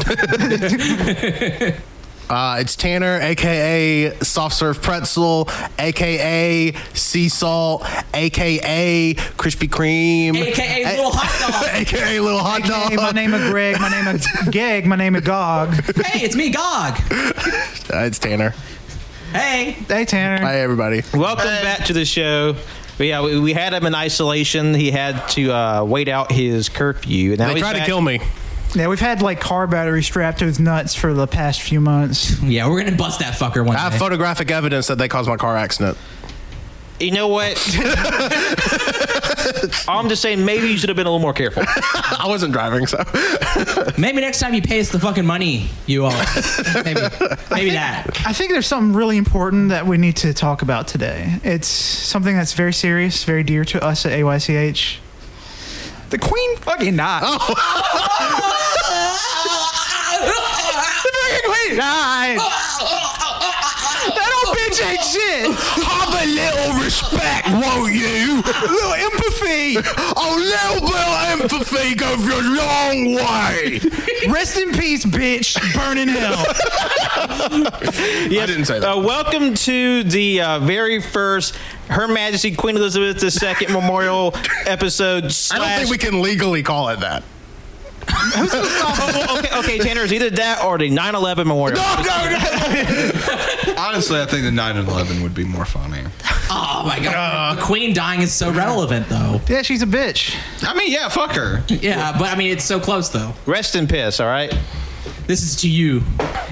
Uh, it's Tanner, aka Soft Serve Pretzel, aka Sea Salt, aka Krispy Kreme, AKA little hot dog. aka Little Hot Dog. Hey, my name is Greg. My name is Geg. My name is Gog. hey, it's me, Gog. Uh, it's Tanner. Hey, Hey, Tanner. Hi, everybody. Welcome back to the show. But yeah, we, we had him in isolation. He had to uh, wait out his curfew. And now They he's tried to back. kill me. Yeah, we've had like car battery strapped to his nuts for the past few months. yeah, we're gonna bust that fucker one I have day. photographic evidence that they caused my car accident. You know what? I'm just saying, maybe you should have been a little more careful. I wasn't driving, so Maybe next time you pay us the fucking money, you all. Maybe, maybe that. I think there's something really important that we need to talk about today. It's something that's very serious, very dear to us at AYCH. The Queen fucking died. Oh. the fucking Queen died. that old bitch ain't shit. have a little respect, won't you? Little empathy. A little bit of empathy goes a long way. Rest in peace, bitch. Burn in hell. Yes. didn't say that. Uh, welcome to the uh, very first Her Majesty Queen Elizabeth II Memorial episode. I Slash. don't think we can legally call it that. Oh, okay, okay, Tanner, it's either that or the 9 11 Memorial. No, no, no. Honestly, I think the 9 and 11 would be more funny. Oh my Uh. god, the Queen dying is so relevant though. Yeah, she's a bitch. I mean, yeah, fuck her. Yeah, but I mean, it's so close though. Rest in piss, all right? This is to you.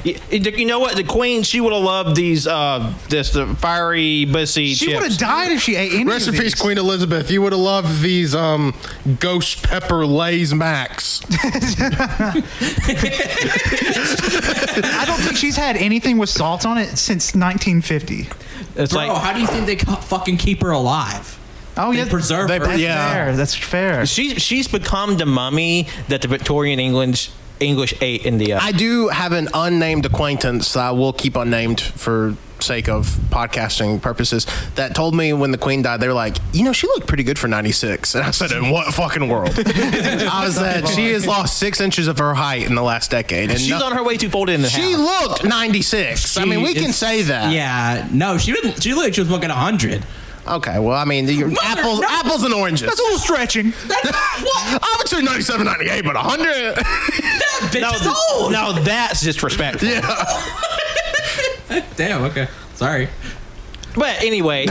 You, you know what? The Queen, she would have loved these, uh, this the fiery, bussy She would chips. have died if she ate any Rest of in peace, these. Queen Elizabeth. You would have loved these um, ghost pepper Lay's Max. I don't think she's had anything with salt on it since 1950. It's Bro, like. how do you think they co- fucking keep her alive? Oh They yeah, preserve her. That's yeah. fair. That's fair. She, she's become the mummy that the Victorian England English eight in the. Uh, I do have an unnamed acquaintance that I will keep unnamed for sake of podcasting purposes that told me when the queen died they were like you know she looked pretty good for 96 and i said in what fucking world i said she has lost six inches of her height in the last decade and she's no- on her way to fold in the she house. looked 96 i mean we She can is- say that Yeah, no, she was, she looked she was looking hundred. okay well i mean the, apples no. apples and oranges That's a little stretching. i would say 97 98 but 100 That bitch is th- old. now that's disrespectful. Damn. Okay. Sorry. But anyway,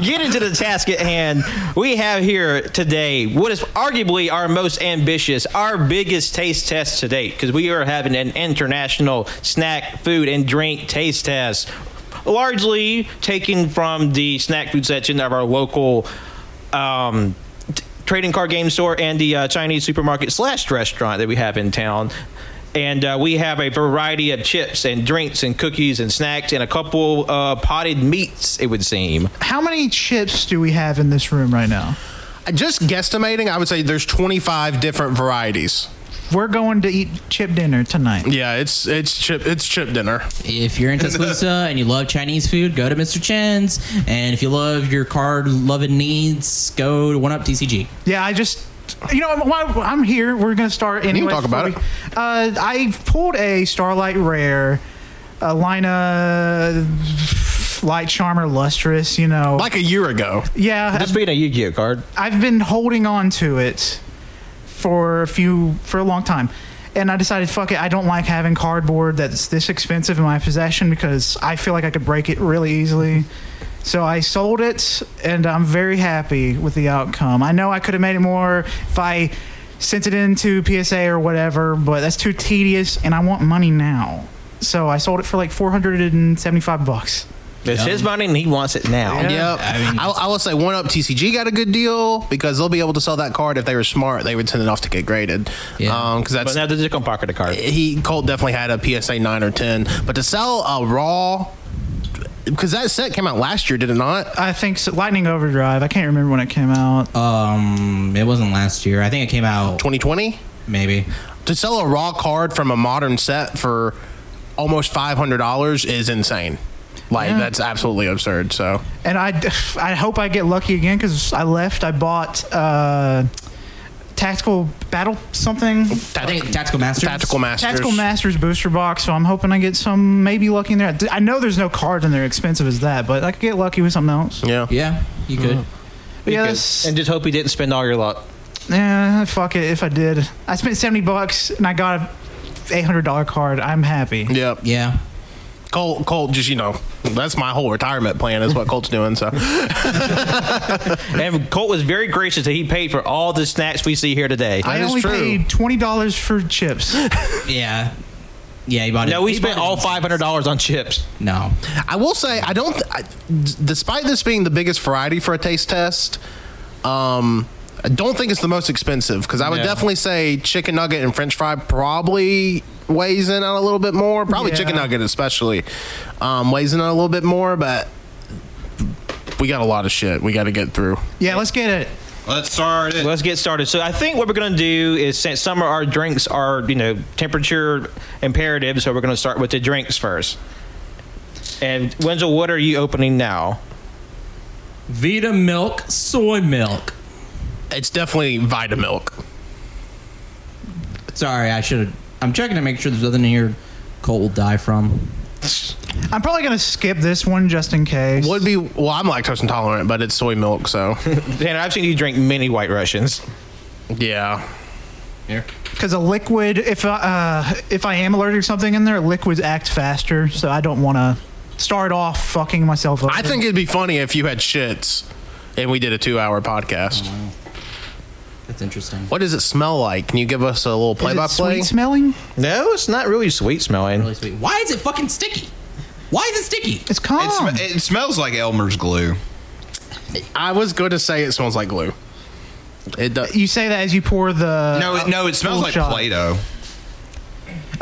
get into the task at hand. We have here today what is arguably our most ambitious, our biggest taste test to date, because we are having an international snack, food, and drink taste test, largely taken from the snack food section of our local. Um, t- Trading card game store and the uh, Chinese supermarket slash restaurant that we have in town. And uh, we have a variety of chips and drinks and cookies and snacks and a couple uh, potted meats, it would seem. How many chips do we have in this room right now? just guesstimating i would say there's 25 different varieties We're going to eat chip dinner tonight. Yeah, it's it's chip it's chip dinner. If you're in Tuscaloosa and you love Chinese food, go to Mr. Chen's. And if you love your card loving needs, go to One Up TCG. Yeah, I just. You know, while I'm here. We're gonna start anyway. talk about before we- Uh, I pulled a Starlight Rare, a Lina Light Charmer Lustrous. You know, Like a year ago. yeah, This being a Yu Gi Oh card. I've been holding on to it for a few for a long time. And I decided, fuck it, I don't like having cardboard that's this expensive in my possession because I feel like I could break it really easily. So I sold it and I'm very happy with the outcome. I know I could have made it more if I sent it into PSA or whatever, but that's too tedious and I want money now. So I sold it for like 475 bucks. It's his money and he wants it now. Yep. I, I, will say one up TCG got a good deal because they'll be able to sell that card if they were smart. They would send it off to get graded. Yeah. Um, because But that's now they're just going to pocket a card. he Colt definitely had a PSA nine or ten. But to sell a raw. Because that set came out last year, did it not? I think so, Lightning Overdrive, I can't remember when it came out. Um, it wasn't last year. I think it came out 2020. maybe. To sell a raw card from a modern set for almost five hundred dollars is insane. Like Yeah. that's absolutely absurd. So And I, I hope I get lucky again because I left. I bought uh, tactical battle something, I think Tactical Masters. tactical masters. tactical masters booster box. So I'm hoping I get some maybe lucky in there. I know there's no cards in there expensive as that, but I could get lucky with something else. Yeah. Yeah, you could. But yeah, Because- that's, And just hope he didn't spend all your luck. yeah, fuck it. If I did, I spent seventy bucks and I got a eight hundred dollar card. I'm happy. Yep. Yeah. Colt, Colt, just you know, that's my whole retirement plan is what Colt's doing. So And Colt was very gracious that he paid for all the snacks we see here today. I That is only true. paid twenty dollars for chips. Yeah. Yeah, you bought it. no, we he spent bought it all in- $500 on chips. No. I will say, I don't, I, despite this being the biggest variety for a taste test, um, I don't think it's the most expensive because I would No. definitely say chicken nugget and French fry probably weighs in on a little bit more. Probably chicken Yeah. nugget especially um, weighs in on a little bit more, but we got a lot of shit we got to get through. yeah, let's get it. Let's start it. Let's get started. So I think what we're going to do is since some of our drinks are, you know, temperature imperative, so we're going to start with the drinks first. And Wenzel, what are you opening now? Vita milk, soy milk. It's definitely Vitamilk. Sorry, I should have. I'm checking to make sure there's nothing here Colt will die from. I'm probably gonna skip this one just in case. Would be well, I'm lactose intolerant, but it's soy milk, so Dan, I've seen you drink many White Russians. yeah. Here. Because a liquid, if I, uh, if I am allergic to something in there, liquids act faster, so I don't want to start off fucking myself up. I think it'd be funny if you had shits and we did a two hour podcast. That's interesting. What does it smell like? Can you give us a little play by play? Sweet smelling? No, it's not really sweet Really smelling. sweet. Why is it fucking sticky? Why is it sticky? It's calm. It, sm- it smells like Elmer's glue. I was going to say it smells like glue. It does. you say that as you pour the. No, it, no, it smells full like shot. Play-Doh.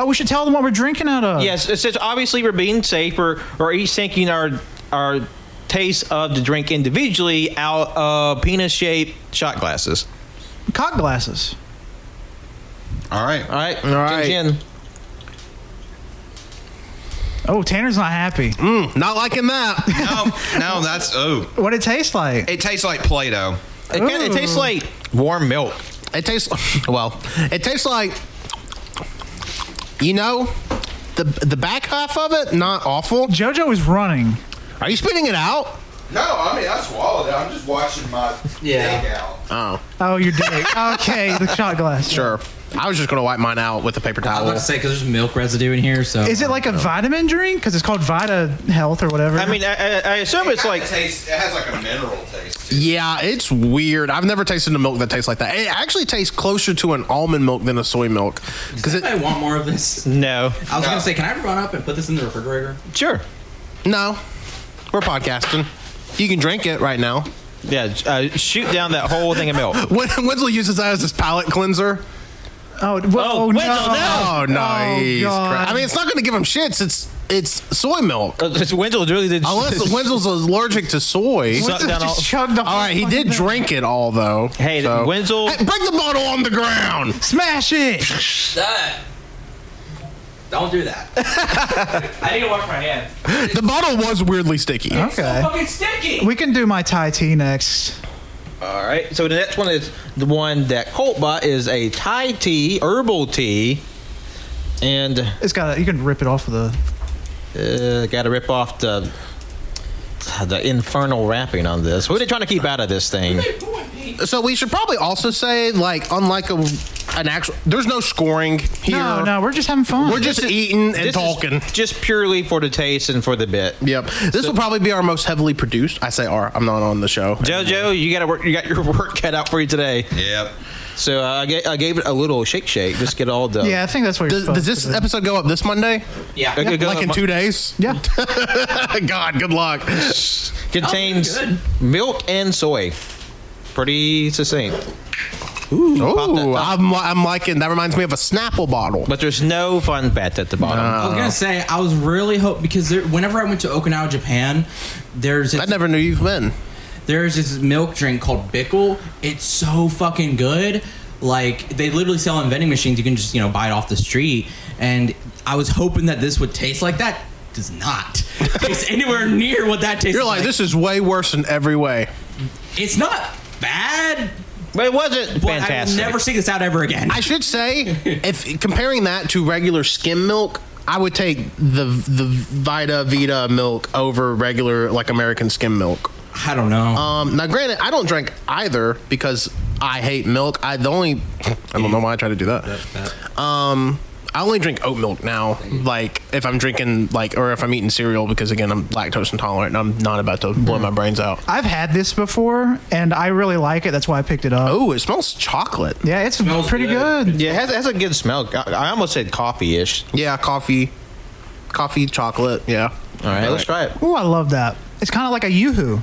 Oh, we should tell them what we're drinking out of. Yes, it's just obviously we're being safe or, or each taking our our taste of the drink individually out of penis shaped shot glasses. Cock glasses. All right. All right. All right. Jin, Jin. Oh, Tanner's not happy. Mm, not liking that. No, no, that's oh. What it tastes like? It tastes like Play-Doh. It, kinda, it tastes like warm milk. It tastes well. It tastes like you know the the back half of it not awful. JoJo is running. Are you spitting it out? No, I mean I swallowed it. I'm just watching my Yeah. dick out. Uh, Oh, Oh, you're dick. okay, the shot glass. sure. I was just gonna wipe mine out with a paper I was towel. about to say because there's milk residue in here, so Is it like a vitamin drink? Because it's called Vita Health or whatever. I mean, I, I, I assume it's Kinda like tastes, it has like a mineral taste. to it. Yeah, it's weird. I've never tasted a milk that tastes like that. It actually tastes closer to an almond milk than a soy milk because it. I want more of this. no. I was gonna say, can I run up and put this in the refrigerator? Sure. No, we're podcasting. You can drink it right now. Yeah. Uh, shoot down that whole thing of milk. Wed- Winslow uses that as his palate cleanser. oh, whoa, Oh, no. wait, no, no. Oh no! Oh, he's God. cra- I mean, it's not going to give him shits. It's it's soy milk. Uh, it's Wendell really did. Unless Winslow's allergic to soy. Suck down all- Just chug the All whole right, he fucking did thing. drink it all though. Hey, Wenzel- Hey, break the bottle on the ground. Smash it. Shut. Don't do that. I need to wash my hands. The bottle was weirdly sticky. Okay. fucking sticky. We can do my Thai tea next. All right. So the next one is the one that Colt bought is a Thai tea, herbal tea, and It's got. You can rip it off of the. uh, got to rip off the the infernal wrapping on this. What are they trying to keep out of this thing? So we should probably also say, like, unlike a, an actual, there's no scoring here. No, no, we're just having fun. We're just eating and This is talking. just purely for the taste and for the bit. Yep. This will probably be our most heavily produced. I say "our." I'm not on the show. Jojo, you got to work. You got your work cut out for you today. Yep. So uh, I, gave, I gave it a little shake, shake. Just get all done. yeah, I think that's what. Does, you're does supposed this to do. episode go up this Monday? Yeah. Okay, go like in ahead. two days? Yeah. God, good luck. Contains Oh, good. milk and soy. Pretty succinct. pop that Ooh, top. I'm, I'm liking. That reminds me of a Snapple bottle. But there's no fun fat at the bottom. I was gonna say I was really hope because there, whenever I went to Okinawa, Japan, there's I this, never knew you've been. there's this milk drink called Bickle. It's so fucking good. Like they literally sell in vending machines. You can just you know buy it off the street. And I was hoping that this would taste like that. Does not taste anywhere near what that tastes. You're like, this is way worse in every way. It's not bad. But it wasn't But fantastic. I will never seek this out ever again. I should say, if comparing that to regular skim milk, I would take the the Vita Vita milk over regular like American skim milk. I don't know. Um, now, granted, I don't drink either because I hate milk. I the only I don't know why I try to do that. Um, I only drink oat milk now. Like if I'm drinking like or if I'm eating cereal because again I'm lactose intolerant and I'm not about to blow my brains out. I've had this before, and I really like it. That's why I picked it up. Oh, it smells chocolate. yeah, it's Smells pretty good. good. Yeah, it has, it has a good smell. I, I almost said coffee ish. Yeah, coffee, coffee chocolate. Yeah. All right, let's try it. Ooh, I love that. It's kind of like a yoo-hoo.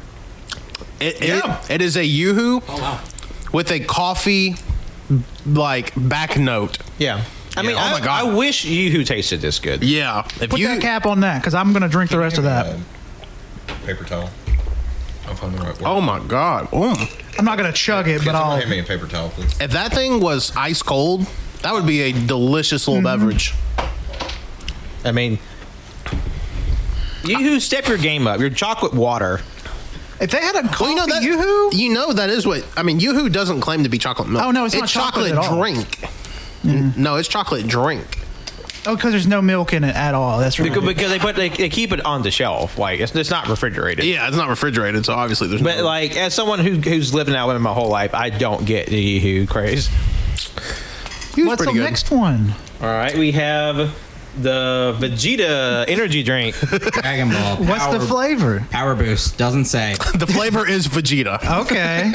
It, it- Yeah. it is a yoo-hoo oh wow. with a coffee like back note. Yeah. I mean, oh I, my God. I wish you who tasted this good. Yeah. If Put you that cap on that, because I'm gonna drink the rest of that. Paper towel. I'll find the right word. Oh my god. Mm. I'm not gonna chug it, but I'll. me a paper towel, please. If that thing was ice cold, that would be a delicious little Mm-hmm. beverage. I mean, you who step your game up, your chocolate water. If they had a Well, coffee you know that yoo-hoo, you know that is what I mean. Yoo-hoo doesn't claim to be chocolate milk. Oh, no, it's not chocolate at all. Mm. drink. N- No, it's chocolate drink. oh, because there's no milk in it at all. That's right. Because, because they put they, they keep it on the shelf, like it's, it's not refrigerated. Yeah, it's not refrigerated, so obviously there's. But no, like, as someone who who's lived in Alabama my whole life, I don't get the yoo-hoo craze. He was What's the pretty good. next one? All right, we have the Vegeta energy drink. Dragon Ball. What's the Power- flavor? Power Boost doesn't say. the flavor is Vegeta. Okay.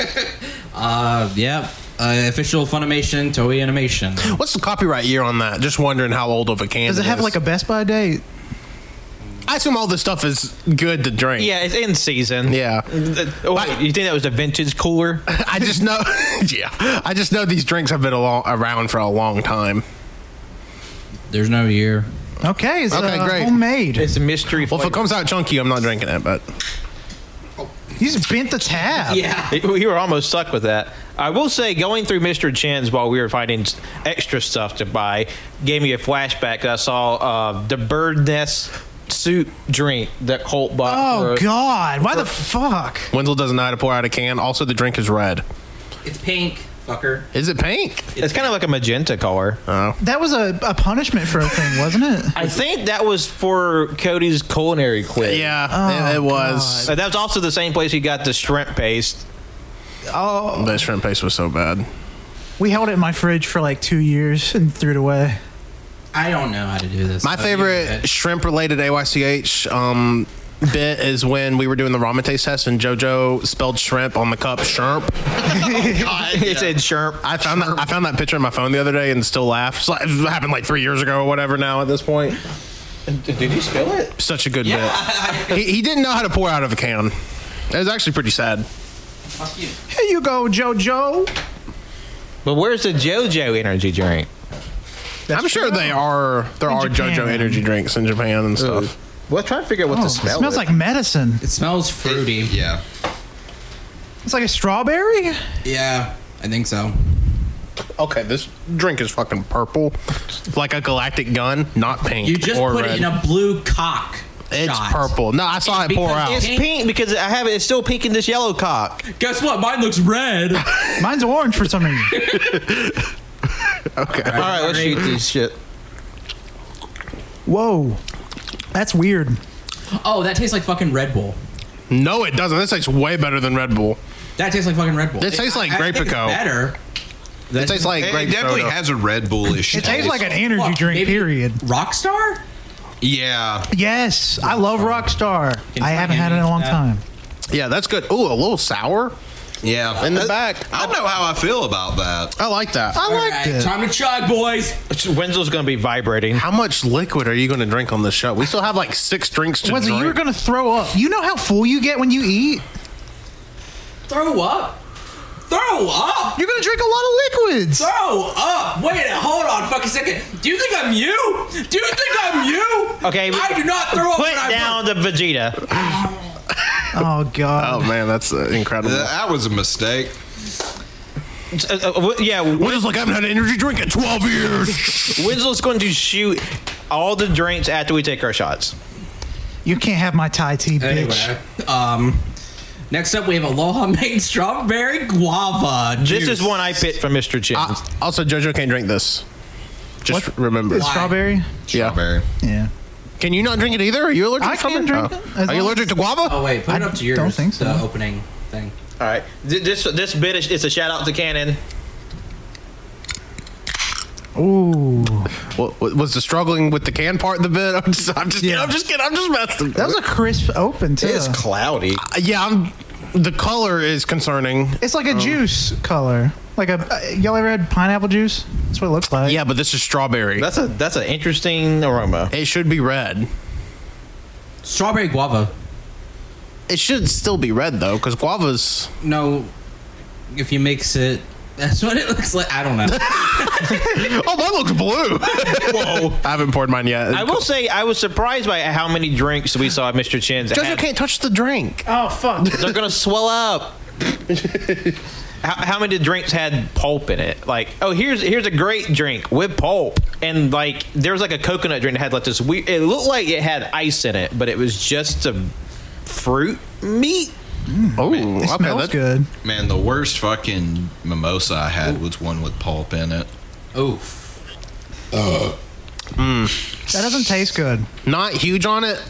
Uh, yep. Uh, official Funimation, Toei Animation. What's the copyright year on that? Just wondering how old of a can. Does it have is. like a Best Buy date? I assume all this stuff is good to drink. yeah, it's in season. Yeah. Uh, oh, wait, you think that was the vintage cooler? I just know. yeah. I just know these drinks have been a long, around for a long time. There's no year. Okay, it's Okay, uh, great. homemade. It's a mystery. Well, if it flavor. comes out chunky, I'm not drinking it. But You just bent the tab. Yeah. We were almost stuck with that. I will say, going through Mr. Chin's while we were finding s- extra stuff to buy gave me a flashback. I saw uh, the bird nest soup drink that Colt bought. Oh for- God! Why the fuck? Wenzel doesn't know how to pour out a can. Also, the drink is red. It's pink, fucker. Is it pink? It's kind of like a magenta color. Uh. That was a, a punishment for a thing, wasn't it? I think that was for Cody's culinary quiz. Yeah, Oh, it, it was. Uh, that was also the same place he got the shrimp paste. Oh, That shrimp paste was so bad. we held it in my fridge for like two years and threw it away. I don't know how to do this. Oh, My I'll do favorite it. shrimp related AYCH um, bit is when we were doing the ramen taste test and JoJo spelled shrimp on the cup shrimp. it said shrimp. I found that I found that picture on my phone the other day and still laugh. It's like- It happened like three years ago or whatever. Now at this point, Did you spill it? such a good Yeah. bit. He, he didn't know how to pour out of a can. It was actually pretty sad. Fuck you. Here you go, JoJo. But where's the JoJo energy drink? I'm sure they are. There In are Japan. JoJo energy drinks in Japan and stuff. Well, try to figure out what Oh, the it smell smells is. like medicine. It smells fruity. Yeah. It's like a strawberry. Yeah, I think so. Okay, this drink is fucking purple, like a galactic gun, not pink You just or put red. it in a blue cock. it's shot. purple. No, I saw it pour because out. It's Oh. pink because I have it. It's still pink in this yellow cock. Guess what? Mine looks red. Mine's orange for some reason. Okay. All right, let's shoot this shit. Whoa, that's weird. oh, that tastes like fucking Red Bull. No, it doesn't. This tastes way better than Red Bull. That tastes like fucking Red Bull. It tastes like I- I Grape think it's Pico. Better. It tastes like It, grape it definitely soda. has a Red Bullish. It tastes taste. like an energy Fuck, drink. maybe Period. Rockstar? Yeah. Yes, I love Rockstar. Can I you haven't had hand it me in a long that? time. yeah, that's good. Ooh, a little sour Yeah. in the I, back. I don't know how I feel about that. I like that. I liked Alright, it. Time to chug, boys. Wenzel's gonna be vibrating. How much liquid are you going to drink on this show? We still have like six drinks to Was drink. you were gonna throw up? You know how full you get when you eat. Throw up. Throw up. You're gonna drink a lot of liquids. Throw up. Wait, a- hold on, fucking second. Do you think I'm you? Do you think I'm you? Okay, I do not throw up. Put when I down the Vegeta. Oh oh god. man, that's uh, incredible. Th- That was a mistake. Uh, uh, w- yeah, What is like I haven't had an energy drink in 12 years. Wenzel's going to shoot all the drinks after we take our shots. You can't have my Thai tea, bitch. Anyway, um, next up we have Aloha made strawberry guava. This juice. is one I picked from Mr. Chin. Uh, also, JoJo can't drink this. Just remember. The strawberry. Yeah. Strawberry. Yeah. Can you not drink it either? Are you allergic I to something? can drink it, as Are you long allergic to guava? Oh wait, put it I up to yours. don't think so. The opening thing. All right, Th- this this bit is it's a shout out to Cannon. Ooh. Wa- wa- was the struggling with the can part the bit? I'm just, I'm just, Yeah. I'm just kidding. I'm just messing. That was a crisp open too. It's cloudy. yeah, I'm, the color is concerning. It's like a juice color, like a uh, y'all ever had pineapple juice? That's what it looks like. Yeah, but this is strawberry. That's a that's an interesting aroma. it should be red. Strawberry guava. It should still be red though, because guava's. No, if you mix it, that's what it looks like. I don't know. Oh, mine looks blue. Whoa! I haven't poured mine yet. I will say I was surprised by how many drinks we saw at Mr. Chin's. Judge, you had. can't touch the drink. Oh fuck. They're gonna swell up. how, how many drinks had pulp in it? Like, oh, here's here's a great drink with pulp, and like there was like a coconut drink that had like this weird. It looked like it had ice in it, but it was just a fruit meat. Oh, It okay, Smells that- good. Man, the worst fucking mimosa I had was one with pulp in it. Oof. That doesn't taste good. Not huge on it.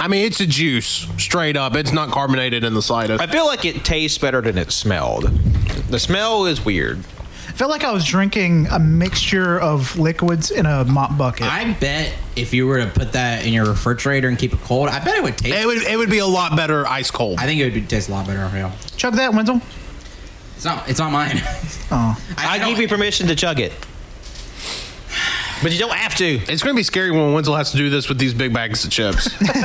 I mean, it's a juice, straight up. It's not carbonated in the slightest. I feel like it tastes better than it smelled. The smell is weird. I felt like I was drinking a mixture of liquids in a mop bucket. I bet if you were to put that in your refrigerator and keep it cold, I bet it would taste. It would, it would be a lot better ice cold. I think it would taste a lot better. Yeah. Chug that, Wenzel. It's not. It's not mine. Oh. I, don't- give you permission to chug it, but you don't have to. It's going to be scary when Wenzel has to do this with these big bags of chips.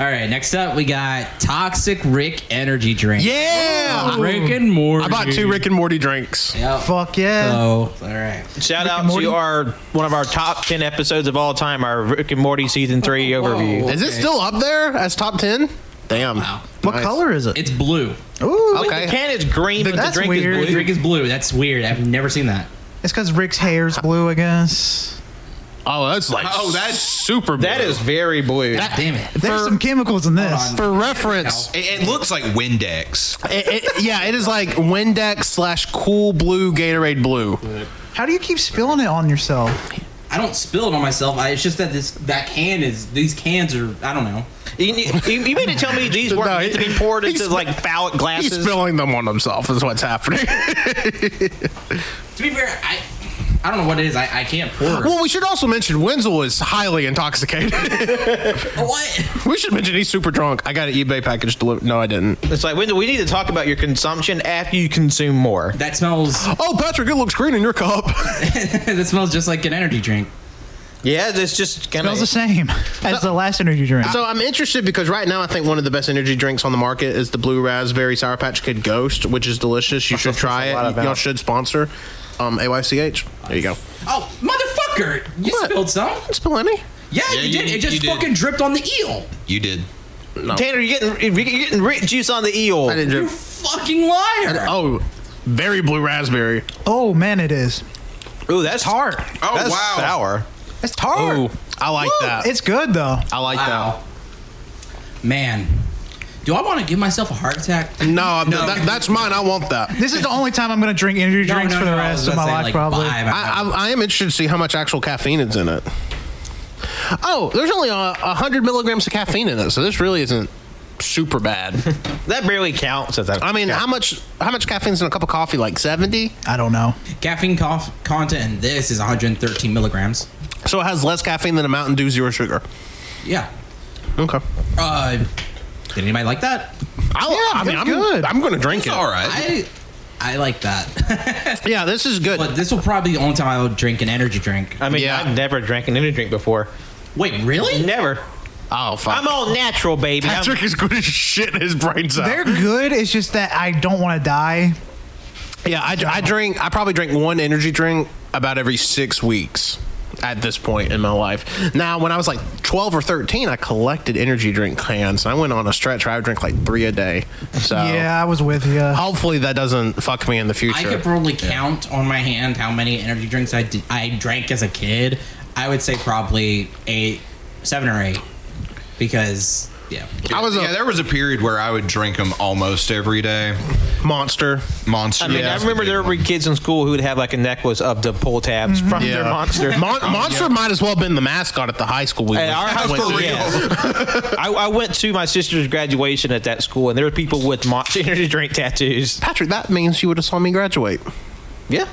All right. Next up, we got Toxic Rick energy drink. yeah! Rick and Morty. I bought two Rick and Morty drinks. Yep. Fuck yeah. So, all right. Shout Rick and out Morty? to our one of our top ten episodes of all time, our Rick and Morty season three overview. Is it still up there as top 10? Damn. What Nice. color is it? It's blue. Ooh, With Okay. The can is green, but the That's drink weird. is The blue. drink is blue. That's weird. I've never seen that. it's because Rick's hair's blue, I guess. Oh, that's like Oh, that's- super. That blue. is very blue. God damn it. There's some chemicals in this. for reference. It, it looks like Windex. it- it- yeah, it is like Windex slash Cool Blue Gatorade Blue. How do you keep spilling it on yourself? I don't spill it on myself. I, it's just that this that can is these cans are I don't know. You, you, you mean to tell me these weren't No, meant to he- be poured he's- into like phallic He's glasses? spilling them on himself. Is what's happening. To be fair, I I don't know what it is. I, I can't pour. well, we should also mention Wenzel is highly intoxicated. What? we should mention he's super drunk. I got an eBay package delivered. No, I didn't. It's like, Wendell, we need to talk about your consumption after you consume more. That smells. Oh, Patrick, it looks green in your cup. that smells just like an energy drink. Yeah, it's just kind of. Smells the same as the last energy drink. So I'm interested because right now I think one of the best energy drinks on the market is the Blue Raspberry Sour Patch Kid Ghost, which is delicious. You should try it. Y'all should sponsor um, AYCH. There you go. Oh, motherfucker! You What? spilled some. It's plenty. Yeah, you, you- did. It you just did. fucking dripped on the eel. You did. Tanner, you're getting you're getting rich juice on the eel. I didn't You drink. fucking liar. Oh, very Blue Raspberry. oh man, it is. Ooh, that's hard. Oh, that's wow. Sour. It's hard. Ooh, I like Woo, that. It's good though. I like wow. Man, do I want to give myself a heart attack? that. No, that- that's mine. I want that. This is the only time I'm going to drink energy No, drinks no, for the no, I rest was of my about to say, life, like, probably. five. I, I, I am interested to see how much actual caffeine is in it. Oh, there's only uh, 100 milligrams of caffeine in it, so this really isn't super bad. That barely counts. At that. I mean, how much how much caffeine's in a cup of coffee? Like 70? I don't know. Caffeine cough content in this is 113 milligrams. So it has less caffeine than a Mountain Dew Zero Sugar. Yeah. Okay. Uh, did anybody like that? I'll, I mean, that's I'm good. I'm going to drink it. All right. I I like that. Yeah, this is good. but this will probably be the only time I would drink an energy drink. I mean, Yeah. I've never drank an energy drink before. Wait, really? Never. Oh, fuck. I'm all natural, baby. I'm- Patrick is good as shit his brains out. They're good. It's just that I don't want to die. Yeah, I, I drink. I probably drink one energy drink about every six weeks at this point in my life. Now, when I was like twelve or thirteen, I collected energy drink cans. I went on a stretch where I would drink like three a day. So Yeah, I was with you. hopefully that doesn't fuck me in the future. I could probably count on my hand how many energy drinks I did, I drank as a kid. I would say probably eight, seven or eight, because yeah. I was a yeah, there was a period where I would drink them almost every day. monster. Monster. I mean, I remember there were kids in school who would have like a necklace of the pull tabs Mm-hmm. from their monster. Mon- monster might as well have been the mascot at the high school we At went- our I high went school, to. yes. I, I went to my sister's graduation at that school, and there were people with monster energy drink tattoos. Patrick, that means you would have saw me graduate. Yeah,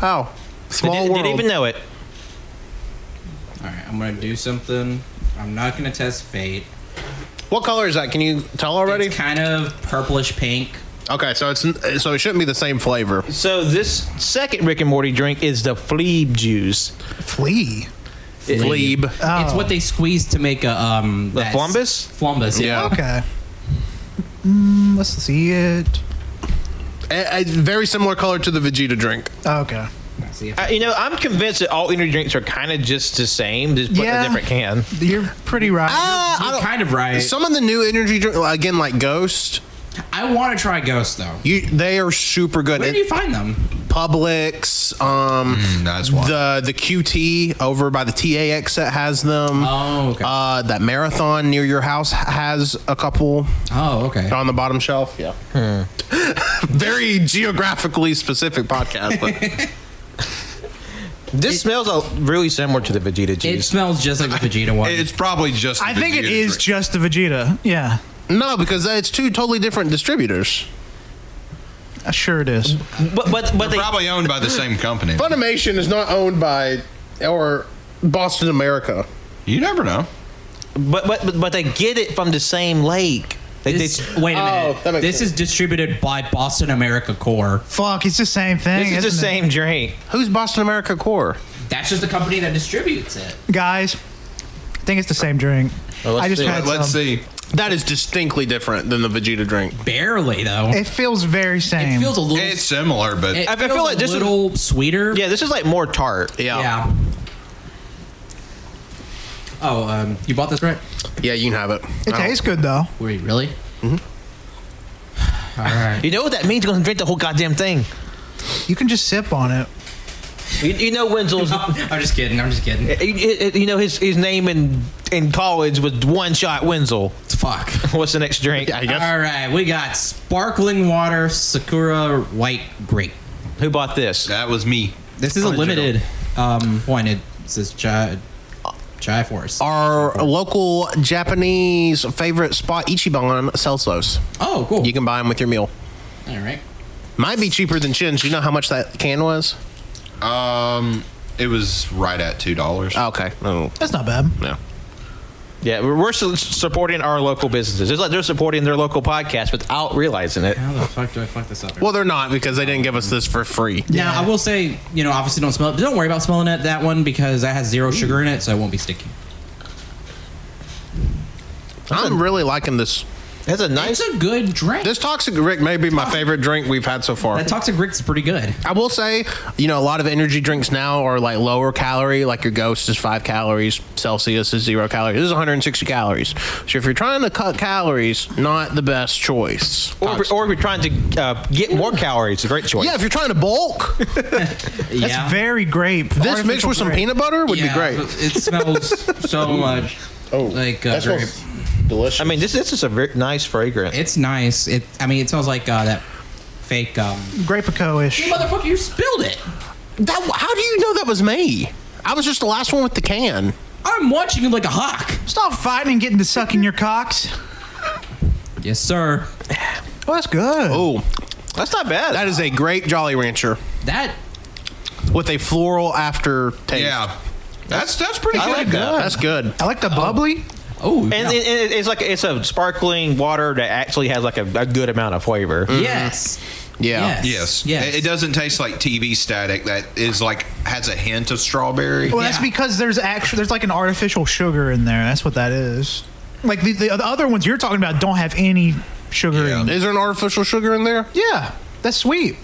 Wow, they small didn't, world. didn't even know it. All right, I'm gonna do something. I'm not gonna test fate. What color is that? Can you tell already? It's kind of purplish pink. Okay, so it's so it shouldn't be the same flavor. So this second Rick and Morty drink is the Fleeb juice. Flea. Fleeb. It's what they squeeze to make a um. The that- Flumbus? Flumbus, yeah. Yeah. Okay. Mm, let's see it. A, a very similar color to the Vegeta drink. Okay. See if- I, you know, I'm convinced that all energy drinks are kind of just the same, just put in Yeah. a different can. You're pretty right. Ah, I You're don't- kind of right. Some of the new energy drink, again, like Ghost, I want to try Ghost though. you they are super good. Where do you find them? Publix, um, that's why. the the QT over by the TAX that has them. Oh, okay. Uh, that marathon near your house has a couple Oh, okay. on the bottom shelf. Yeah. Very geographically specific podcast, but This smells uh, really similar to the Vegeta It juice. smells just like the Vegeta one. It's probably just. I think it Vegeta is drink. just the Vegeta. Yeah, no, because it's two totally different distributors. uh, sure it is. but but but they, probably owned by the same company. Funimation is not owned by or Boston America. You never know. but, but but but they get it from the same lake. They, they- This, wait a Oh, minute. that makes this sense. is distributed by Boston America Core. Fuck, it's the same thing. this is the isn't it? same drink. Who's Boston America Core? That's just the company that distributes it. guys. I think it's the same drink. I just see. had um, Let's some. see. That is distinctly different than the Vegeta drink. Barely though. It, It feels very same. feels a little. It's similar, but it I- I feels feel like a this is- little sweeter. Yeah, this is like more tart. Yeah. Oh, um, you bought this right? Yeah, you can have it. It I don't- tastes good though. Were you really? All right. You know what that means? Going to drink the whole goddamn thing. You can just sip on it. You, you know Wenzel's. I'm just kidding. I'm just kidding. you- you, you know his his name in in college was one shot Wenzel. Fuck. What's the next drink? Yeah, I guess. All right, we got sparkling water Sakura White Grape. Who bought this? That was me. This is a Original. limited um, one. It says chai, chai force. Our local Japanese favorite spot, Ichiban, sells those. Oh, cool. You can buy them with your meal. All right. Might be cheaper than Chin's. You know how much that can was? Um, it was right at two dollars. Oh, okay. Oh, That's not bad. no. Yeah, we're, we're su- supporting our local businesses. It's like they're supporting their local podcast without realizing it. How the fuck do I fuck this up? Well, they're not because they didn't give us this for free. now I will say, you know, obviously don't smell it. But don't worry about smelling it that one because that has zero sugar in it, so it won't be sticky. I'm really liking this. That's a nice. It's a good drink. This Toxic Rick may be my favorite drink we've had so far. that toxic Rick's pretty good. I will say, you know, a lot of energy drinks now are like lower calorie, like your Ghost is five calories, Celsius is zero calories. This is 160 calories. So if you're trying to cut calories, not the best choice. or, if- or if you're trying to uh, get more calories, a great choice. yeah, if you're trying to bulk, That's yeah. very grape. this mixed with some peanut butter would Yeah, but be great. It smells so much like uh, grape. delicious. I mean, this this is a very nice fragrance. It's nice. It. I mean, it smells like uh, that fake. Um, Grapico ish. motherfucker, you spilled it. that, how do you know that was me? I was just the last one with the can. I'm watching you like a hawk. Stop fighting and getting to sucking your cocks. Yes, sir. Well, that's good. Oh, That's not bad. that is a grape Jolly Rancher That with a floral aftertaste. Yeah, that's that's pretty I good. like that. That's good. I like the bubbly. oh And yeah. it- it- it's like it's a sparkling water that actually has like a, a good amount of flavor. yes. Yeah. Yes. Yes. Yes. It, it doesn't taste like TV static. That is like has a hint of strawberry. Well, that's Yeah. because there's actually there's like an artificial sugar in there. That's what that is. Like the, the, the other ones you're talking about don't have any sugar in. Is there an artificial sugar in there? Yeah, that's sweet.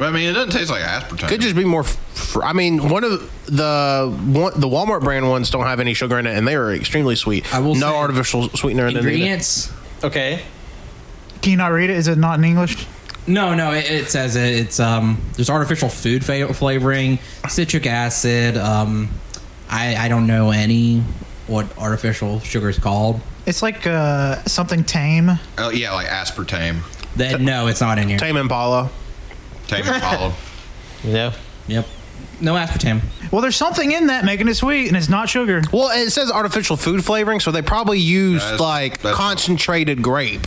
I mean, it doesn't taste like aspartame. Could just be more. f- Fr- I mean, one of the one, the Walmart brand ones don't have any sugar in it, and they are extremely sweet. I will no say- artificial sweetener in it. either. Ingredients. Okay. Can you not read it? Is it not in English? No, no. It, it says it, it's um. There's artificial food fa- flavoring, citric acid. Um, I I don't know any what artificial sugar is called. It's like uh, something tame. Oh, yeah, like aspartame. That no, it's not in here. Tame Impala. Tame Impala. You know. Yep. No aspartame. Well, there's something in that making it sweet, and it's not sugar. Well, it says artificial food flavoring, so they probably used That's- like that's- concentrated grape,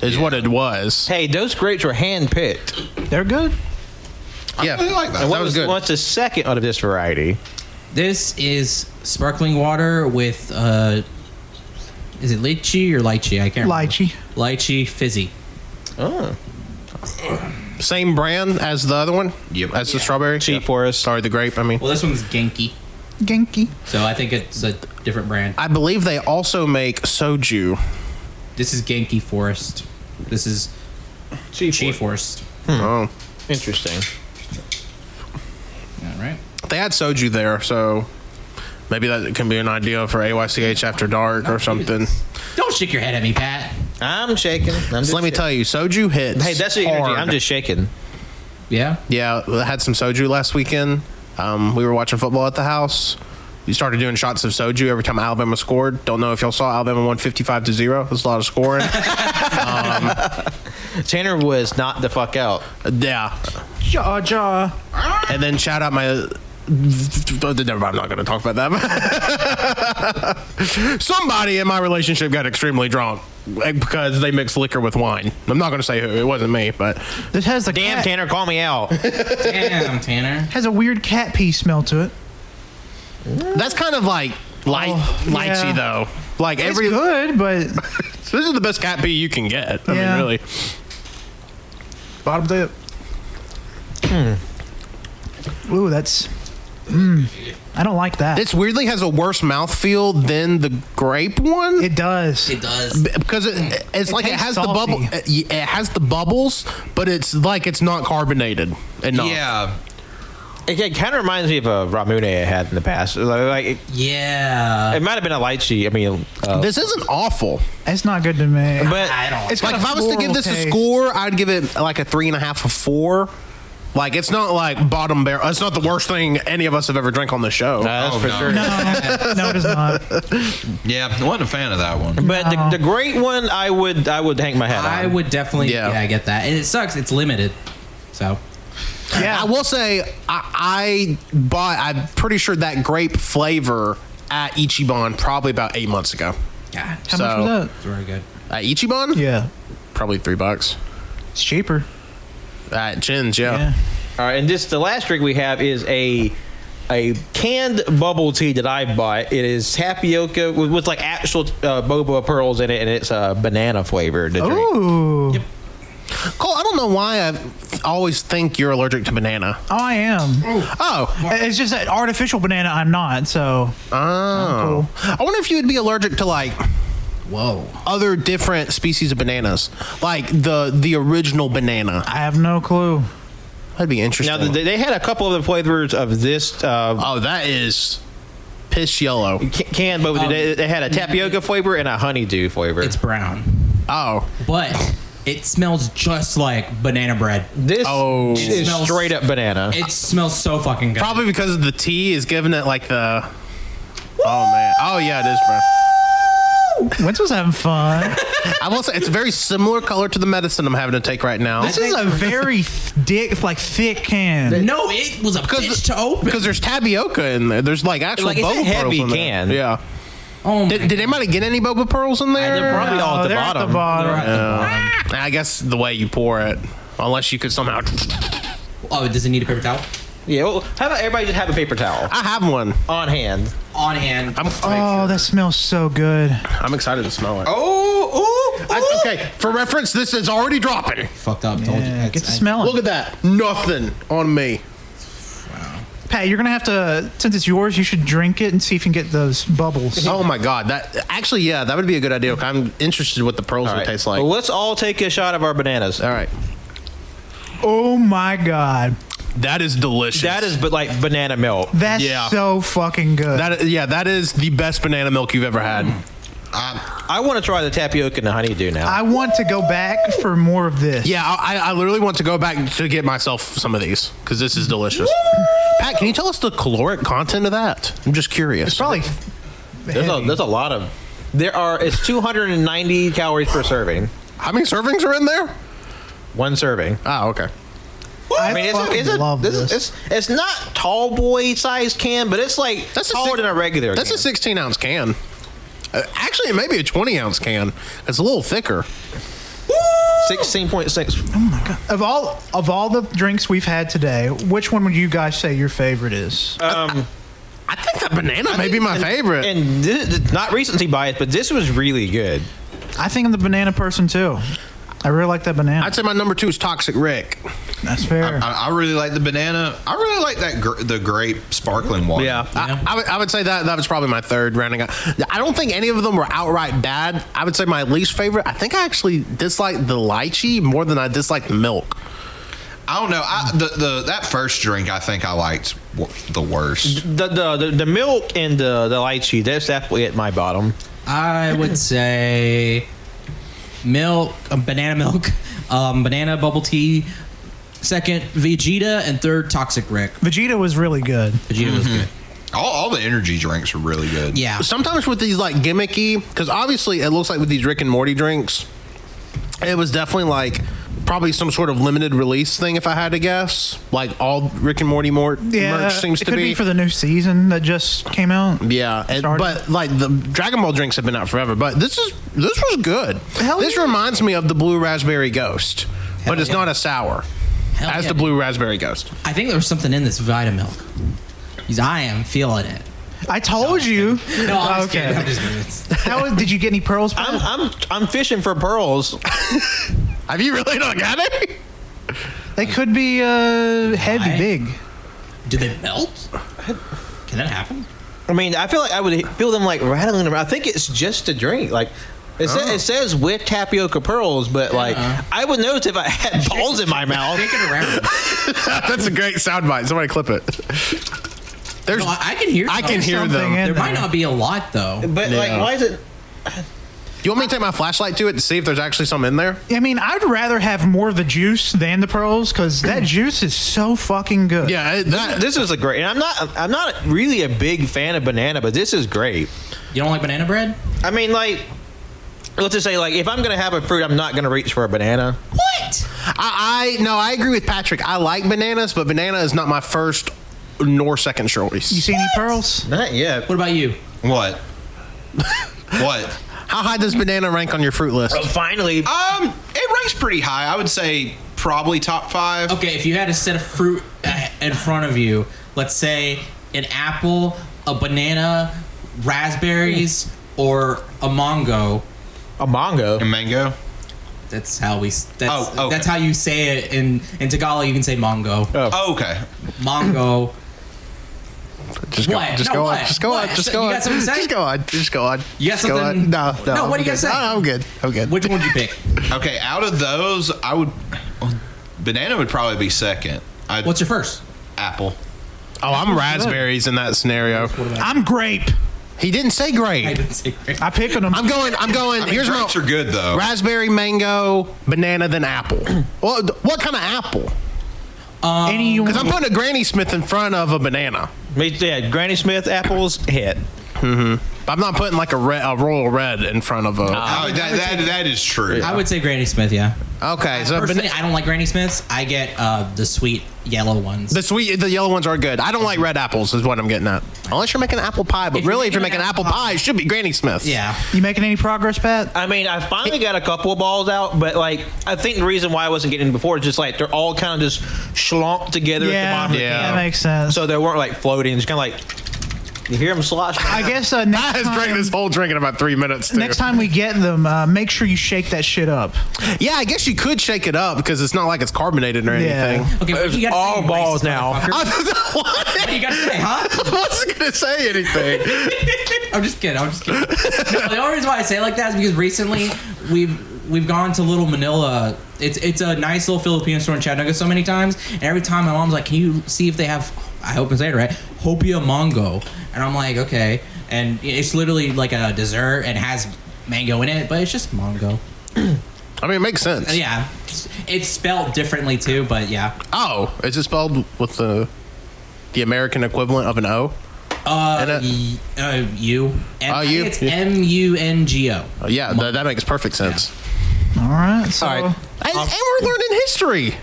is what it was. Hey, those grapes were hand picked. They're good. Yeah, really like that. that What was, good. What's the second out of this variety? This is sparkling water with uh, is it lychee or lychee? I can't. remember. Lychee. Lychee fizzy. Same brand as the other one. Yep. As the strawberry. Cheap for us. Sorry, the grape. I mean, Well, this one's Genki, Genki. so I think it's a different brand. I believe they also make soju. This is Genki Forest. This is Cheap. Chi Forest. Hmm. Oh. Interesting. All right. They had soju there, so maybe that can be an idea for AYCH after dark or something. Don't shake your head at me, Pat. I'm shaking. I'm So let me tell you, soju hits. Hey, that's the energy. hard. I'm just shaking. Yeah. yeah. I had some soju last weekend. Um, we were watching football at the house. We started doing shots of soju every time Alabama scored. Don't know if y'all saw Alabama won fifty-five to zero. That's a lot of scoring. Tanner was not the fuck out. yeah, Jaw jaw. and then shout out my. Never mind, I'm not going to talk about that. Somebody in my relationship got extremely drunk like, because they mixed liquor with wine. I'm not going to say who. It wasn't me, but This has the Damn, cat, Tanner, call me out. Damn, Tanner. has a weird cat pee smell to it. That's kind of like light, Oh, lychee yeah. though. Like It's every, good, but this is the best cat pee you can get. I Yeah. mean, really. bottom dip. Ooh, that's. Mm, I don't like that. This weirdly has a worse mouthfeel than the grape one. it does. It does. B- because it, it's like it tastes has the salty. bubble, it it has the bubbles, but it's like it's not carbonated enough. yeah. It, kind of reminds me of a Ramune I had in the past. Like it, Yeah. it might have been a lychee. I mean, uh, This isn't awful. It's not good to me. but I don't. It's Like got if a I was to give floral this taste. a score, I'd give it like a three and a half, a four. Like it's not like bottom barrel. It's not the worst thing any of us have ever drank on the show. Nah, that's Oh, for no. sure. no, it is not. Yeah, I wasn't a fan of that one. But the, the great one, I would I would hang my hat I on. would definitely. Yeah. Yeah. I get that, and it sucks. It's limited, so Yeah. I will say I, I bought. I'm pretty sure that grape flavor at Ichiban probably about eight months ago. yeah, How So- much was it's very good. At Ichiban, that? Yeah. probably three bucks. It's cheaper. At Jin's, yeah. Yeah. All right, and this the last drink we have is a a canned bubble tea that I bought. It is tapioca with, with like actual uh, boba pearls in it, and it's uh, banana flavored. to Oh. drink. Ooh. Cole, I don't know why I always think you're allergic to banana. Oh, I am. Oh, It's just that artificial banana. I'm not. So oh. I wonder if you would be allergic to like Whoa. other different species of bananas, like the the original banana. I have no clue. That'd be interesting. Now th- they had a couple of the flavors of this uh, oh, that is piss yellow. ca- canned boba. tea. they, they had a tapioca flavor and a honeydew flavor. It's brown, Oh, but it smells just like banana bread. this Oh. is Smells- straight up banana. It smells so fucking good. probably because of the tea is giving it like the. Oh man. Oh yeah, it is, bro. Wentz was having fun. I will say it's a very similar color to the medicine I'm having to take right now. This is a very th- dick, like thick can. No, it was a bitch to open. because there's tapioca in there. There's like actual Like, it's a boba pearls heavy in there. can. Yeah. Oh my Did, did anybody get any boba pearls in there? they're Probably all at Oh, the they're bottom. At the bottom. Yeah. I guess the way you pour it, unless you could somehow. Oh, does it need a paper towel? Yeah. Well, how about everybody just have a paper towel I have one. on hand? On hand. I'm. Oh, that smells so good. I'm excited to smell it. Oh, oh, I- okay, for reference, this is already dropping. fucked up. Told you. Yeah, It's- get to I- smelling. Look at that. Nothing on me. Pat, you're gonna have to since it's yours, you should drink it and see if you can get those bubbles. Oh my god. That actually, yeah, that would be a good idea. I'm interested what the pearls All would right. taste like. Well, let's all take a shot of our bananas. All right. Oh my god, That is delicious. That is, but like banana milk. that's Yeah. so fucking good. That yeah, that is the best banana milk you've ever had. I want to try the tapioca and the honeydew now. I want to go back for more of this. Yeah, I, I literally want to go back to get myself some of these because this is delicious. Pat, can you tell us the caloric content of that? I'm just curious. it's probably. there's, a, heavy. there's a lot of. There are. It's 290 calories per serving. How many servings are in there? One serving. Oh, okay. I, it's a- fucking it's a- love this is- this. It's, it's not tall boy size can, but it's like That's a taller six- than a regular. That's can. a 16 ounce can. Uh, actually, it may be a 20 ounce can. It's a little thicker. 16.6. of all of all the drinks we've had today, which one would you guys say your favorite is? Um, I think that banana may be my favorite. and this, not recency bias, but this was really good. I think I'm the banana person too. I really like that banana. I'd say my number two is Toxic Rick. That's fair. I, I really like the banana. I really like that gr- the grape sparkling water. I, I, would, I would say that that was probably my third rounding out. I don't think any of them were outright bad. I would say my least favorite. I think I actually disliked the lychee more than I disliked the milk. I don't know. I, the the that first drink I think I liked w- the worst. The, the the the milk and the the lychee. That's definitely at my bottom. I would say milk, um, banana milk, um, banana bubble tea. Second, Vegeta, and third, Toxic Rick. Vegeta was really good. Vegeta was Mm-hmm. good. All, all the energy drinks were really good. Yeah. Sometimes with these like gimmicky, because obviously it looks like with these Rick and Morty drinks, it was definitely like probably some sort of limited release thing. If I had to guess, like all Rick and Morty mor- Yeah, merch seems it to could be. for the new season that just came out. Yeah, and, Started. but like the Dragon Ball drinks have been out forever, but this is this was good. Hell this yeah. reminds me of the Blue Raspberry Ghost, but Hell it's yeah. not a sour. Hell as yeah. the Blue Raspberry Ghost. I think there was something in this Vitamilk. Because I am feeling it. I told you. No, I'm just kidding. okay. I'm just kidding. It's- How was- did you get any pearls? Pat? Ah. I'm I'm I'm fishing for pearls. Have you really not got any? they could be uh, heavy, Why? big. Do they melt? Can that happen? I mean, I feel like I would feel them like rattling around. I think it's just a drink. Like It, sa- it says with tapioca pearls, but like I would notice if I had balls in my mouth. Shake it around. That's a great soundbite. Somebody clip it. There's, No, I, I can hear. I can something. hear them. something in There might there. not be a lot though. But like, Yeah. why is it? You want me to take my flashlight to it to see if there's actually some in there? I mean, I'd rather have more of the juice than the pearls because that juice is so fucking good. Yeah, it- that, This is a great. And I'm not. I'm not really a big fan of banana, but this is great. You don't like banana bread? I mean, like, let's just say, like, if I'm gonna have a fruit, I'm not gonna reach for a banana. What? I, I no, I agree with Patrick. I like bananas, but banana is not my first nor second choice. You see any pearls? Not yet. What about you? What? what? How high does banana rank on your fruit list? Finally, Um, it ranks pretty high. I would say probably top five. Okay, if you had a set of fruit uh, in front of you, let's say an apple, a banana, raspberries, or a mango. a mango. And mango. That's how we. s- That's, Oh, okay. that's how you say it in in Tagalog. You can say mango, Oh, okay. mango. Just go, What? just No, go on, what? just go on, What? just So go you on, got something to say? just go on, just go on. You got Just go on. something- No, no, No, what I'm do you got to good. say? No, I'm good. I'm good. Which one would you pick? Okay, out of those, I would banana would probably be second. I'd, What's your first? apple? Oh, I'm raspberries in that scenario. I'm grape. He didn't say I great. didn't say grape. I picking them. I'm going. I'm going. I mean, here's my grapes are good though. raspberry, mango, banana, then apple. well, what kind of apple? any you Because I'm want. putting a Granny Smith in front of a banana. Me- Yeah, Granny Smith apples hit. But I'm not putting like a, red, a royal red in front of a. Oh, that, that, that is true. I would say Granny Smith. Yeah. okay, so Personally, bana- I don't like Granny Smiths. I get uh, the sweet yellow ones. the sweet, the yellow ones are good. I don't like red apples, is what I'm getting at. Unless you're making apple pie, but If you're really, if you're making making an apple apple pie, it should be Granny Smith. yeah. You making any progress, Pat? I mean, I finally got a couple of balls out, but like, I think the reason why I wasn't getting before is just like they're all kind of just schlomped together at the Yeah, bottom. of the Yeah. that makes sense. So they weren't like floating. Just kind of like you hear them slosh. I guess uh, next I just drank time, this whole drink in about three minutes. Too. next time we get them, uh, make sure you shake that shit up. yeah, I guess you could shake it up because it's not like it's carbonated or Yeah. anything. Okay. what you gotta say, all you balls racist now. motherfucker? I don't know what- What you gotta say, huh? I wasn't gonna say anything. I'm just kidding. I'm just kidding. No, the only reason why I say it like that is because recently we've we've gone to Little Manila. It's it's a nice little Filipino store in Chattanooga so many times, and every time my mom's like, "Can you see if they have?" I hope I'm saying it right. Hopia mango, and I'm like, okay, and it's literally like a dessert and has mango in it, but it's just mango. I mean, it makes sense. And yeah, it's spelled differently too, but yeah. Oh, is it spelled with the the American equivalent of an O? And Uh, it- y- uh, you. M- Oh, I you- think It's you- M U N G O. Oh, yeah, that, that makes perfect sense. All right. So All right, and, and we're learning history.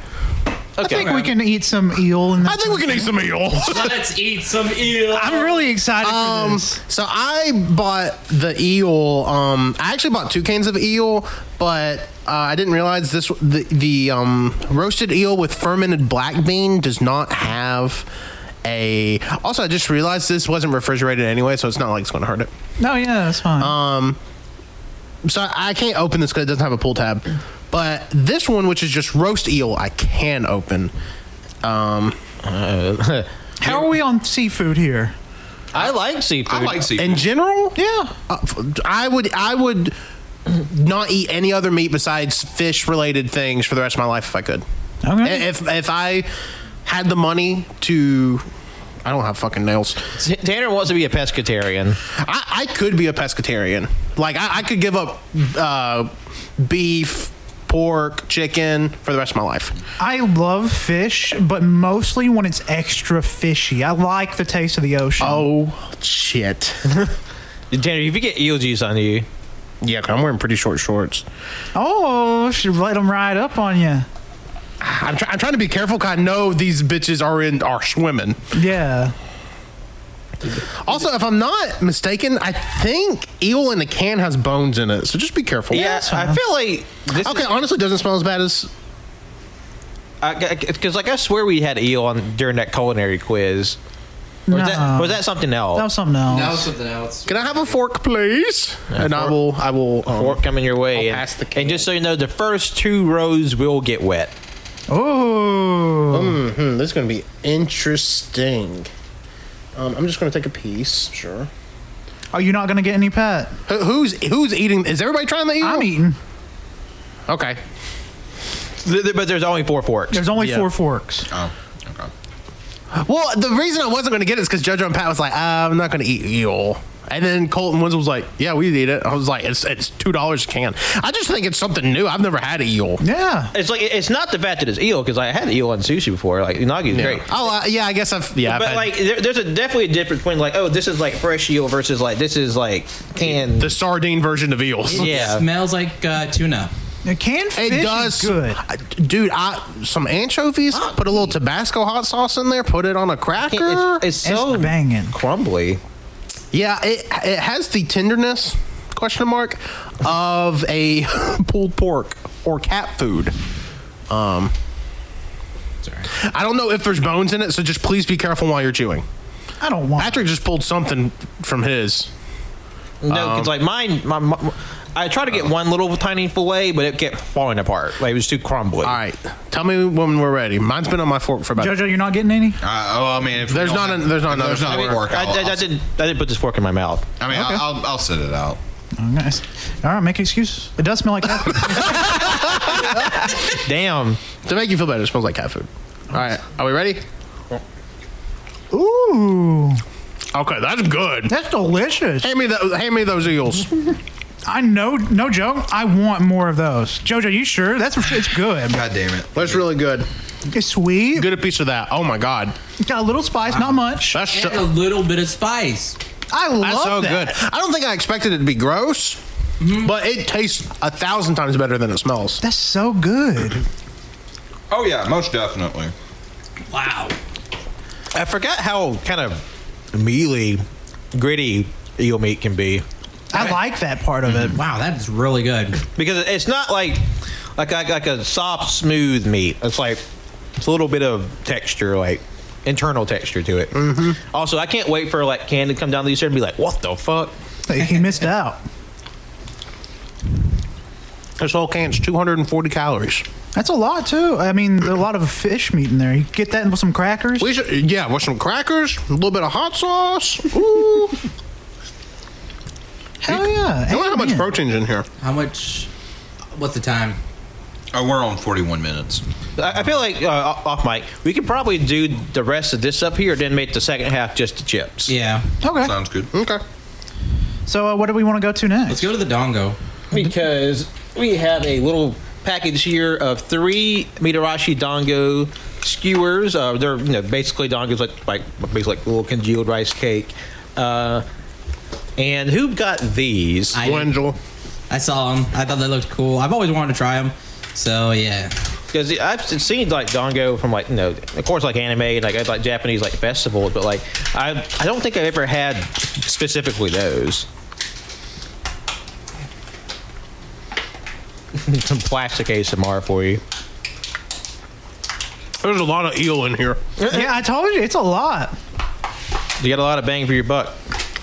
I think we can eat some eel. In the I think we can eat some eel. Let's eat some eel. I'm really excited for Um, this. so I bought the eel. Um, I actually bought two cans of eel, but uh, I didn't realize this. The, the um, roasted eel with fermented black bean does not have a. Also, I just realized this wasn't refrigerated anyway, so it's not like it's going to hurt it. No, yeah, that's fine. So I I can't open this because it doesn't have a pull tab. But this one, which is just roast eel, I can open. Um, How are we on seafood here? I like seafood. I like seafood. in general, yeah, uh, f- I would I would not eat any other meat besides fish related things for the rest of my life if I could. Okay. I- If if I had the money to, I don't have fucking nails. T- Tanner wants to be a pescatarian. I, I could be a pescatarian. Like I, I could give up uh, beef, pork, chicken for the rest of my life. I love fish, but mostly when it's extra fishy. I like the taste of the ocean. Oh shit. Tanner, if you get eel juice on you, Yeah, 'cause I'm wearing pretty short shorts. oh, should let them ride up on you. I'm, try- I'm trying to be careful because I know these bitches are in are swimming. Yeah. Also, if I'm not mistaken, I think eel in the can has bones in it, so just be careful. yeah, I feel like this Okay, honestly, doesn't smell as bad as. because like I swear we had eel on during that culinary quiz. Or was, that, No. was that something else? That was something else. something else. Can I have a fork, please? and I will. I will. um, fork coming your way. I'll and, pass the and just so you know, the first two rows will get wet. oh. mhm, this is Um, going to be interesting. Um, I'm just going to take a piece. Sure. Are you not gonna get any pet? Who, who's who's eating? Is everybody trying to eat? I'm eating. Okay. Th- th- But there's only four forks. There's only four forks. Oh, okay. Well, the reason I wasn't going to get it is because Judge on Pat was like, "Ah, "I'm not going to eat eel," and then Colton Winslow was like, "Yeah, we eat it." I was like, "It's it's two dollars a can." I just think it's something new. I've never had eel. Yeah. It's like it's not the fact that it's eel because I had eel on sushi before. Like unagi is great. Oh, uh, yeah. I guess I've yeah. I've But had- like, there, there's a definitely a difference between like, oh, this is like fresh eel versus like this is like canned. the sardine version of eels. yeah, Smells like uh, tuna. The canned It fish does, is good. I- dude. I some anchovies. Put a little Tabasco hot sauce in there. Put it on a cracker. Uh, it's, it's so It's banging. crumbly. yeah, it it has the tenderness question mark of a pulled pork or cat food. Um, Sorry. I don't know if there's bones in it, so just please be careful while you're chewing. I don't want. Patrick just pulled something from his. No, because like mine, my, my- I tried to get one little tiny fillet, but it kept falling apart. Like it was too crumbly. All right, tell me when we're ready. Mine's been on my fork for about. Jojo, you're not getting any. Uh, oh, I mean, if we There's don't not have- an- there's not if there's another not fork. work. I, I'll, I, I'll- I didn't. I didn't put this fork in my mouth. I mean, I'll, I'll, I'll sit it out. Oh, nice. All right, make excuses. It does smell like cat food. Damn. to make you feel better, it smells like cat food. All right, are we ready? Ooh, Okay, that's good. that's delicious. Hand me the, hand me those eels. I know, no joke. I want more of those. Jojo, you sure? That's it's good. God damn it. That's really good. It's sweet. Get a piece of that. Oh my god, Got a little spice, not much. that's so, Add a little bit of spice. I love that's so that. good. I don't think I expected it to be gross, but it tastes a thousand times better than it smells. That's so good. Oh yeah, most definitely. Wow. I forgot how kind of mealy, gritty eel meat can be I like that part of it. Wow, that is really good. because it's not like like like, like a soft, smooth meat. It's like it's a little bit of texture, like internal texture to it. Mm-hmm. Also, I can't wait for like Ken to come down these here and be like, "What the fuck." He missed out. This whole can's 240 calories. That's a lot too. I mean, there are a lot of fish meat in there. You get that with some crackers. We should, yeah, with some crackers, a little bit of hot sauce. Ooh. Hell yeah! I wonder how much Amen. protein's in here. How much? What's the time? Oh, we're on 41 minutes. I I feel like uh, off mic, we could probably do the rest of this up here, then make the second half just the chips. Yeah. Okay. Sounds good. Okay. So, uh, what do we want to go to next? Let's go to the dongo. because we have a little package here of three Mitarashi Dango skewers. Uh, they're you know basically dongos like like basically like little congealed rice cake. Uh, and who got these? I, Wendell. I saw them. I thought they looked cool. I've always wanted to try them. So yeah. Because I've seen like Dango from like you know of course like anime and like at, like Japanese like festivals, but like I I don't think I've ever had specifically those. Some plastic ASMR for you. There's a lot of eel in here. Yeah, I told you it's a lot. You got a lot of bang for your buck.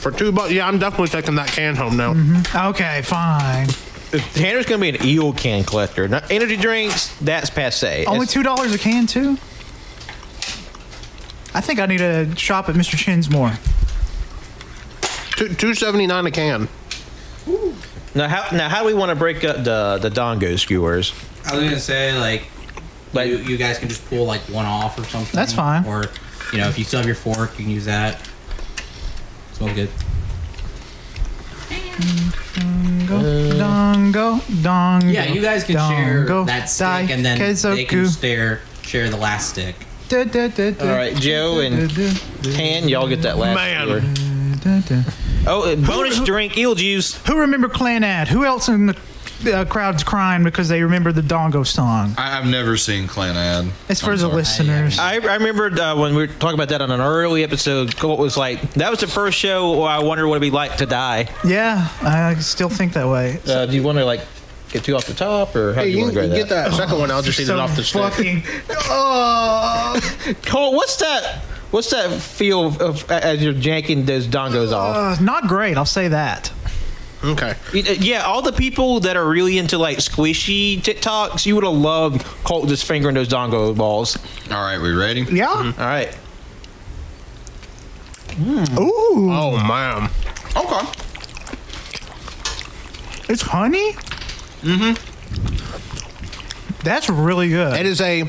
For two bucks, yeah, I'm definitely taking that can home now. Mm-hmm. Okay, fine. Tanner's gonna be an eel can collector. Not energy drinks, that's passe. Only It's- two dollars a can too. I think I need to shop at Mr. Chin's more. Two, 279 a can. Now how now how do we want to break up the the dongo skewers? I was gonna say like, Like- you, you guys can just pull like one off or something. That's fine. Or you know, if you still have your fork, you can use that. Smells good. Go, dongo, dongo. Yeah, you guys can share dongo, that stick, and then daikizoku. they can share share the last stick. Da, da, da, da, All right, Joe da, and da, Tan, y'all get that last Man. skewer. da, da. Oh, and bonus drink, eel juice. Who remember Clan Ad? Who else in the uh, crowd's crying because they remember the dongo song? I, I've never seen Clan Ad. It's for I'm the sorry. listeners. I, I remembered uh, when we were talking about that on an early episode. What was like? That was the first show where I wondered what it'd be like to die. yeah, I still think that way. Uh, do you want to like get two off the top, or how do you, want to grab get that? that second one. I'll just eat it off the stick. fucking Cole, what's that? What's that feel of, as you're janking those dongos off? uh, not great. I'll say that. Okay. It- it- Yeah, all the people that are really into like squishy TikToks, you would have loved Colt just fingering those dongo balls. All right, we ready? Yeah. All right. Ooh. Oh, man. Okay. It's honey? Mm-hmm. That's really good. It is a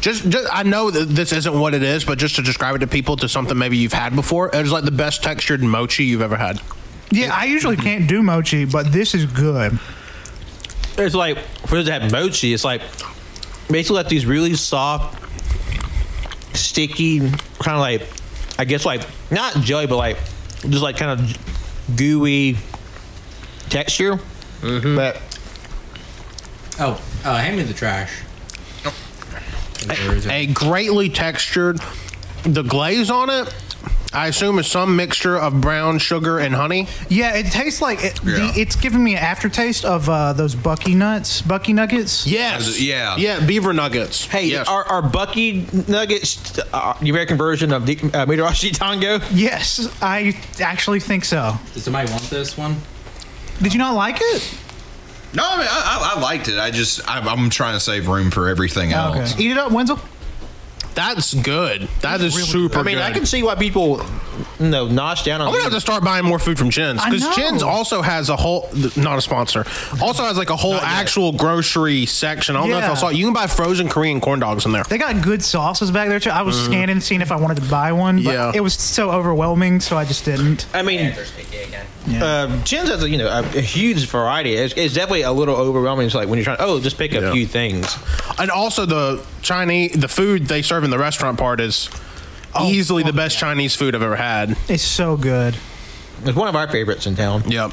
just, just I know that this isn't what it is, but just to describe it to people to something maybe you've had before, it is like the best textured mochi you've ever had. yeah, I usually can't do mochi, but this is good. It's like for that mochi, it's like basically like these really soft, sticky, kind of like I guess like not jelly, but like just like kind of gooey texture. But Oh, uh, hand me the trash. Where is it? A greatly textured, the glaze on it, I assume is some mixture of brown sugar and honey. Yeah, it tastes like it, Yeah. the, it's giving me an aftertaste of uh, those Bucky nuts, Bucky nuggets. Yes. Yeah. Yeah. Beaver nuggets. hey, Yes. are, are Bucky Nuggets uh, the American version of the, uh, Mitarashi Tango? Yes, I actually think so. Does somebody want this one? Did you not like it? No, I mean, I, I, I liked it. I just, I, I'm trying to save room for everything else. Eat it up, Wenzel. That's good. That is super. I mean, I good. can see why people, you know, nosh down on. I'm gonna have to start buying more food from Chin's I because know. Chin's also has a whole th- not a sponsor also has like a whole actual grocery section. I don't know if Yeah. I saw it. you can buy frozen Korean corn dogs in there. They got good sauces back there too. I was scanning, seeing if I wanted to buy one, but Yeah. it was so overwhelming, so I just didn't. I mean, uh, Jen's has a, you know a, a huge variety. It's, it's definitely a little overwhelming. It's like when you're trying, oh, just pick a Yeah. few things. And also the Chinese the food they serve in the restaurant part is easily the best Chinese food I've ever had. It's so good. It's one of our favorites in town. Yep,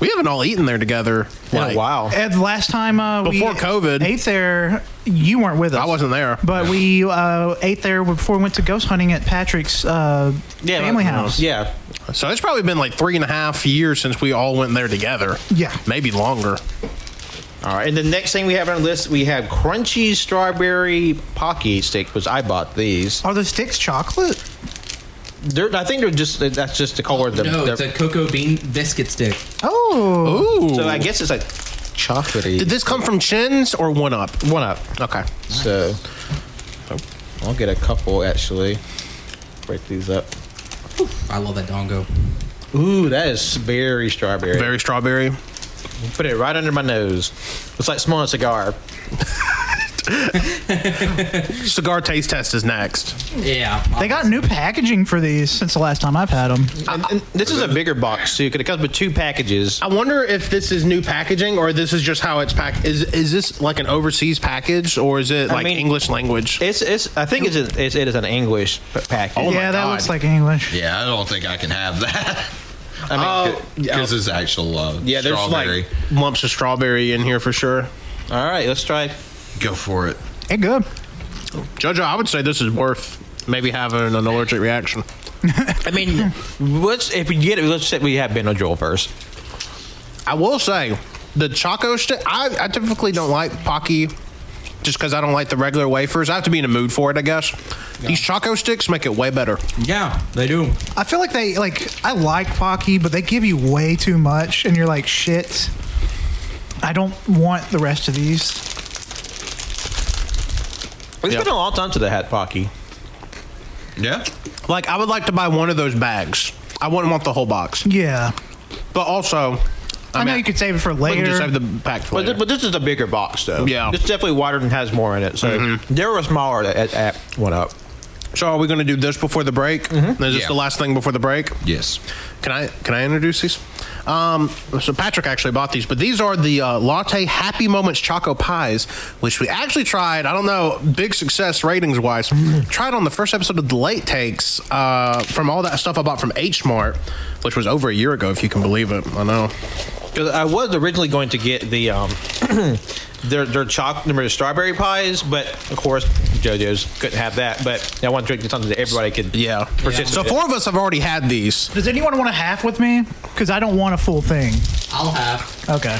we haven't all eaten there together. In a while. And last time uh, Before we COVID. ate there, you weren't with us. I wasn't there. But we uh, ate there before we went to ghost hunting at Patrick's uh, family like, house. Yeah, So it's probably been like three and a half years since we all went there together. Yeah. maybe longer. All right, and the next thing we have on our list, we have crunchy strawberry pocky sticks, which I bought these. Are the sticks chocolate? They're, I think they're just that's just the color of the. No, the- it's a cocoa bean biscuit stick. Oh, Ooh. so I guess it's like chocolatey. Did this come from Chin's or One Up? one up? Okay. So I'll get a couple actually. Break these up. I love that dongo. Ooh, that is very strawberry. Very strawberry. Put it right under my nose. It's like smelling a cigar. Cigar taste test is next. Yeah. they got new packaging for these since the last time I've had them. And, and this is a bigger box too, because it comes with two packages. I wonder if this is new packaging or this is just how it's packed. Is is this like an overseas package or is it I like mean- English language? It's, it's I think it's, a, it's it is an English p- package. Oh my yeah, that God. looks like English. Yeah, I don't think I can have that. Oh, I mean, yeah. Because it's actual uh, Yeah, there's strawberry. like- Lumps of strawberry in here for sure. All right, let's try. Go for it. It good. Jojo, I would say this is worth maybe having an allergic reaction. I mean, let's if we get it, let's say we have Benadryl first. I will say the choco stick. I, I typically don't like pocky, just because I don't like the regular wafers. I have to be in a mood for it, I guess. These choco sticks make it way better. Yeah, they do. I feel like they like I like Pocky, but they give you way too much, and you're like, shit. I don't want the rest of these. It's Yeah. been a long time to the hat pocky. Yeah. Like I would like to buy one of those bags. I wouldn't want the whole box, Yeah, but also I, know you could save it for we later. can just have the pack for But later. this, but this is a bigger box though. Yeah. Mm-hmm. it's definitely wider and has more in it. So they were smaller at, at one up. so are we going to do this before the break? Is this Mm-hmm. Yeah. the last thing before the break? Yes. Can I can I introduce these? Um, so Patrick actually bought these, but these are the uh, latte Happy Moments Choco Pies, which we actually tried. I don't know, big success ratings wise. tried on the first episode of the Late Takes uh, from all that stuff I bought from H Mart, which was over a year ago, if you can believe it. I know. Because I was originally going to get the um, their their chocolate their strawberry pies, but of course JoJo's couldn't have that. But I wanted to drink something that everybody could. Yeah. Persist So with. four of us have already had these. Does anyone want a half with me? Because I don't want a full thing. I'll have. Okay.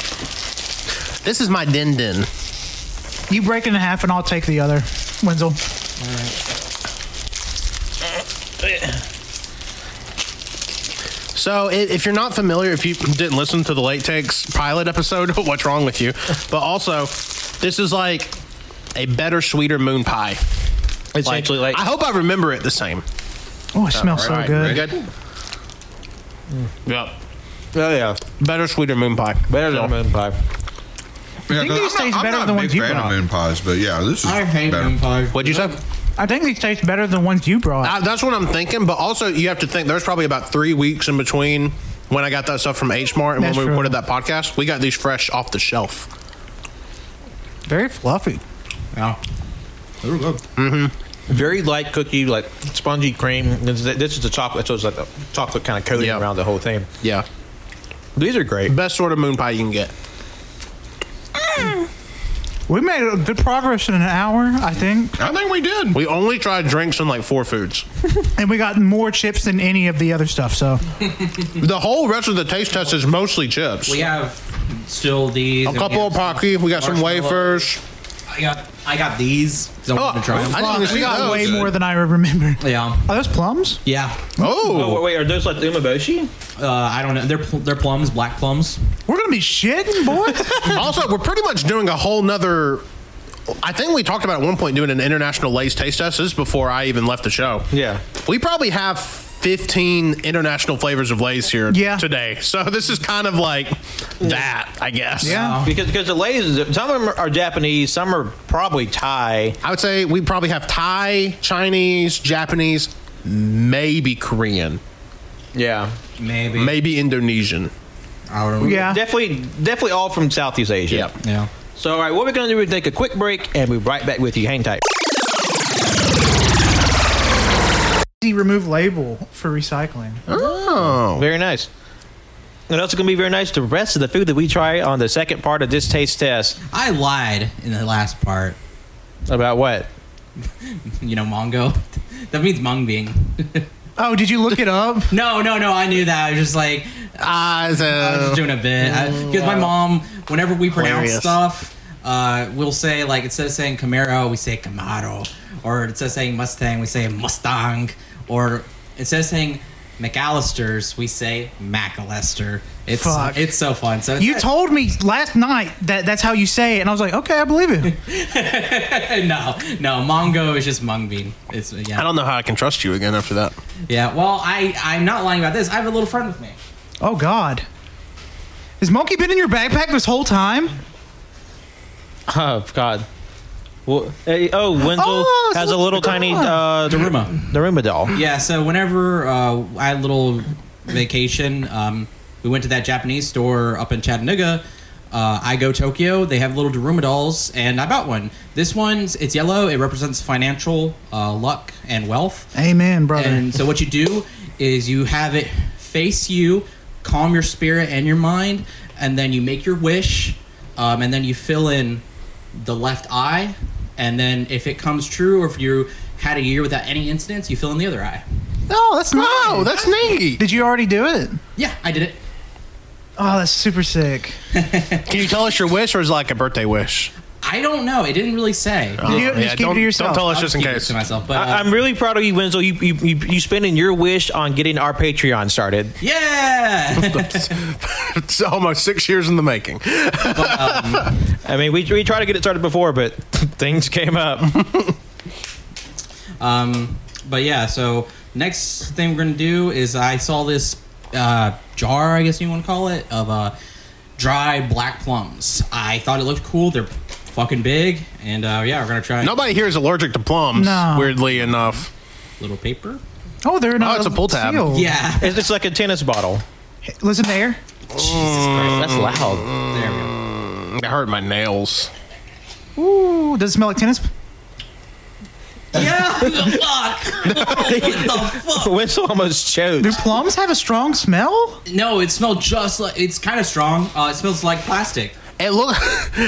This is my din din. You break it in half, and I'll take the other. Wenzel. So, i- if you're not familiar, if you didn't listen to the late takes pilot episode, what's wrong with you? But also, this is like a better, sweeter moon pie. Essentially, like, I hope I remember it the same. Oh, it smells so All right, good. very good. Yep. Oh yeah, better sweeter moon pie. Better than So, a moon pie. Yeah, think 'cause these taste I'm not, better I'm not than a the ones big you fan brought. of moon pies, but yeah, this is I hate better. moon pies. What'd you say? I think these taste better than the ones you brought. I, that's what I'm thinking. But also, you have to think there's probably about three weeks in between when I got that stuff from H Mart and That's when we true. recorded that podcast. We got these fresh off the shelf. Very fluffy. Yeah. They were good. Mm. Very light cookie, like spongy cream. This is, this is the chocolate, so it's like a chocolate kind of coating Yeah. around the whole thing. Yeah, These are great. best sort of moon pie you can get. We made uh, good progress in an hour, I think, I think we did. We only tried drinks and like four foods. and we got more chips than any of the other stuff. So The whole rest of the taste test is mostly chips. We have still these. a and we couple have of pocky. We got some marshmallow. wafers. I got I got these. 'cause I wanted to try 'em. Oh, I didn't even we see got those. way more than I remember. yeah. Are those plums? Yeah. Oh, Oh, wait, are those like the umeboshi? Uh, I don't know. They're pl- they're plums, black plums. We're gonna be shitting, boys. also, we're pretty much doing a whole nother. I think we talked about at one point doing an international Lay's taste test. This is before I even left the show. Yeah. We probably have 15 international flavors of Lay's here Yeah. today. So this is kind of like that, I guess. Yeah. Oh. Because because the Lay's, some of them are Japanese, some are probably Thai. I would say we probably have Thai, Chinese, Japanese, maybe Korean, Yeah. Maybe. maybe Indonesian. I don't know. Yeah. Definitely, definitely all from Southeast Asia. Yep. Yeah. So, all right, what we're going to do is take a quick break and we'll be right back with you. Hang tight. Easy remove label for recycling. Oh. Very nice. And also going to be very nice the rest of the food that we try on the second part of this taste test. I lied in the last part. About what? You know, Mongo. That means mung being. Oh, did you look it up? no, no, no. I knew that. I was just like, Ah, so- I was just doing a bit because Oh, my mom, whenever we pronounce Hilarious. stuff, uh, we'll say like instead of saying Camaro, we say Camaro, or instead of saying Mustang, we say Mustang, or instead of saying McAllister's, we say McAllister. It's Fuck. it's so fun. So it's You told me last night that that's how you say it, and I was like, okay, I believe it. no, no, Mongo is just mung bean. It's I yeah, don't know how I can trust you again after that. yeah. Well, I I'm not lying about this. I have a little friend with me. Oh God. Has Monkey been in your backpack this whole time? Oh, God. Well, eh, oh, Wenzel Oh, it's has a little- little tiny uh, God. Daruma. Daruma doll. Yeah, so whenever uh, I had a little vacation, um, we went to that Japanese store up in Chattanooga. Uh, I go Tokyo. They have little Daruma dolls, and I bought one. This one's it's yellow. It represents financial uh, luck and wealth. Amen, brother. And so what you do is you have it face you, calm your spirit and your mind, and then you make your wish, um, and then you fill in the left eye, and then if it comes true or if you had a year without any incidents, you fill in the other eye. oh, that's Oh, nice. that's neat. Did you already do it? Yeah, I did it. Oh, that's super sick. Can you tell us your wish or is it like a birthday wish? I don't know. It didn't really say. Did you, Yeah, just keep it don't- to yourself. Don't tell us I'll just in keep it case. to myself, but uh, I, I'm really proud of you, Wenzel. You, you, you, you spending your wish on getting our Patreon started. yeah. it's almost six years in the making. I mean, we, we tried to get it started before, but things came up. um, but yeah. So next thing we're gonna do is I saw this uh, jar, I guess you want to call it, of uh, dry black plums. I thought it looked cool. They're fucking big, and uh, yeah, we're gonna try Nobody here is allergic to plums, No. weirdly enough. little paper. Oh, they're not. it's a pull tab. sealed. Yeah. It's, it's like a tennis bottle. Listen there. That's loud. There we go. I hurt my nails. Ooh, does it smell like tennis? Yeah. the fuck. what the fuck? Wenzel almost choked. Do plums have a strong smell? No, it smelled just like. It's kind of strong. Uh, it smells like plastic. It look,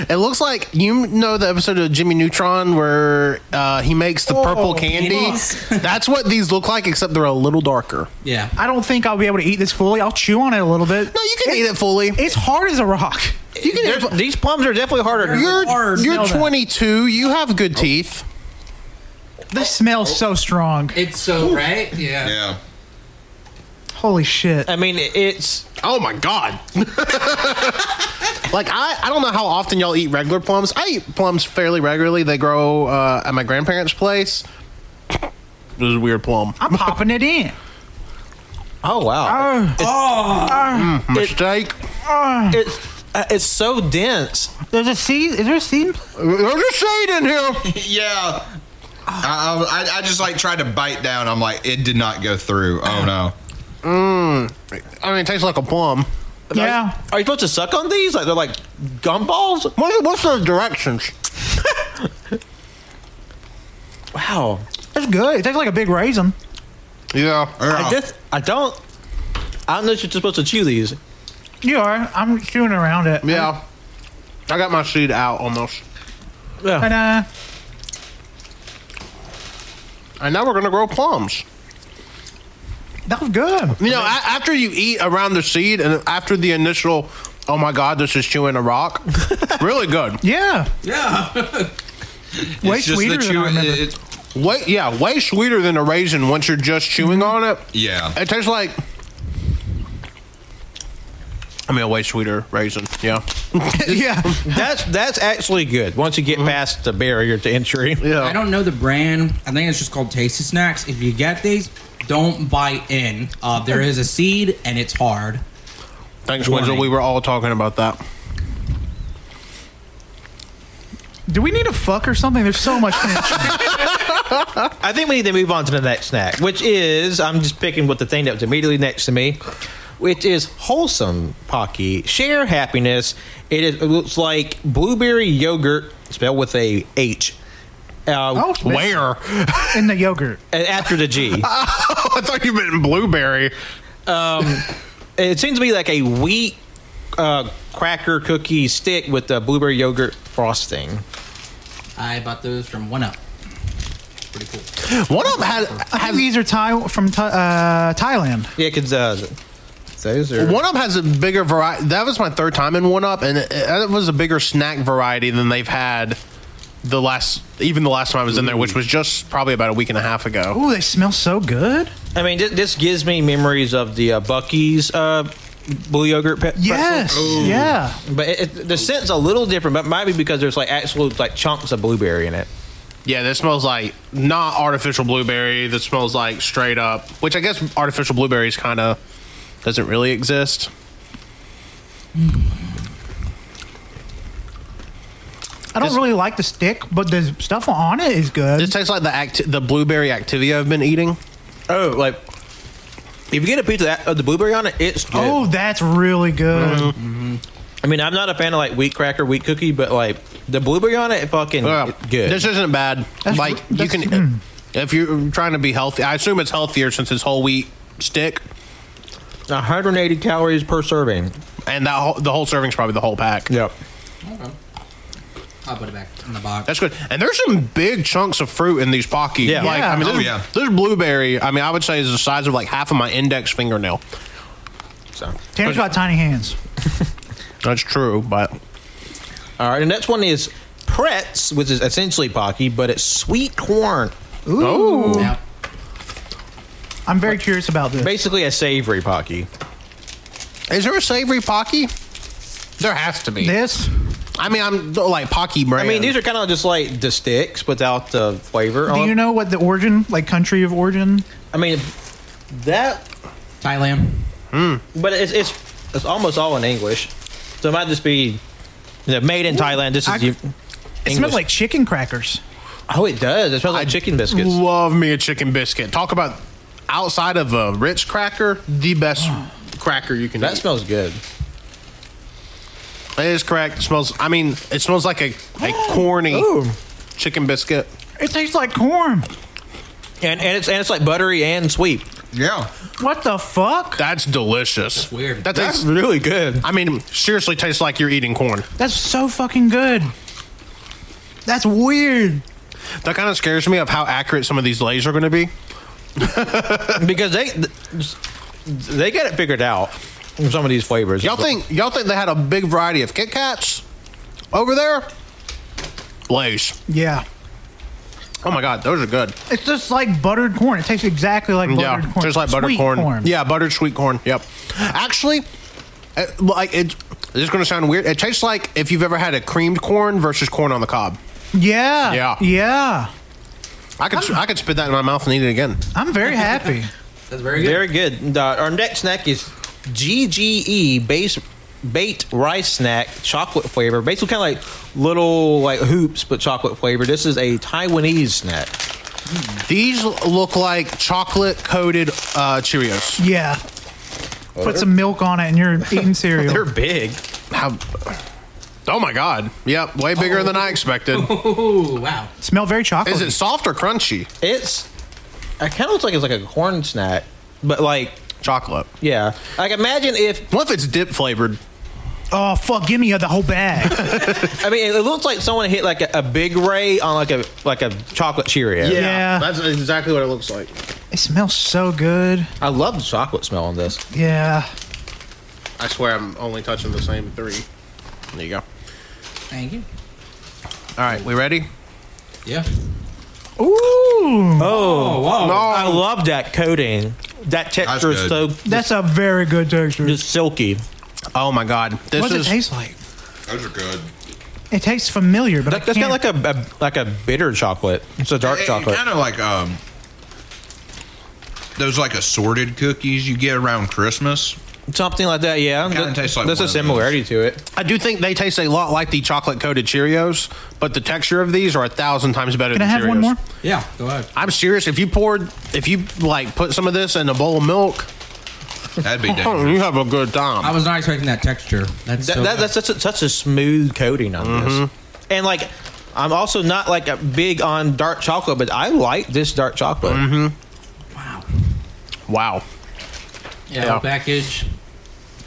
it looks like you know the episode of Jimmy Neutron where uh, he makes the purple candy. Yes. That's what these look like, except they're a little darker. Yeah. I don't think I'll be able to eat this fully. I'll chew on it a little bit. No, you can eat it fully. It's hard as a rock. You can. There's- these plums are definitely harder. you're hard, you're smell that. 22. You have good teeth. This smells so strong. It's so right. Yeah. Yeah. Holy shit. I mean, it's Oh my god! like I, I don't know how often y'all eat regular plums. I eat plums fairly regularly. They grow uh, at my grandparents' place. This is a weird plum. I'm popping it in. Oh wow! Mistake. Um, It's uh, it's so dense. There's a scene. Is there a scene? There's a shade in here. yeah. I, I, I just like tried to bite down. I'm like, it did not go through. Oh no. I mean, it tastes like a plum. Yeah. Are you supposed to suck on these? Like they're like gumballs? What, what's the directions? Wow! It's good. It tastes like a big raisin. Yeah. um, I just I don't I don't know if you're supposed to chew these. You are. I'm chewing around it. Yeah. I got my seed out almost. And Yeah. uh, And now we're going to grow plums. that was good. You know, a after you eat around the seed and after the initial, oh my God, this is chewing a rock, really good. Yeah. Yeah. Way sweeter than I remember. it- Way, yeah, way sweeter than a raisin once you're just chewing on it. yeah. It tastes like. I mean, a way sweeter raisin. Yeah. yeah. That's that's actually good once you get past the barrier to entry. Yeah. I don't know the brand. I think it's just called Tasty Snacks. If you get these, don't bite in. Uh, there is a seed and it's hard. Thanks, Wenzel. We were all talking about that. Do we need a fuck or something? There's so much. I think we need to move on to the next snack, which is I'm just picking what the thing that was immediately next to me, which is wholesome pocky. Share happiness. It, is, it looks like blueberry yogurt spelled with a H. Uh, oh, Where? in the yogurt. and After the G. I thought you meant blueberry. Um, it seems to be like a wheat uh, cracker cookie stick with the blueberry yogurt frosting. I bought those from One Up. Pretty cool. One of them I had, think has these are Thai from Tha- uh, Thailand. Yeah, because uh, those are. one up has a bigger variety. That was my third time in one up, and it, it was a bigger snack variety than they've had the last, even the last time I was in there, which was just probably about a week and a half ago. Ooh, they smell so good. I mean, this, this gives me memories of the uh, Bucky's uh, blue yogurt. Pe- pretzel. Yes. Yeah. But it, it, the scent's a little different, but it might be because there's like absolute like chunks of blueberry in it. Yeah, this smells like not artificial blueberry. This smells like straight up, which I guess artificial blueberries kind of doesn't really exist. I don't This- really like the stick, but the stuff on it is This good. tastes like the acti- the blueberry Activia I've been eating. Oh, like if you get a piece of, that, of the blueberry on it, it's good. Oh, that's really good. Mm-hmm. I mean, I'm not a fan of like wheat cracker, wheat cookie, but like the blueberry on Mm, it, fucking Yeah. good. This isn't bad. That's- like you that's- mm. can, if you're trying to be healthy, I assume it's healthier since it's whole wheat stick, 180 calories per serving. and that whole, the whole serving's probably the whole pack. Yep. Okay. I'll put it back in the box. That's good. And there's some big chunks of fruit in these pocky. Yeah. Like I mean, Yeah. this, Oh, yeah. this blueberry. I mean, I would say is the size of like half of my index fingernail. So. Tanner's got tiny hands. That's true, but All right, the next one is Pretz, which is essentially Pocky, but it's sweet corn. Ooh. Yeah. I'm very curious about this. Basically a savory Pocky. is there a savory pocky? There has to be. This? I mean, I'm like pocky brand. I mean, these are kind of just like the sticks without the flavor. Do on you them. know what the origin, like country of origin? I mean, that, Thailand. but it's it's, it's almost all in English, so it might just be you know, made in Thailand. This is I- you. It smells like chicken crackers. oh, it does. It smells like chicken biscuits. Love me a chicken biscuit. Talk about outside of a Ritz cracker, the best cracker you can. that eat. smells good. It is correct. It smells. I mean, it smells like a, a corny chicken biscuit. It tastes like corn. And and it's and it's like buttery and sweet. Yeah. What the fuck? That's delicious. That's weird. That tastes. really good. I mean, seriously, tastes like you're eating corn. That's so fucking good. That's weird. That kind of scares me of how accurate some of these lays are going to be. because they they got it figured out. in Some of these flavors. Y'all think y'all think they had a big variety of Kit Kats over there? Lays. Yeah. Oh my God, those are good. It's just like buttered corn. It tastes exactly like Yeah, buttered corn. just like buttered Sweet corn. Yeah, buttered sweet corn. Yep. Actually, it, like it. This is going to sound weird. It tastes like if you've ever had a creamed corn versus corn on the cob. Yeah. Yeah. Yeah. I could I could spit that in my mouth and eat it again. I'm very happy. That's very good. Very good. Uh, our next snack is GGE base baked rice snack, chocolate flavor. Basically, kind of like little like hoops, but chocolate flavor. This is a Taiwanese snack. These look like chocolate coated uh, Cheerios. Yeah. Put some milk on it and you're eating cereal. They're big. How? Oh my god! Yep, way bigger than I expected. Ooh, wow. Smell very chocolate. Is it soft or crunchy? It's it kind of looks like it's like a corn snack, but like Chocolate. yeah, like imagine if What if it's dip flavored? Oh fuck! Give me the whole bag. I mean it looks like someone hit like a, a big ray on like a like a chocolate Cheerio. Yeah. that's exactly what it looks like. it smells so good. I love the chocolate smell on this. Yeah. I swear, I'm only touching the same three. There you go. Thank you. All right, we ready? Yeah. Ooh. Oh, wow. I love that coating. That texture is good. so That's a very good texture. just silky. Oh my god, this what does is it taste like? Those are good. It tastes familiar, but That, that's kind of like a, a like a bitter chocolate. It's a dark chocolate. Kind of Eh, like um, those like assorted cookies you get around Christmas. Something like that, yeah. Kinda Th- tastes like There's a one of those. similarity to it. I do think they taste a lot like the chocolate coated Cheerios, but the texture of these are a thousand times better Can I than have Cheerios. one more? Yeah. Go ahead. I'm serious. If you poured, if you like put some of this in a bowl of milk, That'd be oh, dangerous. you have a good time. I was not expecting that texture. That, That's so that, good. that's such a, such a smooth coating on this. And like, I'm also not like a big on dark chocolate, but I like this dark chocolate. wow. wow. Yeah. Yeah. The package.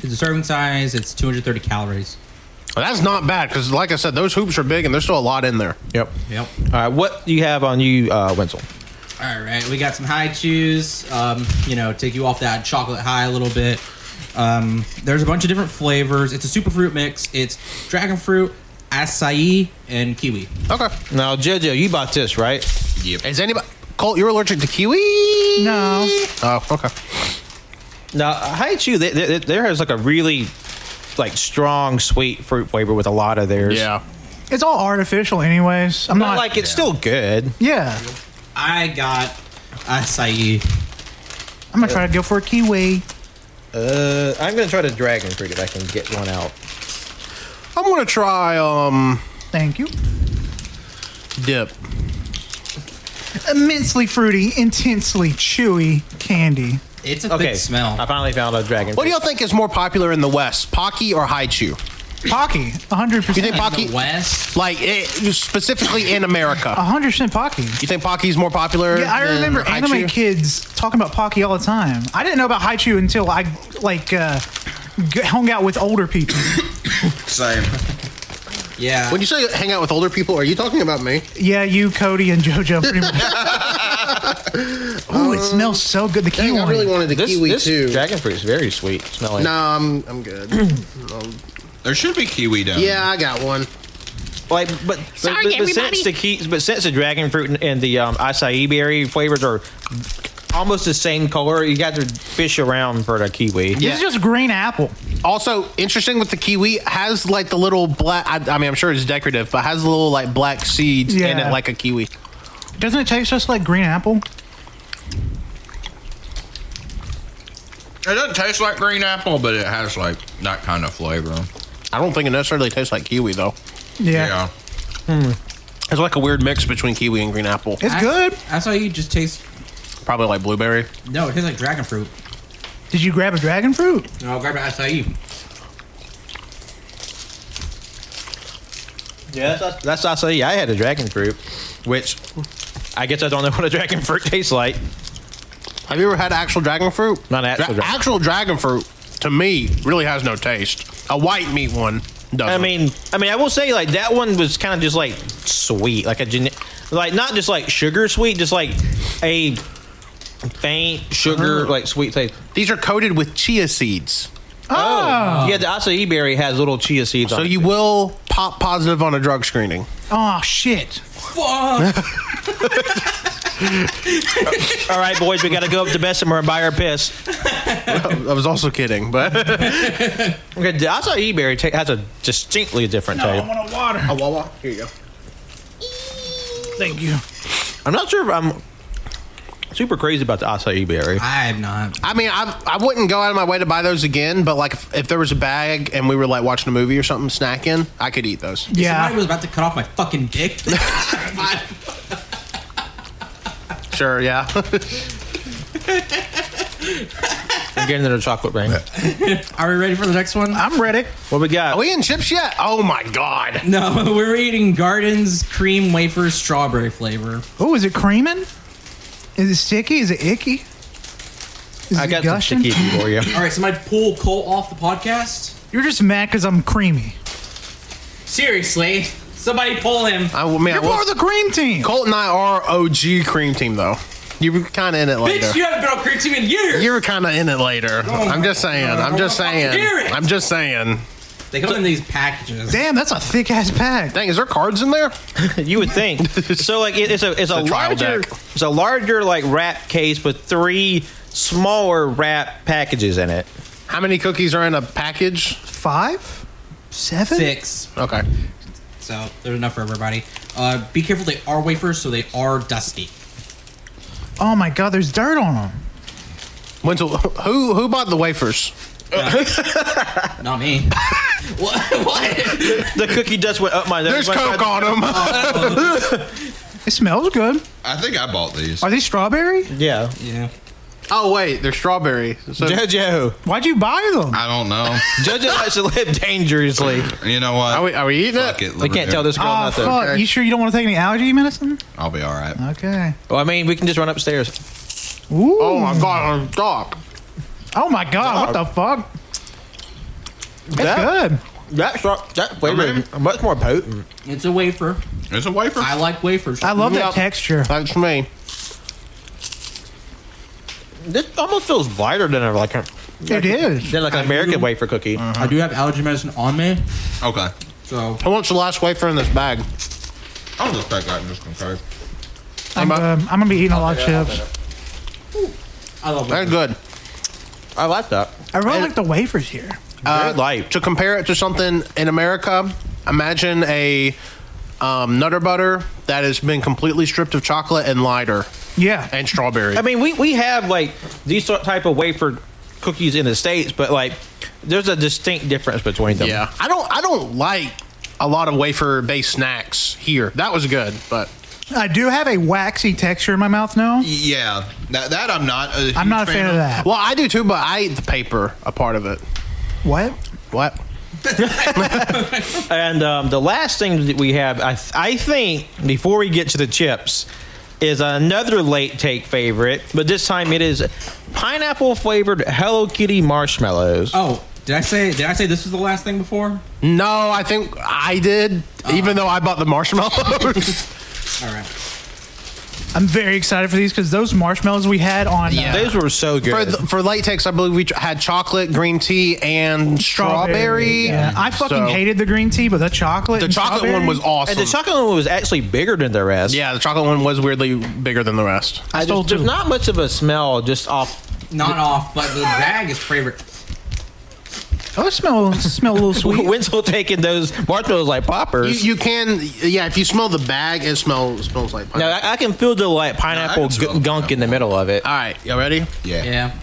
It's a serving size. It's 230 calories. Well, that's not bad because, like I said, those hoops are big and there's still a lot in there. Yep. Yep. All right, what do you have on you, uh, Wenzel? All right, we got some high chews. Um, you know, take you off that chocolate high a little bit. Um, there's a bunch of different flavors. It's a superfruit mix. It's dragon fruit, acai, and kiwi. Okay. Now, JoJo, you bought this, right? Is anybody, Colt, you're allergic to kiwi? No. Oh, okay. Now, Haichu, they, they, they, there has like a really like strong sweet fruit flavor with a lot of theirs. It's all artificial, anyways. I'm I'm not, not like it's still good. Yeah. I got acai. I'm gonna try to go for a kiwi. Uh, I'm gonna try the dragon fruit if I can get one out. I'm gonna try um Thank you. dip. Immensely fruity, intensely chewy candy. It's a Okay, Uh, thick smell. I finally found a dragon. What do fruit. y'all think is more popular in the West, Pocky or Haichu? Pocky, 100. You think percent Pocky, the West. like it, specifically in America? 100 percent Pocky. You think Pocky's more popular? Yeah, I than remember anime Haichu? kids talking about Pocky all the time. I didn't know about Haichu until I like uh, g- hung out with older people. Same. Yeah. When you say hang out with older people, are you talking about me? yeah, you, Cody, and JoJo. Pretty much. Ooh, it smells so good. The kiwi. Dang, I really wanted the This, kiwi this too. dragon fruit is very sweet smelling. no, I'm I'm good. There should be kiwi down. there. yeah, I got one. Like, but but, but, but since the key, but since the dragon fruit and, and the um, acai berry flavors are almost the same color, you got to fish around for the kiwi. This is just green apple. Also, interesting with the kiwi has like the little black. I, I mean, I'm sure it's decorative, but has the little like black seeds in Yeah. it, like a kiwi. Doesn't it taste just like green apple? It doesn't taste like green apple, but it has like that kind of flavor. I don't think it necessarily tastes like kiwi though. Yeah. Yeah. It's like a weird mix between kiwi and green apple. It's Ac- good. Acai just tastes. Probably like blueberry. No, it tastes like dragon fruit. Did you grab a dragon fruit? No, I'll grab an acai. Yeah, that's, that's acai. I had a dragon fruit, which I guess I don't know what a dragon fruit tastes like. Have you ever had actual dragon fruit? Not actual dragon- actual dragon fruit to me really has no taste. A white meat one doesn't. I mean, I mean, I will say like that one was kind of just like sweet, like a gene- like not just like sugar sweet, just like a faint sugar like sweet taste. these are coated with chia seeds, Oh, yeah, the acai berry has little chia seeds. so on it. you will pop positive on a drug screening. Oh shit. Fuck. All right, boys, we got to go up to Bessemer and buy our piss. I was also kidding, but Okay, the acai berry ta- has a distinctly different taste. want a water. a Wawa. Here you go. Oh, Thank you. I'm not sure if I'm. super crazy about the acai berry. I am not. I mean, I, I wouldn't go out of my way to buy those again, but like if, if there was a bag and we were like watching a movie or something, snacking, I could eat those. Somebody Yeah. was about to cut off my fucking dick. Sure, yeah. I'm getting into the chocolate ring. Are we ready for the next one? I'm ready. What we got? Are we in chips yet? Oh my god. no, we're eating Gardens cream wafer strawberry flavor. Oh, is it creaming? Is it sticky? Is it icky? Is I it got gushing? some sticky for you. All right, somebody pull Cole off the podcast. You're just mad because I'm creamy. Seriously, somebody pull him. I, well, man, You're part well, of the cream team. Colt and I are OG cream team though. You were kind of in it later. Bitch, you haven't been on cream team in years. You were kind of in it later. I'm just saying. I'm just hear saying. it. I'm just saying. they come in these packages. Damn, that's a thick ass pack. Dang, is there cards in there? You would think. So like it, it's a it's a, a trial larger deck. it's a larger like wrap case with three smaller wrap packages in it. How many cookies are in a package? Five? Seven? Six. Okay. So there's enough for everybody. Uh, be careful, they are wafers, so they are dusty. Oh my god, there's dirt on them. When's, who who bought the wafers? Not me. what? What? The cookie dust went up my There's coke on them. It smells good. I think I bought these. Are these strawberry? Yeah. yeah. oh wait, they're strawberry. So Jojo. Why'd you buy them? I don't know. Jojo likes to live dangerously. You know what? are we are we eating Fuck it? it, We can't tell this girl Oh, nothing. fuck. You sure you don't want to take any allergy medicine? I'll be all right. Okay. Well, I mean, we can just run upstairs. Ooh. Oh my god, I'm dark. Oh my god, what the fuck? That's That- good. That stra- that flavor is much more potent. It's a wafer. It's a wafer. I like wafers. I love Yep. that texture. That's me. This almost feels lighter than a like a, It is. than like an American wafer cookie. I do have allergy medicine on me, okay. so Who wants the last wafer in this bag? I'll just take that and just compare. I'm, Hey, uh, I'm gonna be eating a lot of chips. I love wafers. That's good. I like that. I really like the wafers here. Very Uh, light. To compare it to something in America, imagine a um, Nutter Butter that has been completely stripped of chocolate and lighter Yeah. and strawberry. I mean, we, we have like these sort type of wafer cookies in the states, but like there's a distinct difference between them. yeah, I don't. I don't like a lot of wafer based snacks here. That was good, but I do have a waxy texture in my mouth now. Yeah, that, that I'm not. A huge I'm not a fan of that. well, I do too. But I eat the paper a part of it. What? What? And um, the last thing that we have, I, I think, before we get to the chips, is another late take favorite, but this time it is pineapple flavored Hello Kitty marshmallows. Oh, did I say? Did I say this was the last thing before? No, I think I did. Even though I bought the marshmallows. All right. I'm very excited for these because those marshmallows we had on. uh, Yeah. Those were so good. For, the, for latex, I believe we had chocolate, green tea, and strawberry. Yeah. I fucking So- hated the green tea, but the chocolate. The and chocolate one strawberry- was awesome. and the chocolate one was actually bigger than the rest. yeah, the chocolate one was weirdly bigger than the rest. I Stole just, there's two. not much of a smell just off. Not off, but the bag is favorite. Oh, it smell smell a little sweet. Winslow taking those marshmallows like You, poppers. you can, yeah. If you smell the bag, it smells smells like. no, Pineapple. I, I can feel the like pineapple smell gu- gunk in the middle of it. All right, y'all ready? Yeah. Yeah.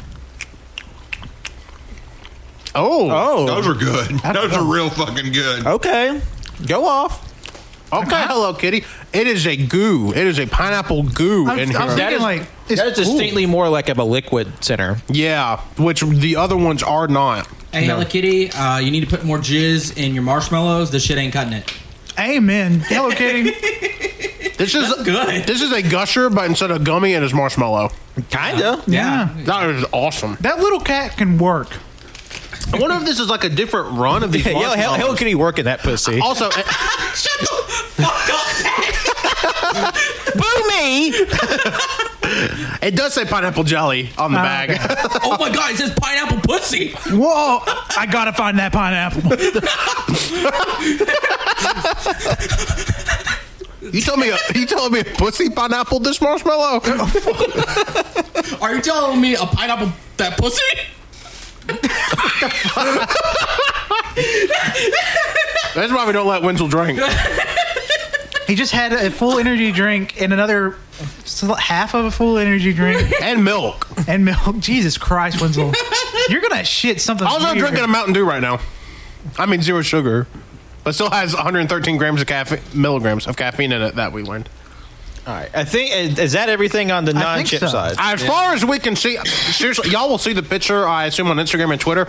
Oh, Those are good. Those are real fucking good. okay, go off. okay. Hello, Kitty. It is a goo. It is a pineapple goo I'm, in here. I'm thinking like it's That is cool. distinctly more like of a liquid center. yeah, which the other ones are not. Hey, Hello Kitty, uh, you need to put more jizz in your marshmallows. This shit ain't cutting it. Amen. Hello Kitty. This is good. This is a gusher, but instead of gummy, it is marshmallow. Kinda. Yeah. That is awesome. That little cat can work. I wonder if this is like a different run of these. Yeah, yo, hell, marshmallows. Oh, hell, could he work in that pussy? Also, Shut the fuck up. Boo me! it does say pineapple jelly on the Oh, bag. okay. oh my god, it says pineapple pussy. Whoa! I gotta find that pineapple. You told me a, you told me a pussy pineapple this marshmallow. Are you telling me a pineapple that pussy? That's why we don't let Wenzel drink. he just had a full energy drink and another sl- half of a full energy drink and milk. and milk. Jesus Christ, Winslow, you're gonna shit something. Also, I'm weird. drinking a Mountain Dew right now. I mean, zero sugar, but still has 113 grams of caffeine, milligrams of caffeine in it that we learned. All right. I think is is that everything on the I think non-chip so. side. As far as we can see, seriously, y'all will see the picture. I assume on Instagram and Twitter.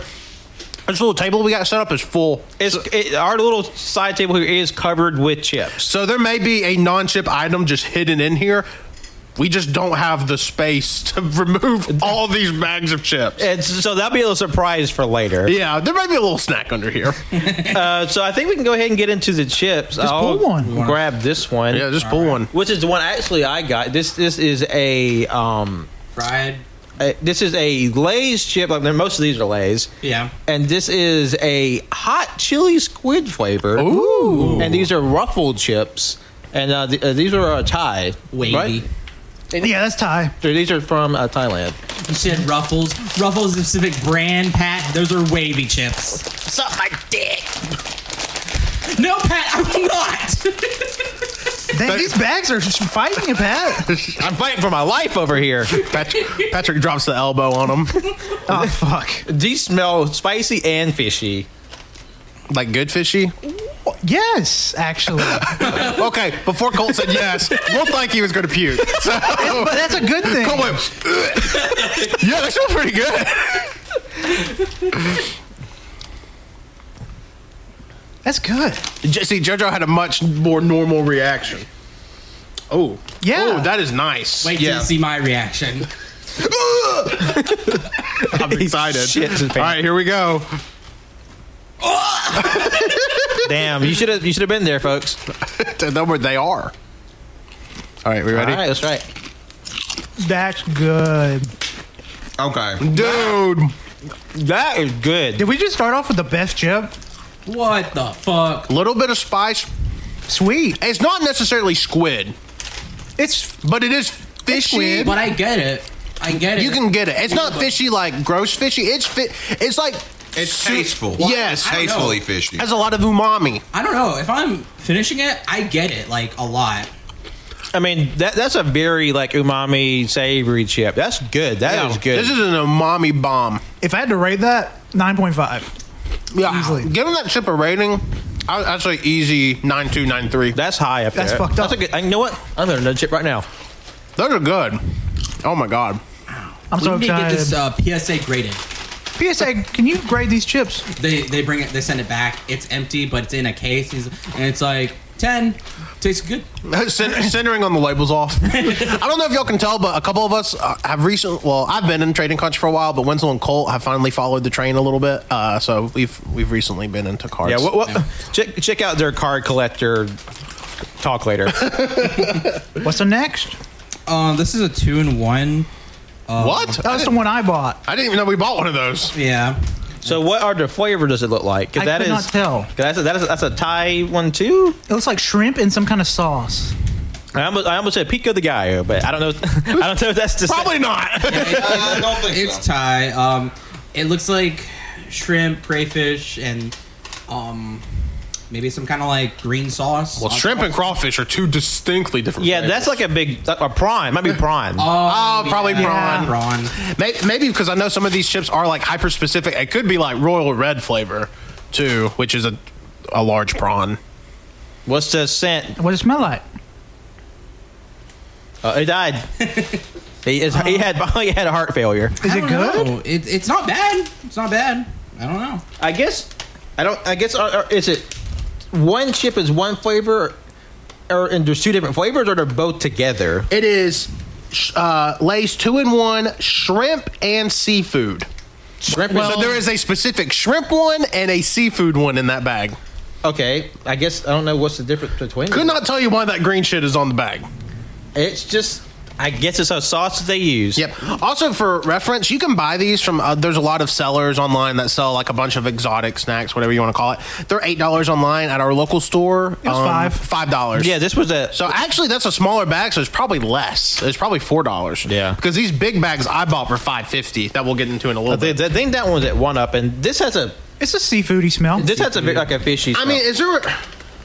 This little table we got set up is full. It's, it, our little side table here is covered with chips. So there may be a non-chip item just hidden in here. We just don't have the space to remove all these bags of chips. And so that'll be a little surprise for later. Yeah, there may be a little snack under here. Uh, so I think we can go ahead and get into the chips. Just pull one. Grab this one. Yeah, just pull one. which is the one actually I got. This this is a um, Fried. a, this is a Lay's chip. Like most of these are Lay's. Yeah. And this is a hot chili squid flavor. Ooh. And these are ruffled chips. And uh, the, uh, these are uh, Thai. Wavy. Right? Yeah, that's Thai. So These are from uh, Thailand. You said Ruffles. Ruffles is a specific brand, Pat. Those are wavy chips. Suck my dick. No, Pat, I'm not. Dang, these bags are just fighting a pat. I'm fighting for my life over here. Patrick, Patrick drops the elbow on them. Oh fuck. These smell spicy and fishy. Like good fishy. Yes, actually, Okay, before Colt said yes, looked like he was going to puke. So but that's a good thing. Colt went, "Ugh." yeah, that smells pretty good. That's good. J- See, JoJo had a much more normal reaction. Oh, Yeah. Oh, that is nice. Wait till you see my reaction. I'm excited. shits his pants. All right, here we go. Damn, you should have you should have been there, folks. They were- they are. All right, we ready? All right, that's right. That's good. Okay. Dude, That is good. Did we just start off with the best chip? What the fuck? little bit of spice. Sweet. It's not necessarily squid, It's but it is fishy. squid. But I get it. I get it. You can get it. It's not fishy like gross fishy. It's fit. It's like It's su- tasteful. Yes, It's I don't know. tastefully fishy. has a lot of umami. I don't know. If I'm finishing it, I get it like a lot. I mean, that that's a very like umami savory chip. That's good. That is Yeah. good. This is an umami bomb. if I had to rate that, nine point five. Yeah, Easily. Given that chip a rating, I, I'd say easy nine two nine three. that's high up That's there. fucked up. a good, I, you know what? I'm gonna nudge chip right now. Those are good. Oh my god. I'm We so need to get excited. this uh, PSA graded. PSA, can you grade these chips? They they bring it. They send it back. It's empty, but it's in a case. He's- And it's like ten. Tastes good. Cen- Centering on the labels off. I don't know if y'all can tell, but a couple of us uh, have recent. Well, I've been in trading cards for a while, but Winslow and Colt have finally followed the train a little bit. Uh, so we've we've recently been into cards. Yeah. What? what Check check out their card collector. Talk later. What's the next? Um, this is a two and one. What? That was Um, the one I bought. I didn't even know we bought one of those. Yeah. so, what are the flavor? Does it look like? 'Cause I that could is- not tell. 'cause That's a, that is that's a Thai one too. It looks like shrimp and some kind of sauce. I almost, I almost said pico de gallo, but I don't know. I don't know if that's the Probably not. I don't think so. It's Thai. Um, it looks like shrimp, crayfish, and um, maybe some kind of like green sauce. Uh, well, shrimp and crawfish are two distinctly different. Yeah, that's like a big a prawn. Might be prawn. Uh, Oh, probably Yeah. prawn. Prawn. May- Maybe because I know some of these chips are like hyper specific. It could be like royal red flavor too, which is a a large prawn. What's the scent? What does it smell like? Uh, he died. he, is, he had he had heart failure. Is I it don't good? know. It, it's not bad. It's not bad. I don't know. I guess I don't. I guess or, or is it one chip is one flavor, or, or and there's two different flavors, or they're both together. It is sh- uh, Lay's two in one shrimp and seafood. Shrimp. so there is a specific shrimp one and a seafood one in that bag. okay. I guess I don't know what's the difference between. Could them. not tell you why that green shit is on the bag. It's just. I guess it's a sauce that they use. Yep. Also, for reference, you can buy these from. Uh, there's a lot of sellers online that sell like a bunch of exotic snacks, whatever you want to call it. They're eight dollars online at our local store. It was five. Five dollars. Yeah. This was a. So actually, that's a smaller bag, so it's probably less. It's probably four dollars. Yeah. Because these big bags I bought for five fifty. That we'll get into in a little I think, bit. I think that one's at one up, and this has a. It's a seafoody smell. This has a bit like a fishy. I mean, smell. is there?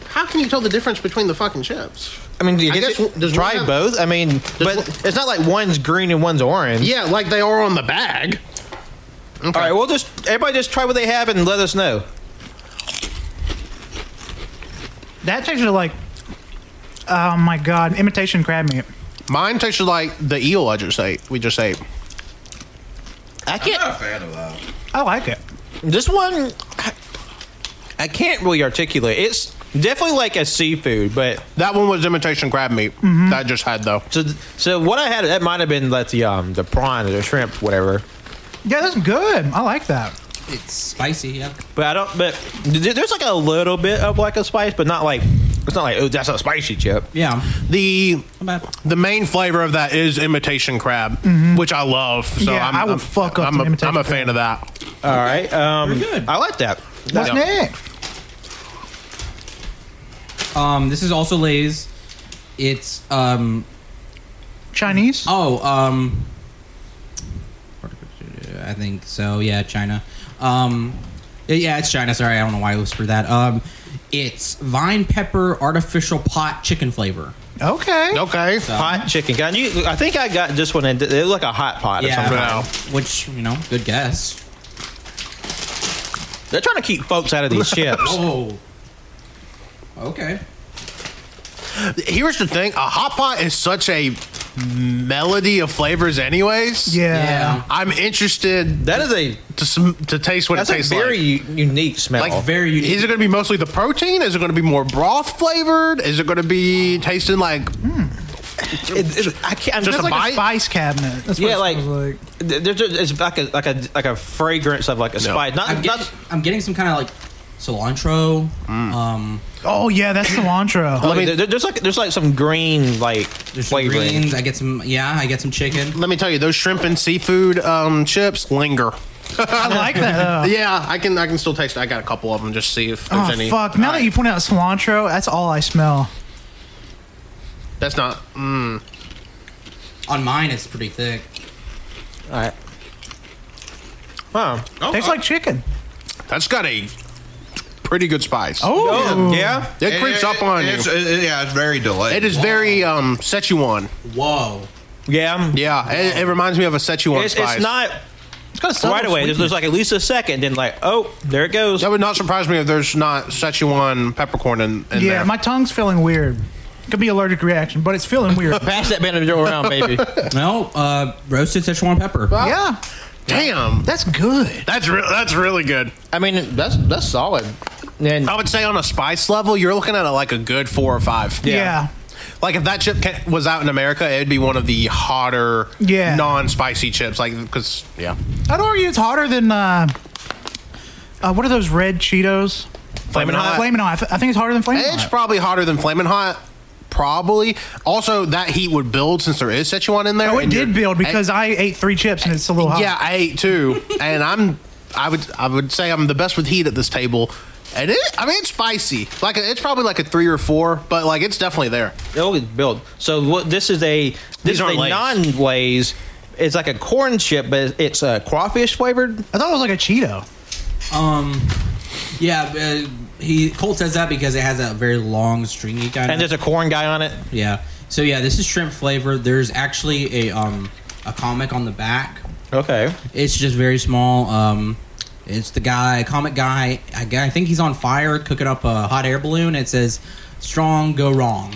how can you tell the difference between the fucking chips? I mean, do you I get guess to w- does try one have- both? I mean, but one- it's not like one's green and one's orange. Yeah, like they are on the bag. All right, we'll just everybody just try what they have and let us know. That tasted like, oh my god, imitation crab meat. Mine tasted like the eel I just ate. We just ate. I can't. not a fan of that. I like it. This one, I- I can't really articulate. It's definitely like a seafood, but That one was imitation crab meat Mm-hmm. that I just had though. so so what I had that might have been like the um the prawn or the shrimp, whatever. Yeah, that's good. I like that. It's spicy, yeah. But I don't. But th- there's like a little bit of like a spice, but not like it's not like oh that's a spicy chip. Yeah. The Not bad. the main flavor of that is imitation crab, which I love. So Mm-hmm. Yeah, I'm, I would I'm- fuck up I'm some a, imitation I'm a crab. fan of that. All right, um, Pretty good. I like that. What's Yeah. next? Um, this is also Lay's. It's um Chinese? oh um. I think so. Yeah, China. Um, yeah, it's China. Sorry, I don't know why I whispered that. Um, it's vine pepper artificial pot chicken flavor. Oh. Okay. Okay. Hot chicken. Can you? I think I got this one. And it looked like a hot pot or something. Wow. which you know, good guess. They're trying to keep folks out of these chips. Oh, okay. Here's the thing: a hot pot is such a melody of flavors, anyways. Yeah. I'm interested That is a to sm- to taste what that's it a tastes very like. u- unique smell. Like Very unique. Is it going to be mostly the protein? Is it going to be more broth flavored? Is it going to be tasting like It- it- I can't. I'm Just just a like, bite? A spice cabinet. That's what Yeah, it like, smells like. th- there's just- it's like a like a like a fragrance of like a spice. Not, I'm, not get, I'm getting some kind of like cilantro. Um, Oh yeah, that's cilantro. I mean, there- there's like there's like some green like there's some flavoring. greens. I get some. Yeah, I get some chicken. Let me tell you, those shrimp and seafood um, chips linger. I like that. Though. Yeah, I can I can still taste. it. I got a couple of them. Just see if there's Oh any. fuck! Now that you point out cilantro, that's all I smell. That's not. Mm, On mine, it's pretty thick. All right. Huh. Oh, Tastes oh, like chicken. that's got a pretty good spice. Oh yeah. it, creeps up on it's- you. it- it- yeah, it's very delayed. It is very um Szechuan. Whoa. Yeah. Yeah, it, it reminds me of a Szechuan It's, spice. it's not It's got right away. There's, there's like at least a second. Then like oh there it goes. That would not surprise me if there's not Szechuan peppercorn in, in Yeah, there. my tongue's feeling weird. Could be allergic reaction, but it's feeling weird. Pass that banana around, baby. No, uh, roasted Szechuan pepper. yeah, Damn, that's good. that's re- that's really good. I mean that's that's solid. And I would say on a spice level, you're looking at a, like a good four or five. Yeah. Like if that chip ca- was out in America, it'd be one of the hotter, Yeah. non-spicy chips. Like because yeah, I'd argue it's hotter than uh, uh, what are those red Cheetos? Flamin' Hot? Flamin' Hot. I th- I think it's harder than Flamin' it's Hot. probably hotter than Flamin' Hot. Probably. Also, that heat would build since there is Szechuan in there. oh, it and did you're- build because and- I ate three chips and it's a little hot. yeah, I ate two, and I'm I would I would say I'm the best with heat at this table. And it, I mean, it's spicy. Like it's probably like a three or four, but like it's definitely there. It'll get built. So what? This is a this is a aren't Lay's. non Lay's. It's like a corn chip, but it's uh, crawfish flavored. I thought it was like a Cheeto. Um, yeah. Uh, he Colt says that because it has that very long, stringy kind. And of, there's a corn guy on it. yeah. So yeah, this is shrimp flavor. There's actually a um a comic on the back Okay. It's just very small. Um, it's the guy, comic guy. I, gu- I think he's on fire cooking up a hot air balloon. It says, "Strong go wrong."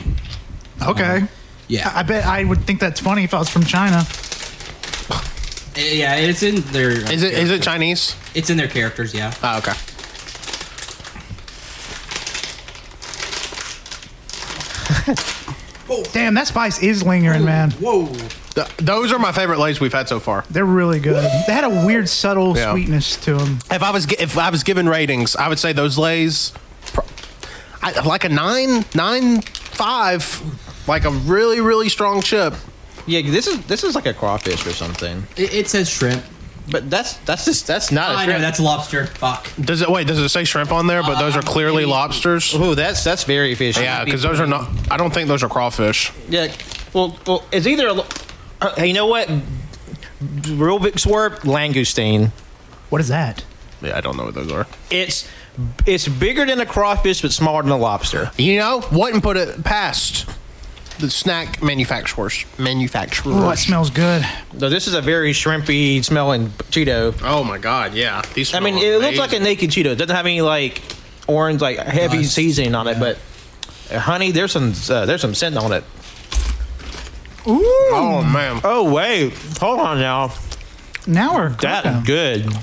Okay. Yeah, Mm-hmm. I bet I would think that's funny if I was from China. Uh, yeah, it's in their. Is it is it Chinese? It's in their characters. Yeah. Oh, okay. Damn, that spice is lingering, man. Whoa. Th- those are my favorite lays we've had so far. They're really good. They had a weird, subtle Yeah. sweetness to them. If I was gi- if I was given ratings, I would say those lays, pr- I, like a nine nine five, like a really really strong chip. Yeah. This is this is like a crawfish or something. It, it says shrimp. But that's that's just that's not. I a know that's lobster. Fuck. Does it wait? Does it say shrimp on there? But those are clearly lobsters. Oh, that's that's very fishy. Yeah, because those are not. I don't think those are crawfish. Yeah. Well, well, it's either. A, lo- uh, hey, you know what? Real big swerve langoustine. What is that? Yeah, I don't know what those are. It's It's bigger than a crawfish, but smaller than a lobster. You know, wouldn't put it past the snack manufacturers. Manufacturers. Oh, it smells good. So this is a very shrimpy smelling Cheeto. Oh my god, yeah. These I mean, smell it looks like a amazing. naked Cheeto. It doesn't have any like orange, like heavy seasoning on it, but uh, honey, there's some uh, there's some scent on it. Oh man. Oh wait, hold on now. Now we're That cooking. is good.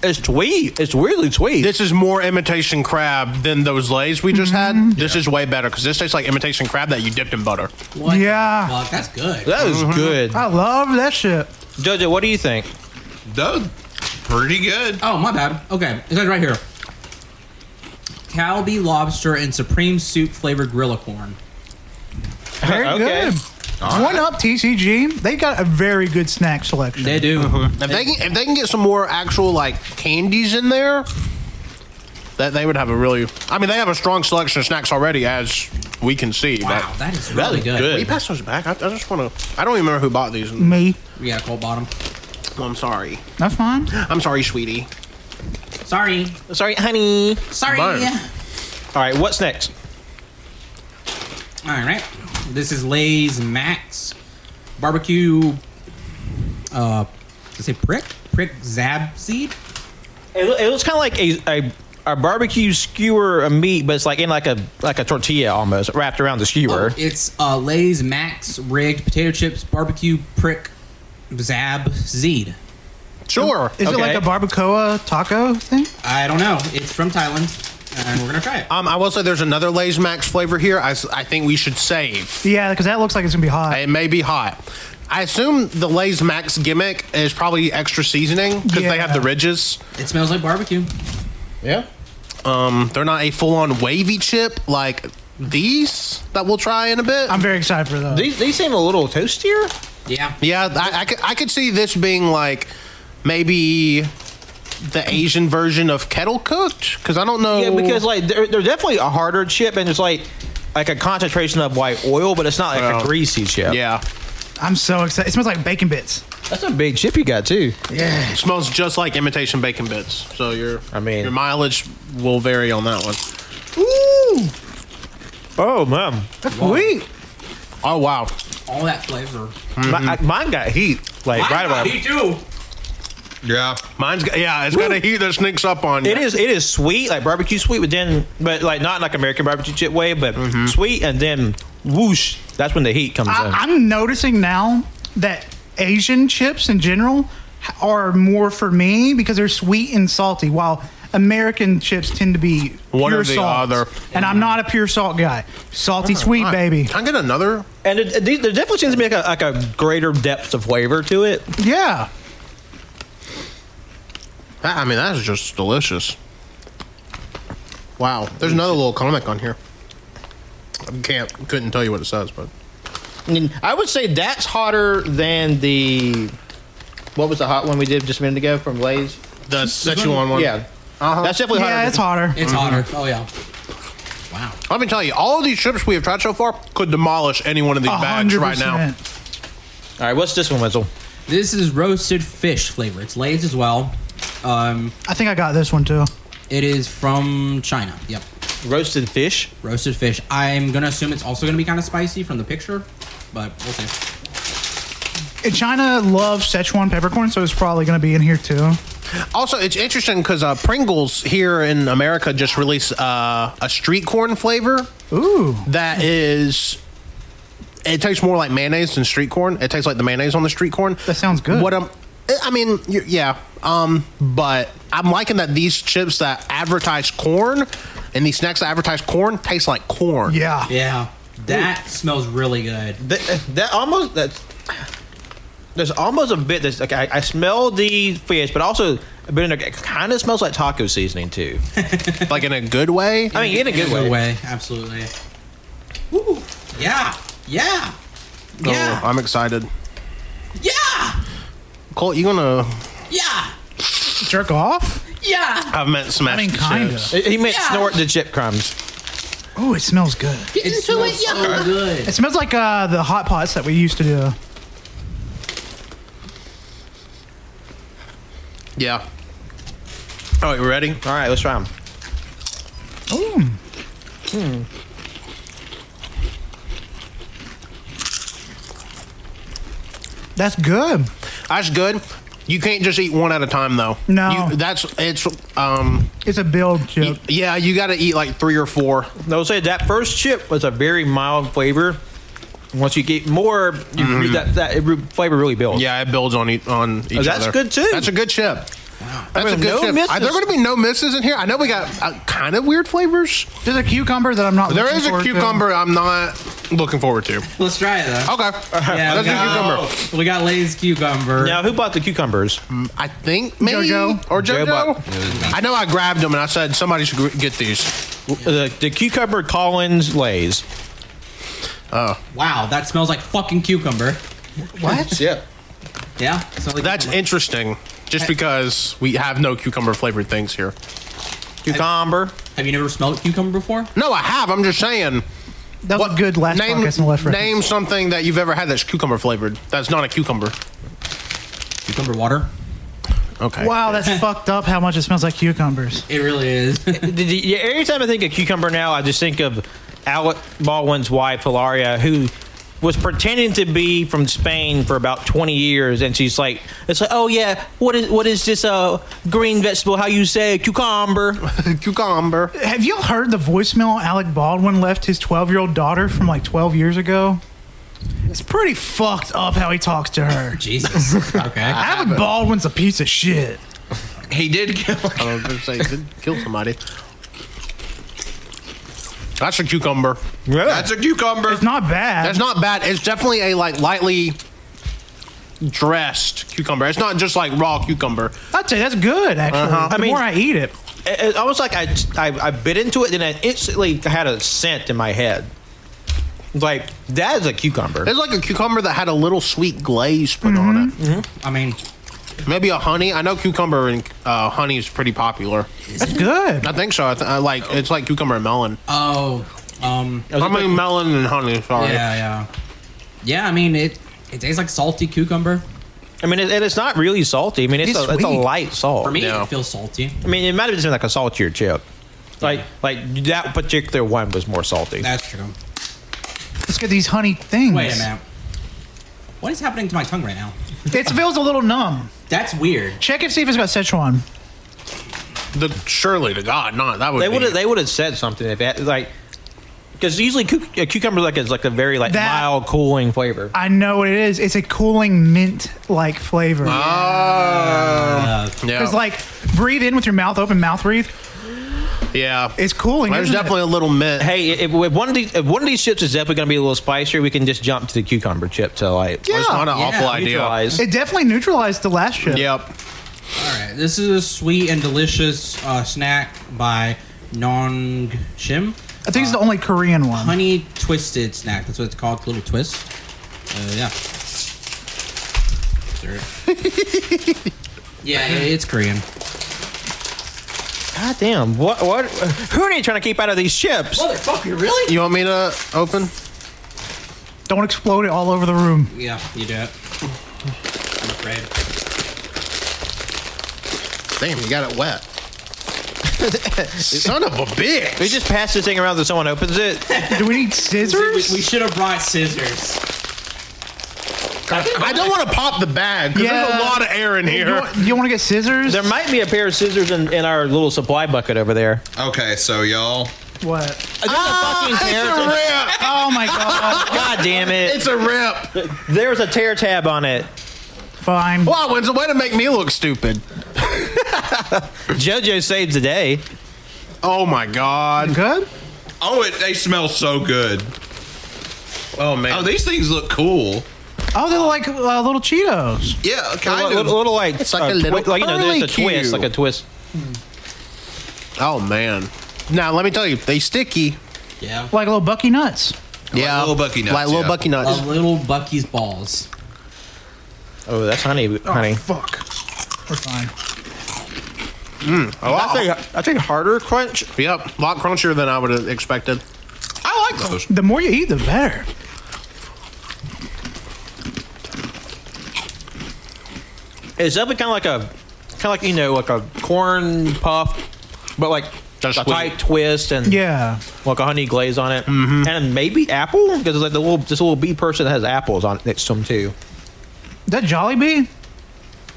It's sweet. It's weirdly sweet. This is more imitation crab than those lays we just Mm-hmm. had. This is way better because this tastes like imitation crab that you dipped in butter. What the Yeah. fuck? that's good. that was good. I love that shit. Jojo, what do you think? Those pretty good. Oh, my bad. Okay, it says right here. Calbee lobster and supreme soup flavored grilla corn. Very Okay. good. One up TCG. They got a very good snack selection. They do. If they can, if they can get some more actual like candies in there, that they would have a really. I mean, they have a strong selection of snacks already, as we can see. Wow, that is really is good. But good. will you pass those back? I, I just want to. I don't even remember who bought these. Me. We got a cold bottom. I'm sorry. That's fine. I'm sorry, sweetie. Sorry, Sorry, honey. sorry. Burn. All right, what's next? All right. This is Lay's Max Barbecue. Uh, did I say prick? Prick zab seed? It, loo- it looks kind of like a, a a barbecue skewer of meat, but it's like in like a like a tortilla almost wrapped around the skewer. It's uh, Lay's Max rigged potato chips barbecue prick zab seed. Sure. Is it Okay. like a barbacoa taco thing? I don't know. It's from Thailand, and we're gonna try it. Um, I will say there's another Lay's Max flavor here. I, s- I think we should save. Yeah, because that looks like it's gonna be hot. It may be hot. I assume the Lay's Max gimmick is probably extra seasoning because they have Yeah. the ridges. It smells like barbecue. Yeah. Um, they're not a full-on wavy chip like these that we'll try in a bit. I'm very excited for those. These, these seem a little toastier. Yeah. yeah, I, I, could, I could see this being like maybe the Asian version of kettle cooked because I don't know. Yeah, because like they're, they're definitely a harder chip, and it's like like a concentration of like oil, but it's not like Well, a greasy chip. yeah, I'm so excited. It smells like bacon bits. that's a big chip you got too. It smells just like imitation bacon bits. So your I mean- your mileage will vary on that one. Oh man, Wait. Oh wow, All that flavor. My, I, mine got heat like right Ah, about. Me too. Yeah. mine's got, yeah, it's got a heat that sneaks up on you. It is it is sweet like barbecue sweet, but then but like not in, like American barbecue chip way, but sweet and then whoosh, that's when the heat comes in. I, I'm noticing now that Asian chips in general are more for me because they're sweet and salty, while American chips tend to be One pure or the salt. other. And I'm not a pure salt guy. Salty sweet, All right. baby. Can I get another? And it, it- there definitely seems to be like a, like a greater depth of flavor to it. Yeah. That- I mean, that is just delicious. Wow, there's another little comic on here. I can't couldn't tell you what it says, but I, mean, I would say that's hotter than the what was the hot one we did just a minute ago from Lay's? the Sichuan one. Yeah, Uh-huh. that's definitely hotter. Yeah, it's than- hotter. It's hotter. Oh yeah. Wow. Let me tell you, all of these chips we have tried so far could demolish any one of these A bags hundred right now. percent. All right, what's this one, Wenzel? This is roasted fish flavor. It's Lay's as well. Um, I think I got this one too. it is from China. Yep. Roasted fish. Roasted fish. I'm gonna assume it's also gonna be kind of spicy from the picture, but we'll see. And China loves Szechuan peppercorn, so it's probably going to be in here too. Also, it's interesting because uh, Pringles here in America just released uh, a street corn flavor Ooh. that is. It tastes more like mayonnaise than street corn. It tastes like the mayonnaise on the street corn. That sounds good. What I'm, I mean, y- yeah. Um, but I'm liking that these chips that advertise corn and these snacks that advertise corn taste like corn. Yeah. Yeah. That smells really good. That, uh, that almost that's there's almost a bit that's like I, I smell the fish, but also a bit in there. It kind of smells like taco seasoning too. like in a good way. I mean, in a good way. Absolutely. Woo. Yeah. Yeah. So Yeah. Oh, I'm excited. yeah. Colt, you gonna? Yeah. Jerk off? Yeah. I've meant smash. I mean, the kind chips. of. He meant Yeah. snort the chip crumbs. Ooh, it smells good. It smells so It good. smells like uh, the hot pots that we used to do. Yeah. All right, you ready? All right, let's try them. Mm. Hmm. That's good. That's good. You can't just eat one at a time though. No. you, that's it's um It's a build chip. y- yeah. You got to eat like three or four. They'll say that first chip was a very mild flavor. Once you get more, you that that re- flavor really builds. Yeah, it builds on each on each Oh, that's other. good, too. That's a good chip. That's mean, a good no chip. misses. Are there going to be no misses in here? I know we got uh, kind of weird flavors. There's a cucumber that I'm not. There looking is a forward to. cucumber I'm not looking forward to. Okay. Let's try it though. Yeah, Let's we do got, cucumber. We got Lay's cucumber. Now, who bought the cucumbers? I think me Jojo. or JoJo. Joe I know I grabbed them and I said somebody should gr- get these. The, the cucumber Collins Lays. Wow, that smells like fucking cucumber. What? yeah. Yeah, smells like That's cucumber. interesting. Just because we have no cucumber flavored things here. Cucumber. Have you never smelled cucumber before? No, I have. I'm just saying. That was a good last name, podcast and left reference. Name something that you've ever had that's cucumber flavored. That's not a cucumber. Cucumber water. Okay. Wow, that's fucked up. How much it smells like cucumbers. It really is. Did you- yeah, every time I think of cucumber now, I just think of Alec Baldwin's wife, Hilaria, who was pretending to be from Spain for about 20 years, and she's like, "It's like, oh yeah, what is what is this uh green vegetable? How you say it? cucumber?" cucumber. Have y'all heard the voicemail Alec Baldwin left his 12 year old daughter from like 12 years ago? It's pretty fucked up how he talks to her. Jesus. Okay. Alec Baldwin's a piece of shit. He did get like, I was gonna say, did kill somebody. That's a cucumber. that's a cucumber. It's not bad. That's not bad. It's definitely a like lightly dressed cucumber. It's not just like raw cucumber. I'd say that's good, actually. Uh-huh. The I mean- more I eat it, It- it's almost like I, I I bit into it, and I instantly had a scent in my head. Like that is a cucumber. It's like a cucumber that had a little sweet glaze put on it. I mean, Maybe a honey. I know cucumber and uh, honey is pretty popular. that's good. I think so. I, th- I like it's like cucumber and melon. oh, um, was I mean like- melon and honey. Sorry. yeah, yeah, yeah. I mean, it it tastes like salty cucumber. I mean, it, and it's not really salty. I mean, it's, It's a, it's a sweet. light salt. For me, No. it feels salty. I mean, it might have just been like a saltier chip. Like like that particular one was more salty. That's true. Let's get these honey things. Wait a minute. What is happening to my tongue right now? It feels a little numb. That's weird. Check and see if it's got Szechuan. The surely to God, not that would. they would be. have they would have said something if that like because usually cuc- a cucumber like is like a very like That- mild cooling flavor. I know what it is. It's a cooling mint like flavor. Um, yeah. Because, like, breathe in with your mouth open, mouth breathe. yeah. It's cooling. There's isn't it? definitely a little mint. Hey, if, if one of these if one of these chips is definitely going to be a little spicier, we can just jump to the cucumber chip to like Well, it's yeah, not an yeah, awful idea. neutralize. It definitely neutralized the last chip. Yep. All right, this is a sweet and delicious uh, snack by Nong Shim. I think it's the only Korean one. Honey twisted snack. That's what it's called. Little twist. Uh, yeah. Sure. yeah, i- it's Korean. God damn! What what? Who are you trying to keep out of these chips? Motherfucker, really? You want me to open? Don't explode it all over the room. Yeah, you do it. I'm afraid. Damn, you got it wet. Son of a bitch. We just pass this thing around so someone opens it. Do we need We, we- we scissors? should have brought scissors. I don't want to pop the bag because there's Yeah. a lot of air in You here. want, you want to get scissors? There might be a pair of scissors in, in our little supply bucket over there. okay, so y'all, what? There's a fucking tear tab- It's a rip. Oh my god. God damn it! It's a rip. There's a tear tab on it. Fine. Wow, it's a way to make me look stupid. JoJo saves the day. Oh my god. Good? oh, it they smell so good. Oh man. Oh, these things look cool. Oh, they're like uh, little Cheetos. Yeah, A kind little, of. little like it's like a little like you know, there's a curlicue. twist, like a twist. oh man. Now let me tell you, they sticky. Yeah. Like little Bucky Nuts. yeah. little Bucky Nuts, Like little yeah. Bucky nuts. Um, A little Bucky's balls. Oh, that's honey, honey. Fuck. We're fine. Oh, wow. I think harder crunch. Yep, a lot crunchier than I would have expected. I like those. The more you eat, the better. Oh. It's definitely kind of like a, kind of like you know, like a corn puff, but like a That's tight twist and Yeah. like a honey glaze on it, and maybe apple because it's like the little this little bee person that has apples on next to him too. Is that Jollibee?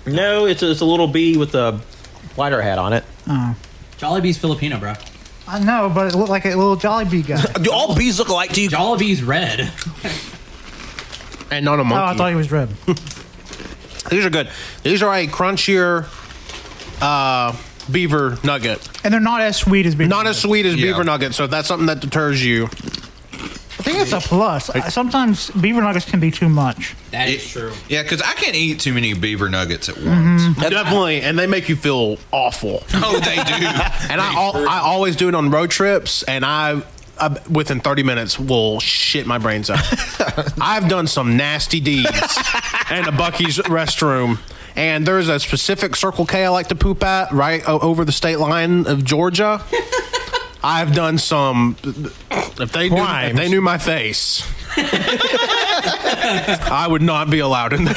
No, it's a, it's a little bee with a lighter hat on it. Oh. Jollibee's Filipino, bro. I know, but it looked like a little Jollibee guy. oh, Do all bees look alike to you? Jollibee's red. and Oh, not a Oh, I monkey. thought he was red. These are good. These are a crunchier uh, beaver nugget. And they're not as sweet as being Not as sweet as Yeah. beaver nugget. So if that's something that deters you, I think it's a plus. Sometimes beaver nuggets can be too much. That is true. Yeah, because I can't eat too many beaver nuggets at once. definitely, and they make you feel awful. Oh, they do. And I, al- I always do it on road trips, and I, I within thirty minutes will shit my brains out. I've done some nasty deeds in a Bucky's restroom, and there's a specific Circle K I like to poop at right o- over the state line of Georgia. I've done some. If they knew, if Crimes. they knew my face, I would not be allowed in there.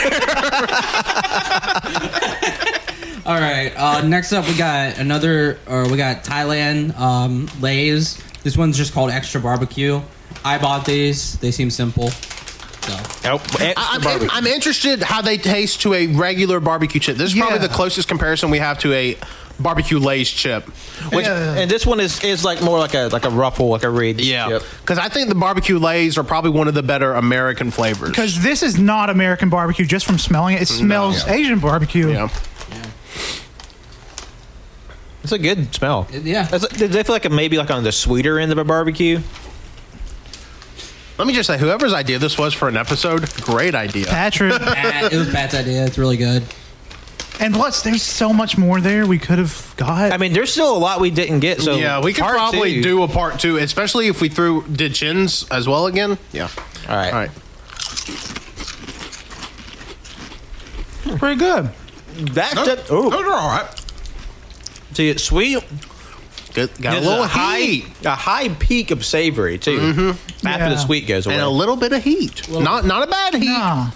All right. Uh, next up, we got another, or we got Thailand um, Lay's. This one's just called Extra Barbecue. I bought these. They seem simple. So Nope. I- I'm, in- I'm interested how they taste to a regular barbecue chip. This is probably Yeah. the closest comparison we have to a barbecue Lay's chip. Which, Yeah. and this one is, is like more like a like a ruffle, like a reed. yeah, because I think the barbecue Lay's are probably one of the better American flavors. Because this is not American barbecue just from smelling it. It smells Yeah. Asian barbecue. yeah, It's a good smell. It- yeah. That's, they feel like a, maybe like on the sweeter end of a barbecue. let me just say, whoever's idea this was for an episode, great idea. Patrick. Pat, it was Pat's idea. It's really good. and plus, there's so much more there we could have got. I mean, there's still a lot we didn't get. So yeah, we could part probably two- do a part two, especially if we threw did chins as well again. Yeah. All right. All right. pretty good. That's No, it. Ooh. Oh, Those are all right. See, it's sweet. Good. Got a There's little high, heat a high peak of savory too. After the Yeah. sweet goes away, and a little bit of heat. Not not a bad heat. Nah.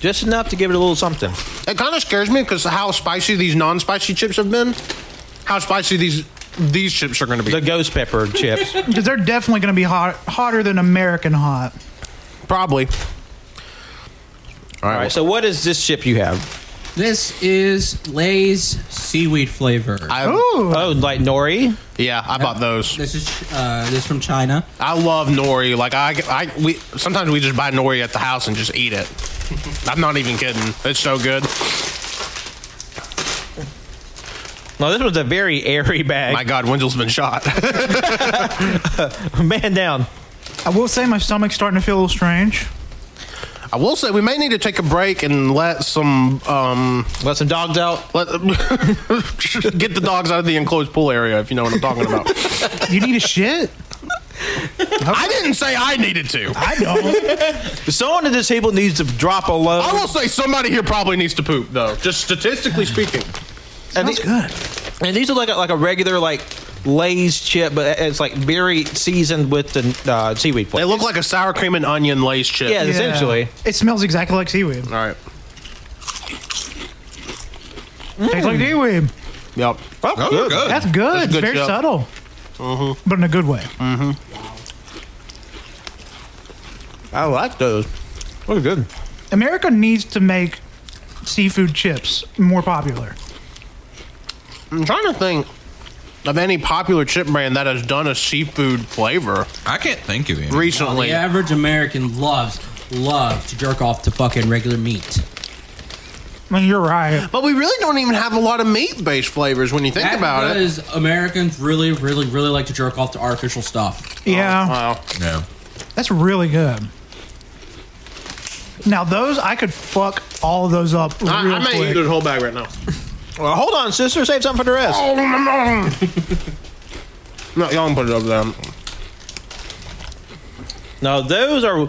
just enough to give it a little something. It kind of scares me because how spicy these non-spicy chips have been. How spicy these these chips are going to be. The ghost pepper chips. Because they're definitely going to be hot, hotter than American hot. Probably. All All right. right. So what is this chip you have? This is Lay's seaweed flavor. I, Ooh. Oh, like nori. yeah, I bought those. this is uh, this from China. I love nori. Like I, I we sometimes we just buy nori at the house and just eat it. I'm not even kidding. It's so good. No, this was a very airy My bag. God, Wendell's been shot. Man down. I will say my stomach's starting to feel a little strange. I will say we may need to take a break and let some um Let some dogs out. let get the dogs out of the enclosed pool area if you know what I'm talking about. You need a shit? I didn't say I needed to. I don't. Someone at this table needs to drop a load. I will say somebody here probably needs to poop, though. Just statistically speaking. and, That's the- good. and these are like a, like a regular like Lay's chip, but it's like very seasoned with the uh, seaweed They flavor. look like a sour cream and onion lace chip. Yeah. Essentially. It smells exactly like seaweed. All right. Tastes like seaweed. Yep. Those good. are good. That's good. That's a good Mm-hmm. Very job. subtle. But in a good way. I like those. Those are good. America needs to make seafood chips more popular. I'm trying to think of any popular chip brand that has done a seafood flavor I can't think of any. recently. The average American loves love to jerk off to fucking regular meat. I mean, you're right. But we really don't even have a lot of meat based flavors when you think That's about it. because Americans really, really, really like to jerk off to artificial stuff. Yeah. Oh, Wow. No. That's really good. Now those I could fuck all of those up real I, I may eat quick. this whole bag right now. Well, hold on, sister. Save some for the rest. No, y'all can put it over there. Now those are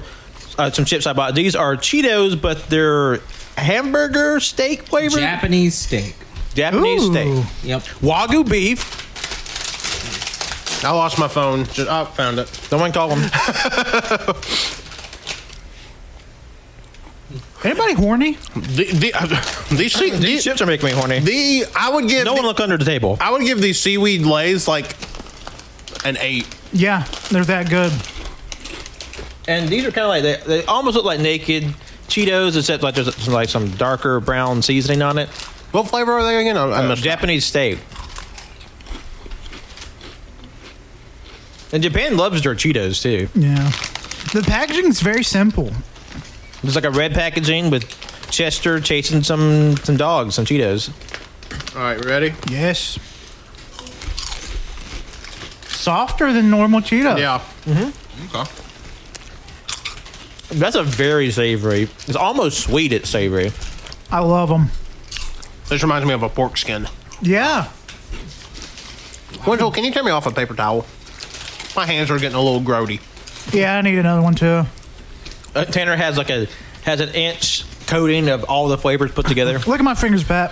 uh, some chips I bought. These are Cheetos, but they're hamburger steak flavored. Japanese steak. Japanese Ooh. steak. Yep. Wagyu beef. I lost my phone. Just, I found it. Someone call them. Anybody horny? The, the, these, these, These chips are making me horny. the I would give No the- one look under the table. I would give these seaweed lays like an eight. Yeah, they're that good. And these are kind of like they, they almost look like naked Cheetos, except like there's like some darker brown seasoning on it. What flavor are they again? I, I A missed. Uh, Japanese steak. And Japan loves their Cheetos too. Yeah. The packaging's very simple. There's like a red packaging with Chester chasing some some dogs, some Cheetos. All right, ready? Yes. Softer than normal Cheetos. Yeah. Okay. That's a very savory. It's almost sweet. It's savory. I love them. This reminds me of a pork skin. Yeah. Wendell, can you turn me off a paper towel? My hands are getting a little grody. Yeah, I need another one too. Uh, Tanner has like a has an inch coating of all the flavors put together. Look at my fingers, Pat.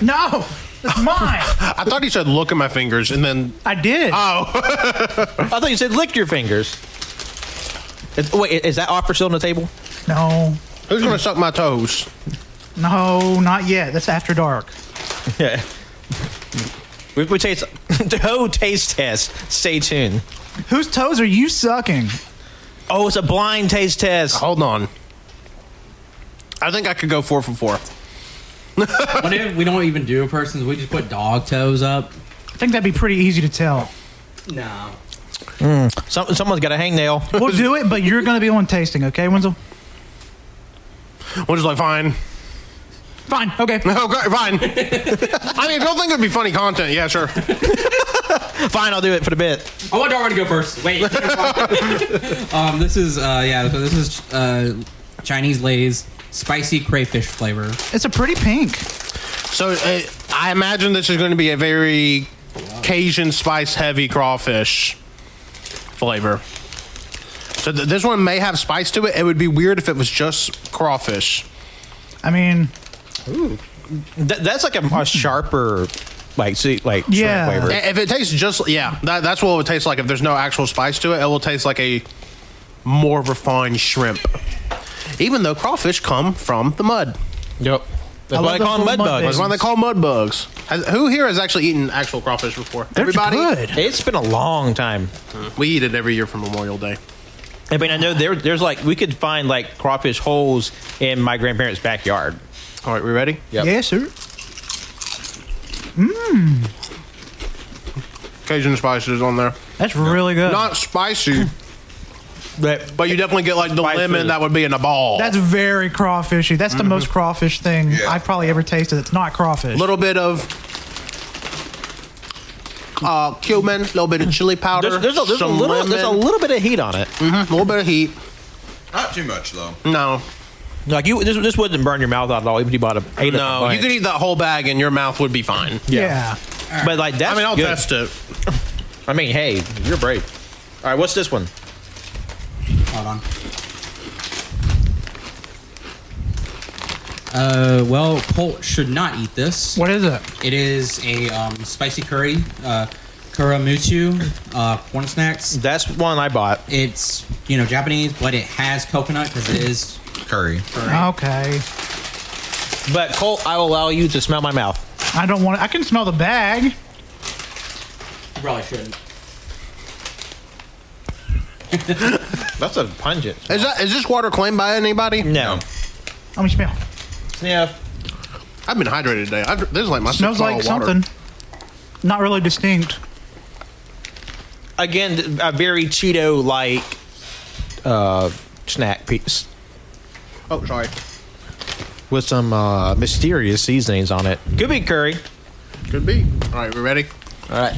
No, it's mine. Uh, I thought he said, "Look at my fingers," and then oh. I did. I thought you said lick your fingers. Is, wait, i- is that offer still on the table? no, who's gonna suck my toes? no, not yet. That's after dark. Yeah. We, we taste the whole taste test. Stay tuned. Whose toes are you sucking? Oh, it's a blind taste test. Hold on. I think I could go four for four. What if we don't even do a person's? We just put dog toes up. I think that'd be pretty easy to tell. No. Some, someone's got a hangnail. We'll do it, but you're gonna be on tasting, okay, Wenzel? We're just like, fine. Fine. Okay. Okay, fine. I mean, if y'all think it'd be funny content, yeah, sure. Fine, I'll do it for the bit. I want Darwin to go first. Wait. um, this is uh, yeah. So this is uh, Chinese Lay's spicy crayfish flavor. It's a pretty pink. So uh, I imagine this is going to be a very Cajun spice heavy crawfish flavor. So th- this one may have spice to it. It would be weird if it was just crawfish. I mean, That, that's like a, a sharper, like see, like shrimp Yeah. flavor. I- If it tastes just yeah, that, that's what it would taste like. If there's no actual spice to it, it will taste like a more refined shrimp. Even though crawfish come from the mud, Yep. That's I why love they call them those mud little mud bugs. that's why they call mud bugs. Has, who here has actually eaten actual crawfish before? they're Everybody, good. It's been a long time. we eat it every year for Memorial Day. I mean, I know there, there's like we could find like crawfish holes in my grandparents' backyard. All right, we ready? Yep. Yes, sir. Cajun spices on there. That's really good. Not spicy, But but you definitely get like the Spicy. lemon that would be in a ball. That's very crawfishy. That's the Mm-hmm. most crawfish thing Yeah. I've probably ever tasted. It's not crawfish. a little bit of uh, cumin, a little bit of chili powder. there's, there's, a, there's, a some little, there's a lemon, little bit of heat on it. mhm, little bit of heat. Not too much though. No, Like you, this, this wouldn't burn your mouth out at all. Even if you bought a eight of no, them, you could eat that whole bag and your mouth would be fine. yeah. But like that's I mean, I'll good. test it. I mean, hey, you're brave. All right, what's this one? Hold on. Uh, well, Polt should not eat this. What is it? It is a um, spicy curry, uh, kuramuchu, uh, corn snacks. That's one I bought. It's you know Japanese, but it has coconut because it is Curry. curry. Okay. But Colt, I will allow you to smell my mouth. I don't want. I can smell the bag. You probably shouldn't. That's a pungent. Is that is this water claimed by anybody? No. Let me smell. Yeah. I've been hydrated today. I've, this is like my sixth Smells bottle like of water. something. Not really distinct. Again, th- a very Cheeto-like uh, snack piece Oh, sorry. with some uh, mysterious seasonings on it. Could be curry. Could be. All right, we ready? All right.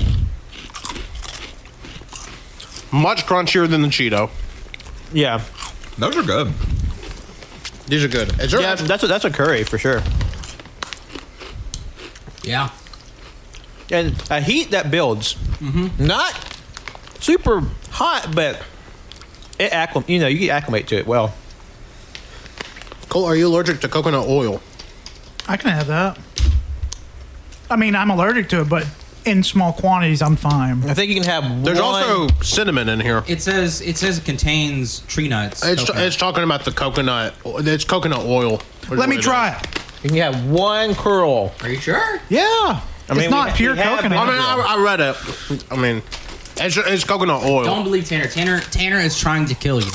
Much crunchier than the Cheeto. Yeah. Those are good. These are good. Is there Yeah. That's a, that's a curry for sure. Yeah. and a heat that builds. Not super hot, but it acclim- you know you get acclimate to it well. Cole, are you allergic to coconut oil? I can have that. I mean, I'm allergic to it, but in small quantities, I'm fine. I think you can have. There's one- also cinnamon in here. It says it says it contains tree nuts. It's, coconut. it's talking about the coconut. It's coconut oil. Let me try it. you can have one curl. Are you sure? Yeah. mean, it's we not ha- pure we have coconut. I mean, I, I read it. I mean, it's, it's coconut oil. Don't believe Tanner. Tanner Tanner is trying to kill you.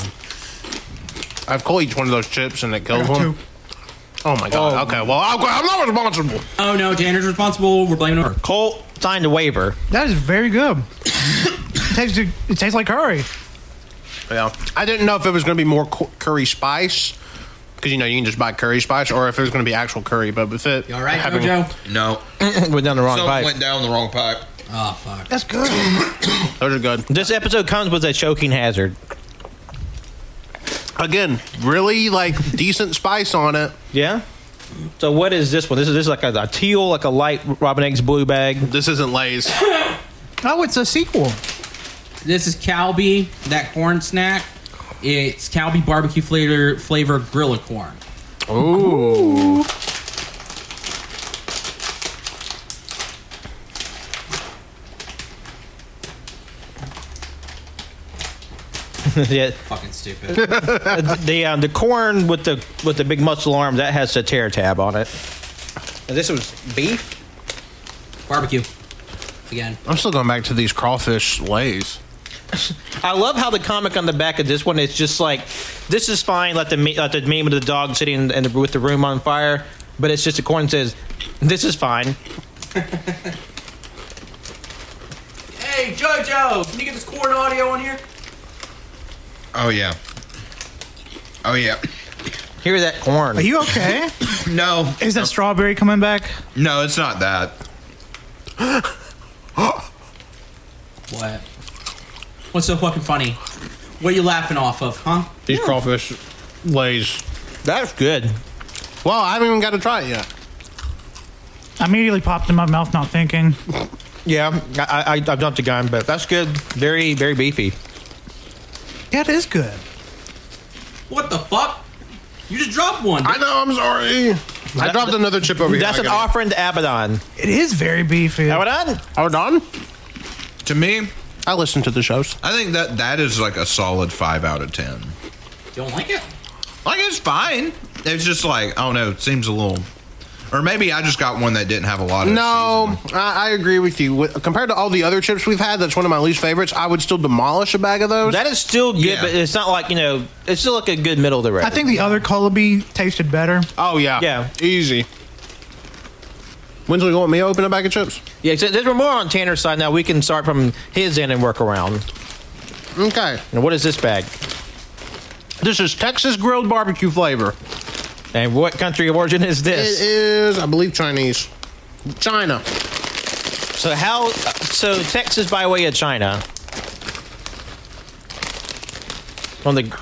I've caught each one of those chips and it kills Two. one. Oh my god. okay. Well, I'll, go- I'm not responsible. Oh no, Tanner's responsible. We're blaming her. Colt signed a waiver. That is very good. it, tastes, it tastes like curry. Yeah. I didn't know if it was going to be more cu- curry spice because you know you can just buy curry spice, or if it was going to be actual curry. But with it, You all right, having- Jojo? No. Went down the wrong Something pipe. went down the wrong pipe. Oh fuck. That's good. those are good. This episode comes with a choking hazard. Again, really like decent spice on it. Yeah. So what is this one? This is this is like a, a teal, like a light Robin Eggs blue bag. This isn't Lay's. Oh, it's a sequel. This is Calbee, that corn snack. It's Calbee barbecue flavor flavor grilla corn. Ooh. yeah. Fucking stupid. The um, the corn with the with the big muscle arm that has the tear tab on it. And this was beef. barbecue. Again. I'm still going back to these crawfish Lay's. I love how the comic on the back of this one is just like, this is fine. Let the me- let the meme of the dog sitting in, in the, with the room on fire, but it's just the corn says, this is fine. Hey Jojo, can you get this corn audio on here? Oh yeah. Oh yeah. Hear that corn? Are you okay? No. is that strawberry coming back? No, it's not that. What? What's so fucking funny? What are you laughing off of, huh? These crawfish Lay's. That's good. Well, I haven't even got to try it yet. I immediately popped in my mouth, not thinking. Yeah, I, I I've dumped a gun, but that's good. Very very beefy. Yeah, it is good. What the fuck? You just dropped one. I know. I'm sorry. I dropped another chip over here. That's I an gotta- offering to Abaddon. It is very beefy. Abaddon. Hold on. To me, I listen to the shows. I think that that is like a solid five out of ten. Don't like it? Like it's fine. It's just like I don't know. It seems a little, or maybe I just got one that didn't have a lot of. No, I, I agree with you. With, compared to all the other chips we've had, that's one of my least favorites. I would still demolish a bag of those. That is still good, Yeah. but it's not like you know. It's still like a good middle of the road. I think the other Colby tasted better. oh yeah, Yeah. easy. Winslow, you want me to open a bag of chips? Yeah, except there's more on Tanner's side now. We can start from his end and work around. Okay. And what is this bag? This is Texas grilled barbecue flavor. And what country of origin is It this? is, I believe, Chinese. China. so how? So Texas by way of China. On the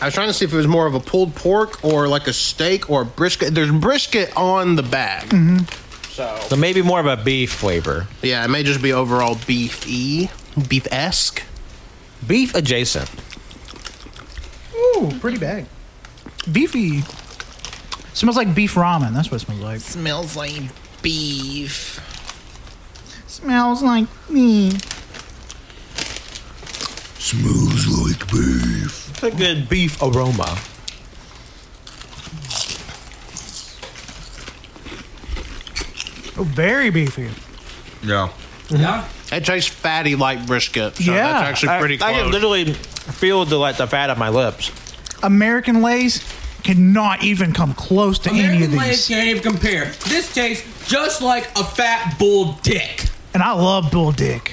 I was trying to see if it was more of a pulled pork or like a steak or a brisket. There's brisket on the bag. Mm-hmm. so maybe more of a beef flavor, Yeah, it may just be overall beefy, beef esque. beef adjacent. Ooh, pretty bag. Beefy. Smells like beef ramen. That's what it smells like. Smells like beef. Smells like me. Smells like beef. It's a good beef aroma. Oh, very beefy. Yeah. Yeah. It tastes fatty like brisket. So Yeah, that's actually I- pretty I, close. can literally feel the like the fat of my lips. American Lay's cannot even come close to any of American these. legs can't even compare. This tastes just like a fat bull dick. And I love bull dick.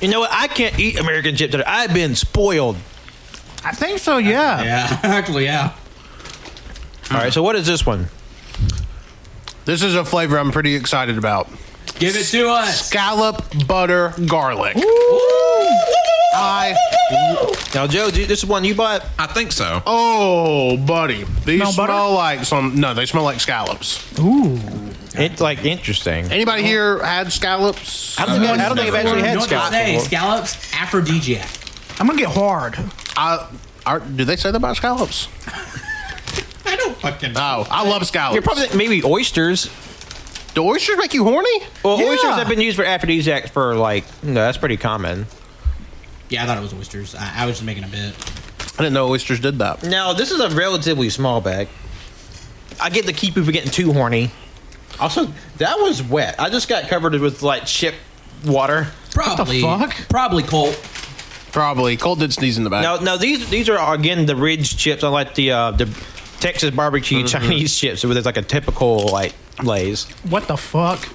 You know what? I can't eat American chips. today. I've been spoiled. I think so, yeah. Yeah, actually, yeah. All right. So what is this one? This is a flavor I'm pretty excited about. Give it to us. Scallop butter garlic. I Now, Joe, do- this is one you bought. I think so. oh buddy, these Smell smell butter? like some. No, they smell like scallops. Ooh. It's like interesting. Anybody here had scallops? Oh. I don't, think, I don't think I've actually You had know what they say? scallops. before. Scallops, aphrodisiac. I'm gonna get hard. I, are, do they say that about scallops? I don't fucking. No, Oh, I love scallops. You're probably maybe oysters. Do oysters make you horny? Well, Yeah. oysters have been used for aphrodisiac for like no, that's pretty common. Yeah, I thought it was oysters. I, I was just making a bit. I didn't know oysters did that. Now this is a relatively small bag. I get to keep you from getting too horny. Also, that was wet. I just got covered with like chip water. Probably. fuck? Probably Colt. Probably. Colt did sneeze in the back. Now, now these these are again the ridge chips, unlike the uh, the Texas barbecue Chinese chips, where there's like a typical like glaze. What the fuck?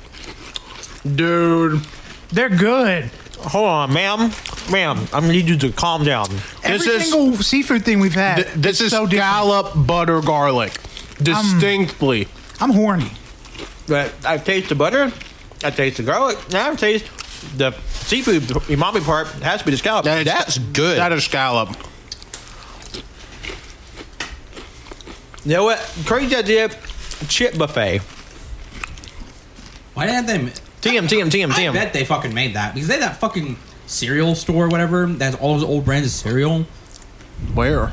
Dude. They're good. Hold on, ma'am, ma'am, I'm gonna need you to calm down. This Every is- single seafood thing we've had. Th- this it's is so different. scallop butter garlic. Distinctly. I'm horny. But I taste the butter, I taste the garlic, and I taste the seafood the umami part has to be the scallop. That is- That's good. that is scallop. you know what? Crazy idea. Chip buffet. Why didn't they? TM TM TM I TM. bet they fucking made that because they had that fucking cereal store or whatever that's all those old brands of cereal. Where?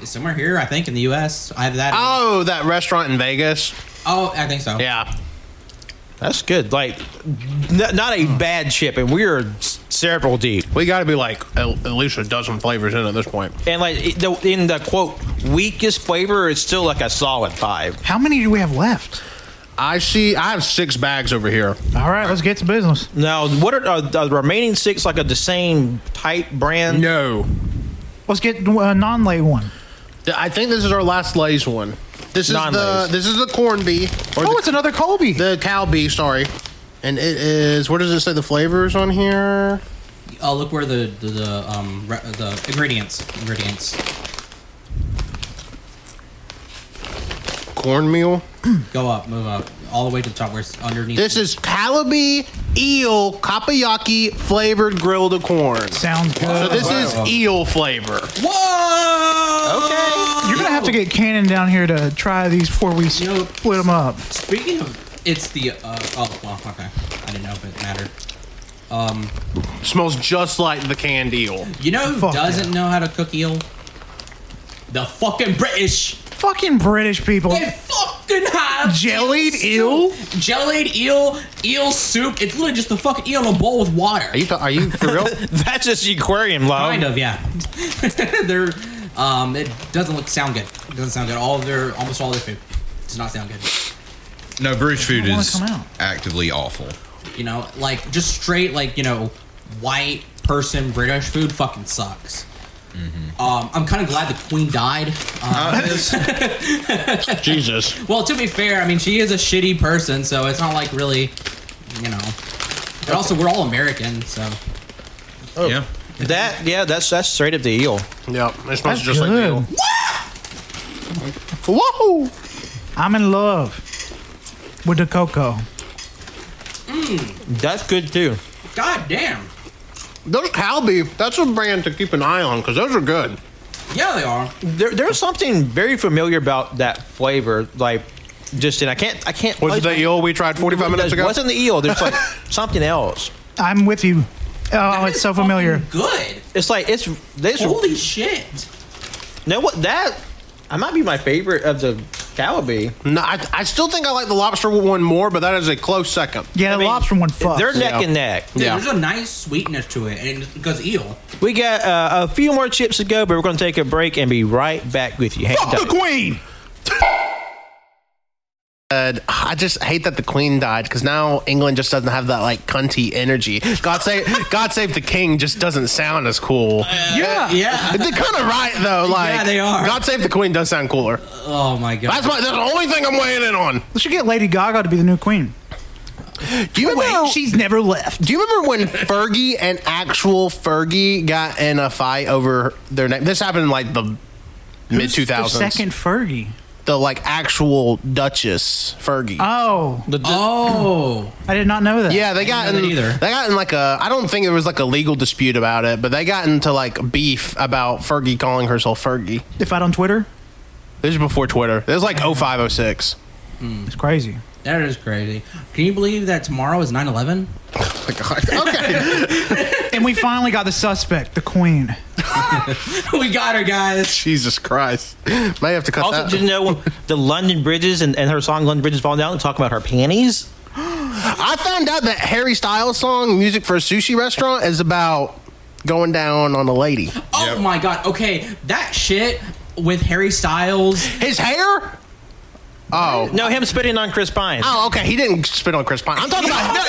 It's somewhere here, I think, in the U.S. I have that. Oh, that restaurant in Vegas. oh, I think so. Yeah. That's good. Like, n- not Hmm. a bad chip, and we are s- several deep. We got to be like at at least a dozen flavors in at this point. And like it- the, in the quote weakest flavor, it's still like a solid five. How many do we have left? I see. I have six bags over here. All right, let's get to business. Now, what are, are the remaining six like of the same type brand? No, Let's get a non-lay one. Th- I think this is our last Lay's one. This is the Non-Lay's. this is the corned beef or Oh, the, it's another Colby. the cow beef. Sorry, and it is. Where does it say the flavors on here? Oh, look where the the, the um re- the ingredients ingredients. Cornmeal. Go up, move up, all the way to the top where it's underneath. This is Calabi eel kapayaki flavored grilled corn. Sounds So good. this is eel flavor. whoa. Okay. You're gonna have to get Cannon down here to try these before we Yo. split them up. Speaking of, it's the uh, oh well okay. I didn't know if it mattered. Um, Smells just like the canned eel. you know who Fuck doesn't know how to cook eel? The fucking British. Fucking British people. They fucking have Jellied eel, soup. jellied eel, eel soup. It's literally just a fucking eel in a bowl with water. Are you ta- are you for real? That's just the aquarium, love. kind of, yeah. They're, um, it doesn't look sound good. It doesn't sound good. All of their, almost all of their food does not sound good. No, British food wanna is come out. actively awful. You know, like just straight, like you know, white person British food fucking sucks. Um, I'm kind of glad the queen died. Uh, Jesus. well, to be fair, I mean she is a shitty person, so it's not like really, you know. And also, we're all American, so Yeah. That yeah, that's that's straight up the eel. Yep. It smells That's just like the good. eel. Whoa! I'm in love with the cocoa. That's good too. god damn, Those Calbee, that's a brand to keep an eye on because those are good. yeah, they are. Oh, There, there's something very familiar about that flavor, like just in I can't I can't. Was it the eel we tried 45 minutes ago? Wasn't the eel? There's like something else. I'm with you. Oh, That it's is so familiar. fucking Good. It's like it's this. Holy shit. No, what that? I might be my favorite of the Calabi. No, I, I still think I like the lobster one more, but that is a close second. Yeah, the mean, lobster one fucks. They're neck Yeah. and neck. Dude, Yeah. There's a nice sweetness to it, and it's because eel. We got uh, a few more chips to go, but we're going to take a break and be right back with you. Hang Fuck the tight. queen. Uh, I just hate that the queen died because now England just doesn't have that like cunty energy. God save, God save the king just doesn't sound as cool. yeah. Yeah. They're kind of right though. Like they are. God save the queen does sound cooler. Oh my god. That's my. That's the only thing I'm weighing in on. We should get Lady Gaga to be the new queen. Do you remember? Wait, she's never left. Do you remember when Fergie and actual Fergie got in a fight over their name? This happened in like the mid two The thousands. second Fergie. The like actual Duchess Fergie. Oh, oh. I did not know that. yeah, they got know in. that either. They got in like a. I don't think it was like a legal dispute about it, but they got into like beef about Fergie calling herself Fergie. If out on Twitter, This is before Twitter. This is like 0506. it's crazy. That is crazy. Can you believe that tomorrow is 9 11? Okay. and we finally got the suspect, the queen. we got her, guys. Jesus Christ. Might have to cut Also, that. did you know the London Bridges and, and her song London Bridges Falling Down? Talking about her panties? I found out that Harry Styles' song, Music for a Sushi Restaurant, is about going down on a lady. Oh Yep. my god. Okay, that shit with Harry Styles. His hair? Oh. No, him spitting on Chris Pine. Oh, okay. He didn't spit on Chris Pine. I'm talking about. no,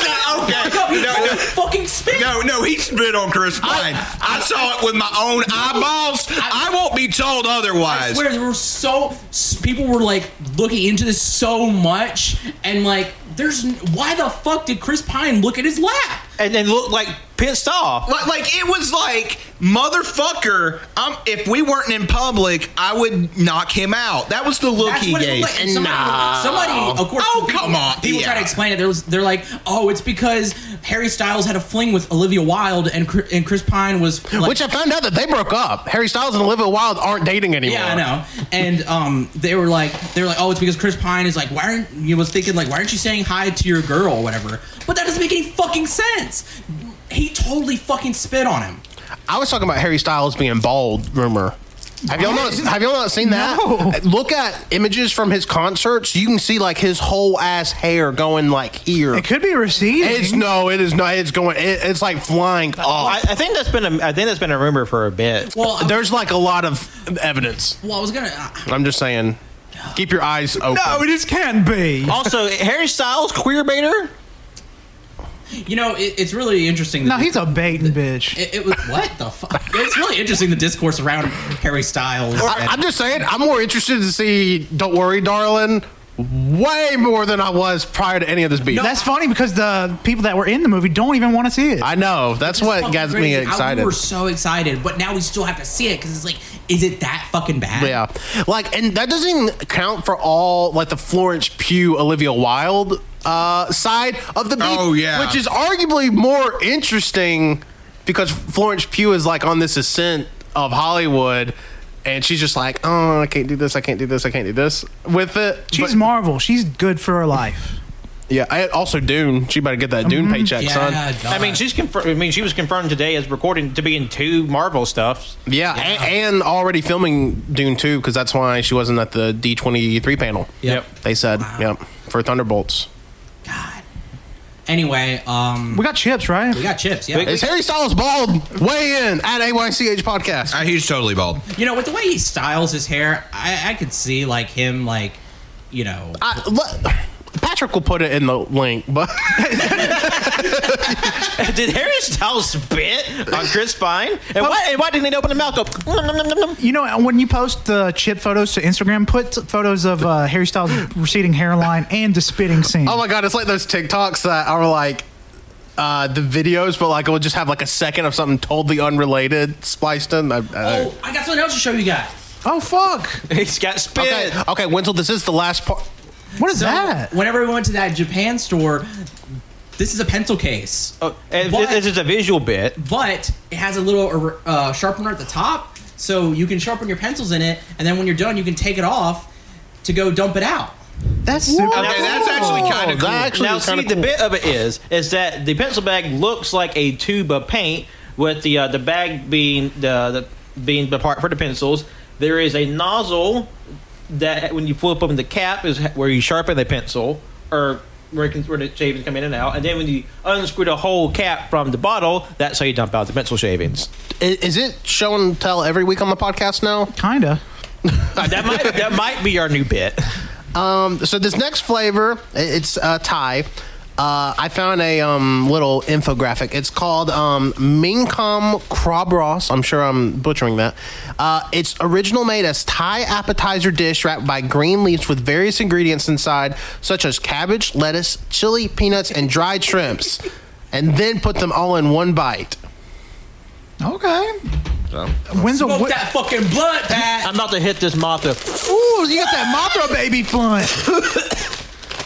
okay, okay. No, no. Fucking spit. No, no, he spit on Chris Pine. I, saw it with my own eyeballs. I, won't be told I otherwise. swear there were so s- people were like looking into this so much and like there's n- why the fuck did Chris Pine look at his lap? And then look like pissed off. Like, like, it was like motherfucker. Um, if we weren't in public, I would knock him out. That was the look That's he what it gave. looked like. And somebody, somebody, of course. Oh, people- come on. People try to Yeah. explain it. There was, they're like, oh, it's because Harry Styles had a fling with Olivia Wilde and Chr- and Chris Pine was like, Which I found out that they broke up. Harry Styles and Olivia Wilde aren't dating anymore. Yeah, I know. And um, they were like, they were like, oh, it's because Chris Pine is like, why aren't you was thinking like, why aren't you saying hi to your girl or whatever? But that doesn't make any fucking sense. He totally fucking spit on him. I was talking about Harry Styles being bald. Rumor. Have y'all not? Have y'all not seen that? No. Look at images from his concerts. You can see like his whole ass hair going like here. It could be receding. It's no, it is not. It's going. It, it's like flying I, off. I think that's been a, I think that's been a rumor for a bit. Well, I, There's like a lot of evidence. well, I was gonna. Uh, I'm just saying. Keep your eyes open. No, it just can't be. Also, Harry Styles queer baiter. you know, it, it's really interesting. No, he's a baiting bitch. It, it was what the fuck? It's really interesting the discourse around Harry Styles. I, I'm just saying. I'm more interested to see. Don't worry, darling. Way more than I was prior to any of this beef. That's funny because the people that were in the movie don't even want to see it. I know. That's what gets me excited. We were so excited, but now we still have to see it because it's like, is it that fucking bad? Yeah, like, and that doesn't even count for all like the Florence Pugh, Olivia Wilde uh, side of the beef, Oh, yeah. which is arguably more interesting because Florence Pugh is like on this ascent of Hollywood, and she's just like, oh, I can't do this, I can't do this, I can't do this with it. She's But- Marvel. She's good for her life. yeah. I, also, Dune. She better get that Dune paycheck, Yeah, son. God. I mean, she's confirmed. I mean, she was confirmed today as recording to be in two Marvel stuffs. Yeah, And, and already filming Dune 2 because that's why she wasn't at the D23 panel. Yep. They said, yep, for Thunderbolts. God. Anyway, um, We got chips, right? we got chips. Yeah. Is Harry Styles bald? Weigh in at AYCH podcast. Uh, he's totally bald. You know, with the way he styles his hair, I, I could see like him, like you know, I, look, Patrick will put it in the link, but Did Harry Styles spit on Chris Pine? And why? And why didn't he open the mouth? Go. "Nom, nom, nom, nom, nom"? You know, when you post the chip photos to Instagram, put photos of uh, Harry Styles' receding hairline and the spitting scene. oh my god, it's like those TikToks that are like uh, the videos, but like it will just have like a second of something totally unrelated spliced in. I, I, oh, I got something else to show you guys. Oh, fuck! He's got spit. okay, okay, Wenzel, this is the last part. What is So, that? whenever we went to that Japan store, this is a pencil case, Oh, and What? this is a visual bit. but it has a little uh, sharpener at the top, so you can sharpen your pencils in it, and then when you're done, you can take it off to go dump it out. That's super. Okay, that's actually kinda cool. That actually now is see kinda the cool. bit of it is is that the pencil bag looks like a tube of paint with the uh, the bag being the, the being the part for the pencils there is a nozzle that when you flip open the cap is where you sharpen the pencil or where, it can, where the shavings come in and out and then when you unscrew the whole cap from the bottle that's how you dump out the pencil shavings I- Is it show and tell every week on the podcast now? Kinda. Uh, that might that might be our new bit Um, so this next flavor, i- it's uh, Thai. Uh, I found a um, little infographic. It's called um, Mingkom Crab Ross. I'm sure I'm butchering that. Uh, it's original made as Thai appetizer dish wrapped by green leaves with various ingredients inside, such as cabbage, lettuce, chili, peanuts, and dried shrimps, and then put them all in one bite. Okay. When's a Smoke what? that fucking blunt, Pat. i'm about to hit this moth Ooh, you got that Mothra baby blunt. yeah,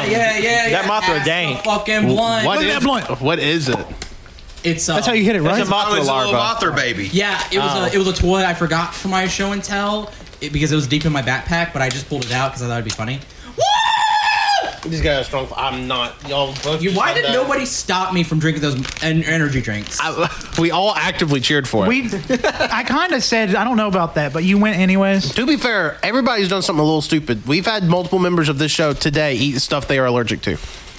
goddamn. yeah, yeah, That yeah. Mothra That's the dank. Fucking blunt. What at is- that blunt. What is it? It's uh, That's how you hit it, That's right? a moth Oh, it's a little larva author baby. Yeah, it was a it was a toy I forgot for my show and tell it, because it was deep in my backpack, but I just pulled it out because I thought it'd be funny. Woo! He's got a strong. I'm not. Y'all both. You, why I'm did not- nobody stop me from drinking those en- energy drinks? I- we all actively cheered for it. We, I kind of said I don't know about that, but you went anyways. to be fair, everybody's done something a little stupid. We've had multiple members of this show today eat stuff they are allergic to.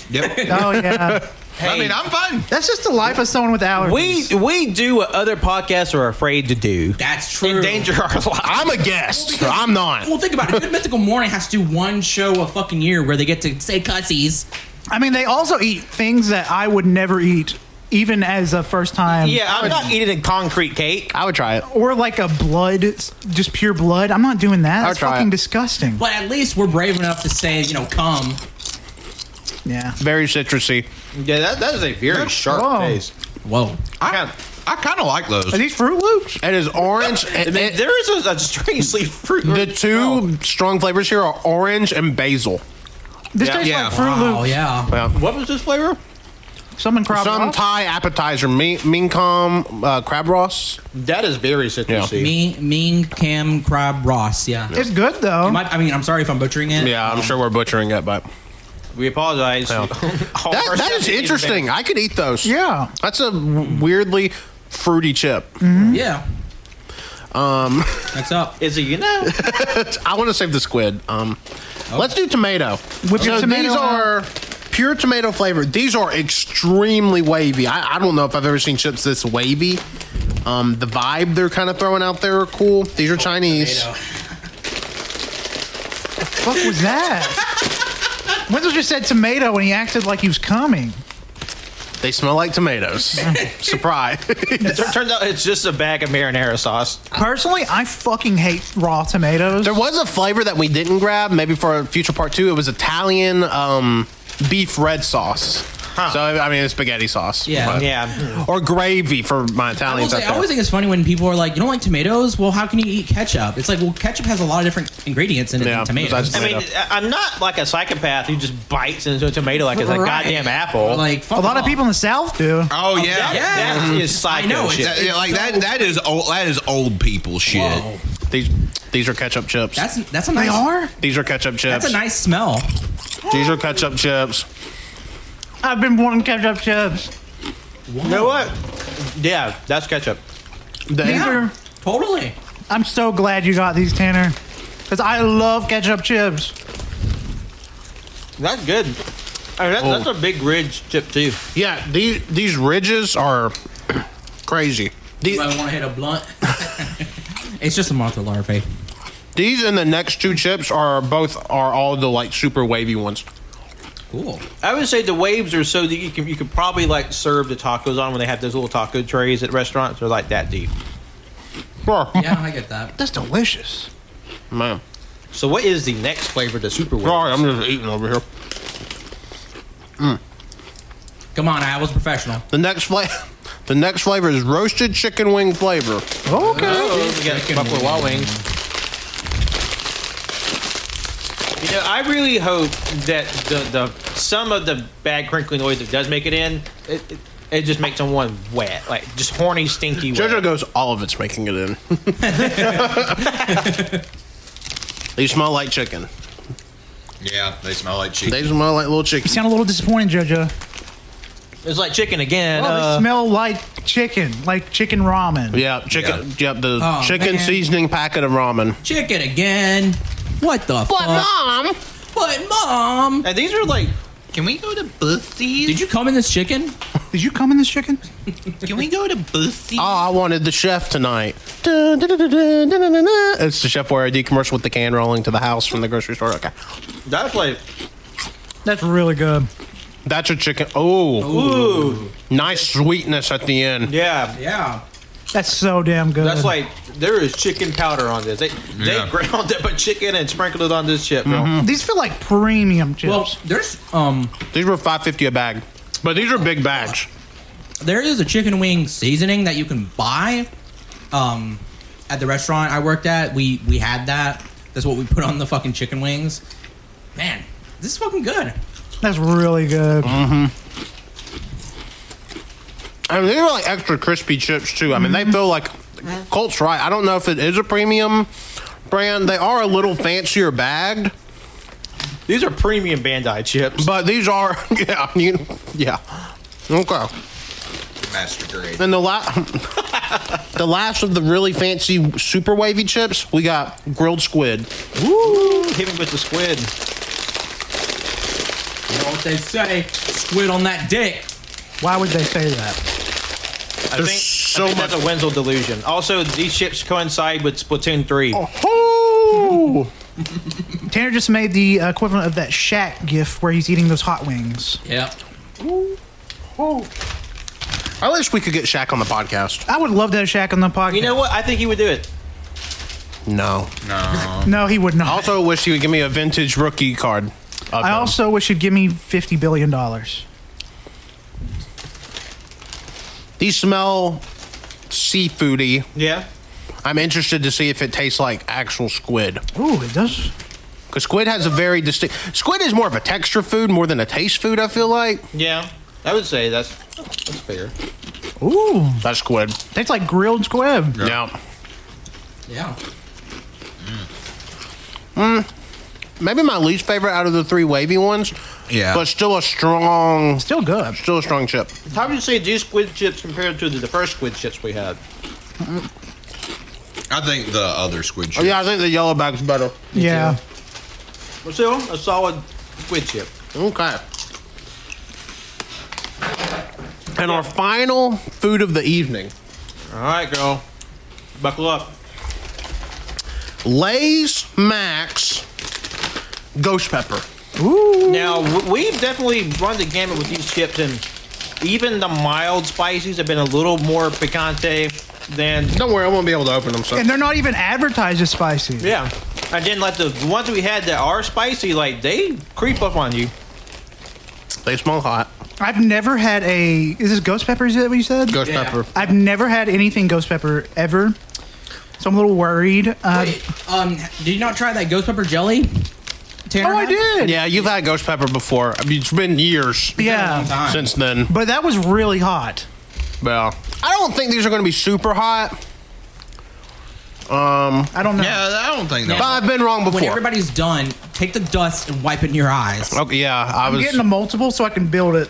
Yep. Oh yeah, I mean, I'm fine. that's just the life of someone with allergies. We we do what other podcasts are afraid to do. That's true. Endanger our lives. I'm a guest. I'm not. Well, think about it. Good Mythical Morning has to do one show a fucking year where they get to say cussies. I mean, they also eat things that I would never eat, even as a first time. Yeah, I'm not eating a concrete cake. I would try it. Or like a blood, just pure blood. I'm not doing that. I'll That's try fucking it. disgusting. But at least we're brave enough to say, you know, come. Yeah. Very citrusy. Yeah, that, that is a very sharp Whoa. taste. Whoa. I, I kind of like those. Are these Fruit Loops? It is orange. I and mean, it- there is a, a strangely fruit. the two strong flavors here are orange and basil. This Yeah. tastes Yeah. like Fruit Oh, Loops. yeah. What was this flavor? Someone cropped Some off. Thai appetizer, mean, mean com, uh, crab ross. That is very citrusy. Me, Mean Cam Crab Ross, yeah. It's good though. Am I, I mean, I'm sorry if I'm butchering it. Yeah, I'm sure we're butchering it, but We apologize. Yeah. All that, our that is stuff in interesting. advance. I could eat those. Yeah. that's a weirdly fruity chip. Yeah. Um. Next up. Is it you know? I want to save the squid. Um, let's do tomato. Whip your So tomato out. these are pure tomato flavor. These are extremely wavy. I, I don't know if I've ever seen chips this wavy. Um, the vibe they're kind of throwing out there are cool. These are Oh, Chinese. fuck was that? Wenzel just said tomato and he acted like he was coming. They smell like tomatoes. Surprise. Tur- Turns out it's just a bag of marinara sauce. Personally, I fucking hate raw tomatoes. there was a flavor that we didn't grab, maybe for a future part two. It was Italian um, beef red sauce. So I mean, it's spaghetti sauce. Yeah. but- Yeah. Or gravy for my I, will Italians. say, out I there. always think it's funny when people are like, you don't like tomatoes? Well, how can you eat ketchup? It's like, well, ketchup has a lot of different ingredients in it Yeah, than tomatoes. besides I mean, I- I'm not like a psychopath who just bites into a tomato like it's a Right. goddamn apple. Like, fuck a lot of off. people in the South do. oh yeah. that, that Yeah. is psycho I know, it's- shit. That- yeah, like that. That is old. That is old people shit. Whoa. These these are ketchup chips. That's, that's a They nice. are? these are ketchup chips. That's a nice smell. these are ketchup chips. I've been wanting ketchup chips. You know what? Yeah, that's ketchup. They- These are. Totally. I'm so glad you got these, Tanner. Because I love ketchup chips. That's good. I mean, that, Oh. That's a big ridge chip too. yeah, these these ridges are crazy. These, Might want to hit a blunt. it's just a monster larvae. these and the next two chips are both are all the like super wavy ones. Cool. I would say the waves are so that you can you could probably like serve the tacos on when they have those little taco trays at restaurants. They're like that deep. Bruh, Yeah, I get that. That's delicious. Man, So what is the next flavor to super waves? sorry, I'm just eating over here. Come on, I was professional. The next flavor, the next flavor is roasted chicken wing flavor. Okay. Oh, we got Chicken Buffalo Wild Wings. You know, I really hope that the, the some of the bad crinkly noise that does make it in, it, it, it just makes someone wet, like just horny, stinky wet. JoJo goes, all of it's making it in. they smell like chicken. Yeah, they smell like cheese. They smell like little You chicken. sound a little disappointed, JoJo. It's like chicken again. Well, uh, they smell like chicken, like chicken ramen. Yeah, chicken. Yep, the Oh, chicken man. seasoning packet of ramen. Chicken again. What the fuck? mom, But mom, and these are like Can we go to Bussies? did you come in this chicken? Did you come in this chicken? Can we go to Bussies? oh, I wanted the chef tonight. Dun, dun, dun, dun, dun, dun, dun, dun, dun. It's the Chef Warrior D commercial with the can rolling to the house from the grocery store. Okay, that's like That's really good. that's a chicken. Oh, ooh nice sweetness at the end. yeah. Yeah. That's so damn good. That's like there is chicken powder on this. They Yeah. they ground up a chicken and sprinkled it on this chip, bro. Mm-hmm. these feel like premium chips. Well, there's um, These were five fifty a bag, but these are big bags. there is a chicken wing seasoning that you can buy, um, at the restaurant I worked at. We we had that. That's what we put on the fucking chicken wings. Man, this is fucking good. That's really good. I mean, these are like extra crispy chips too. I mean, Mm-hmm. they feel like Colt's right. I don't know if it is a premium brand. They are a little fancier bagged, These are premium Bandai chips. But these are, yeah, you, yeah. Okay. Master grade. And the last, the last of the really fancy super wavy chips, we got grilled squid. Woo! Hit him with the squid. You know what they say? Squid on that dick. Why would they say that? I There's think, so I think that's a Wenzel delusion. Also, these chips coincide with Splatoon 3. Oh, Tanner just made the equivalent of that Shaq gif where he's eating those hot wings. Yep. I wish we could get Shaq on the podcast. I would love to have Shaq on the podcast. You know what? I think he would do it. No. No. No, he would not. I also wish he would give me a vintage rookie card. of I him. also wish he'd give me fifty billion dollars. These smell seafoody. Yeah. I'm interested to see if it tastes like actual squid. Ooh, it does. Because squid has a very distinct. Squid is more of a texture food more than a taste food, I feel like. Yeah. I would say that's, that's fair. Ooh, That's squid. tastes like grilled squib. Yeah. Yeah. Maybe my least favorite out of the three wavy ones. Yeah. But still a strong. Still good. Still a strong chip. How would you say these squid chips compared to the, the first squid chips we had? I think the other squid Oh, chip. yeah, I think the yellow bag's better. Yeah. Well, still a solid squid chip. Okay. And our final food of the evening All right, girl. Buckle up. Lay's Max Ghost Pepper. Now, w- we've definitely run the gamut with these chips, and even the mild spices have been a little more picante than. Don't worry, I won't be able to open them. So. And they're not even advertised as spicy. Yeah. And then, like, the ones we had that are spicy, like, they creep up on you. They smell hot. I've never had a. Is this ghost pepper? Is that what you said? Ghost Yeah. Pepper. I've never had anything ghost pepper ever, so I'm a little worried. Uh, Wait, um, did you not try that ghost pepper jelly? Tanner oh, I had? did. Yeah, you've had ghost pepper before. I mean, it's been years A long Yeah. time. since then. But that was really hot. Yeah. I don't think these are going to be super hot, I don't know. Yeah, I don't think but that. I've been wrong When before. everybody's done, take the dust and wipe it in your eyes. okay, yeah, I I'm was. getting a multiple so I can build it.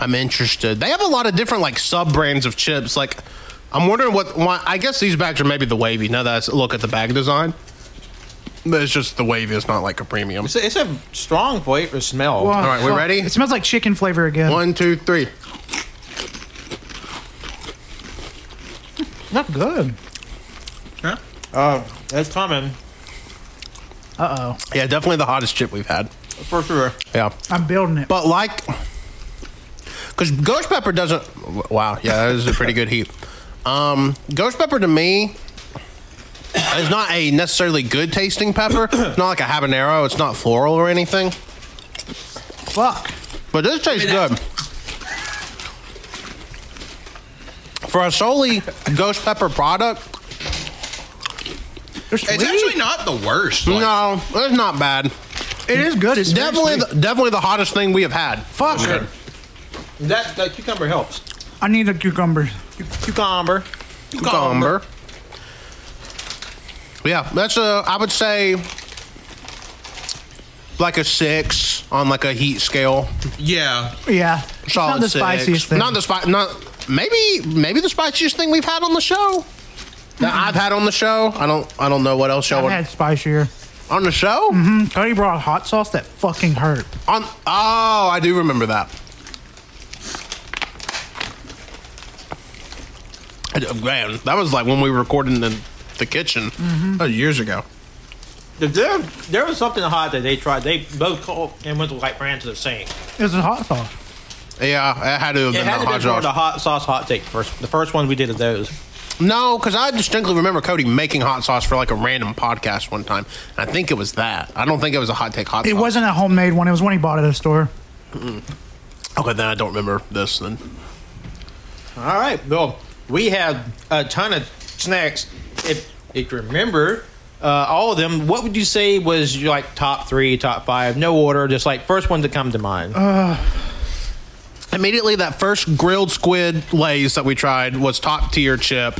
I'm interested. They have a lot of different like sub brands of chips. Like, I'm wondering what. Why, I guess these bags are maybe the wavy. Now that I look at the bag design, but it's just the wavy. It's not like a premium. It's a, it's a strong flavor smell. Wow, All right, we fuck. ready? It smells like chicken flavor again. One, two, three. Not good. Huh? Uh, that's coming Uh oh. Yeah, definitely the hottest chip we've had. for sure. Yeah, I'm building it. but like, because ghost pepper doesn't. Wow, yeah, that is a pretty good heat. Um, ghost pepper to me is not a necessarily good tasting pepper. It's not like a habanero. It's not floral or anything. Fuck. But this tastes good. For a solely ghost pepper product, It's It's actually not the worst. Like, no, it's not bad. It is good. It's very Definitely, sweet. the, definitely the hottest thing we have had. Fuck. That, that cucumber helps. I need a cucumber. Cucumber. Cucumber. Yeah, that's a. I would say like a six on like a heat scale. Yeah. Yeah. It's Solid not the six. spiciest thing. Not the spice. Not maybe maybe the spiciest thing we've had on the show. That I've had on the show. I don't. I don't know what else y'all Mm-hmm. I've would, had spicier. on the show. Mm, Cody brought hot sauce that fucking hurt. On oh, I do remember that. I- Man, that was like when we were recording in the kitchen Mm-hmm. that was years ago. There, there was something hot that they tried. They both called and went to like ran to the same. It was a hot sauce. Yeah, it had to have It been had the to be part hot of the sauce. hot sauce hot take first. The first one we did of those. No, because I distinctly remember Cody making hot sauce for like a random podcast one time. I think it was that. I don't think it was a hot take hot It sauce. wasn't a homemade one. It was one he bought at a store. Okay, then I don't remember this then. All right. Well, we had a ton of snacks. If, if you remember uh, all of them, what would you say was your like top three, top five? No order, just like first one to come to mind. Immediately, that first grilled squid lays that we tried was top tier chip.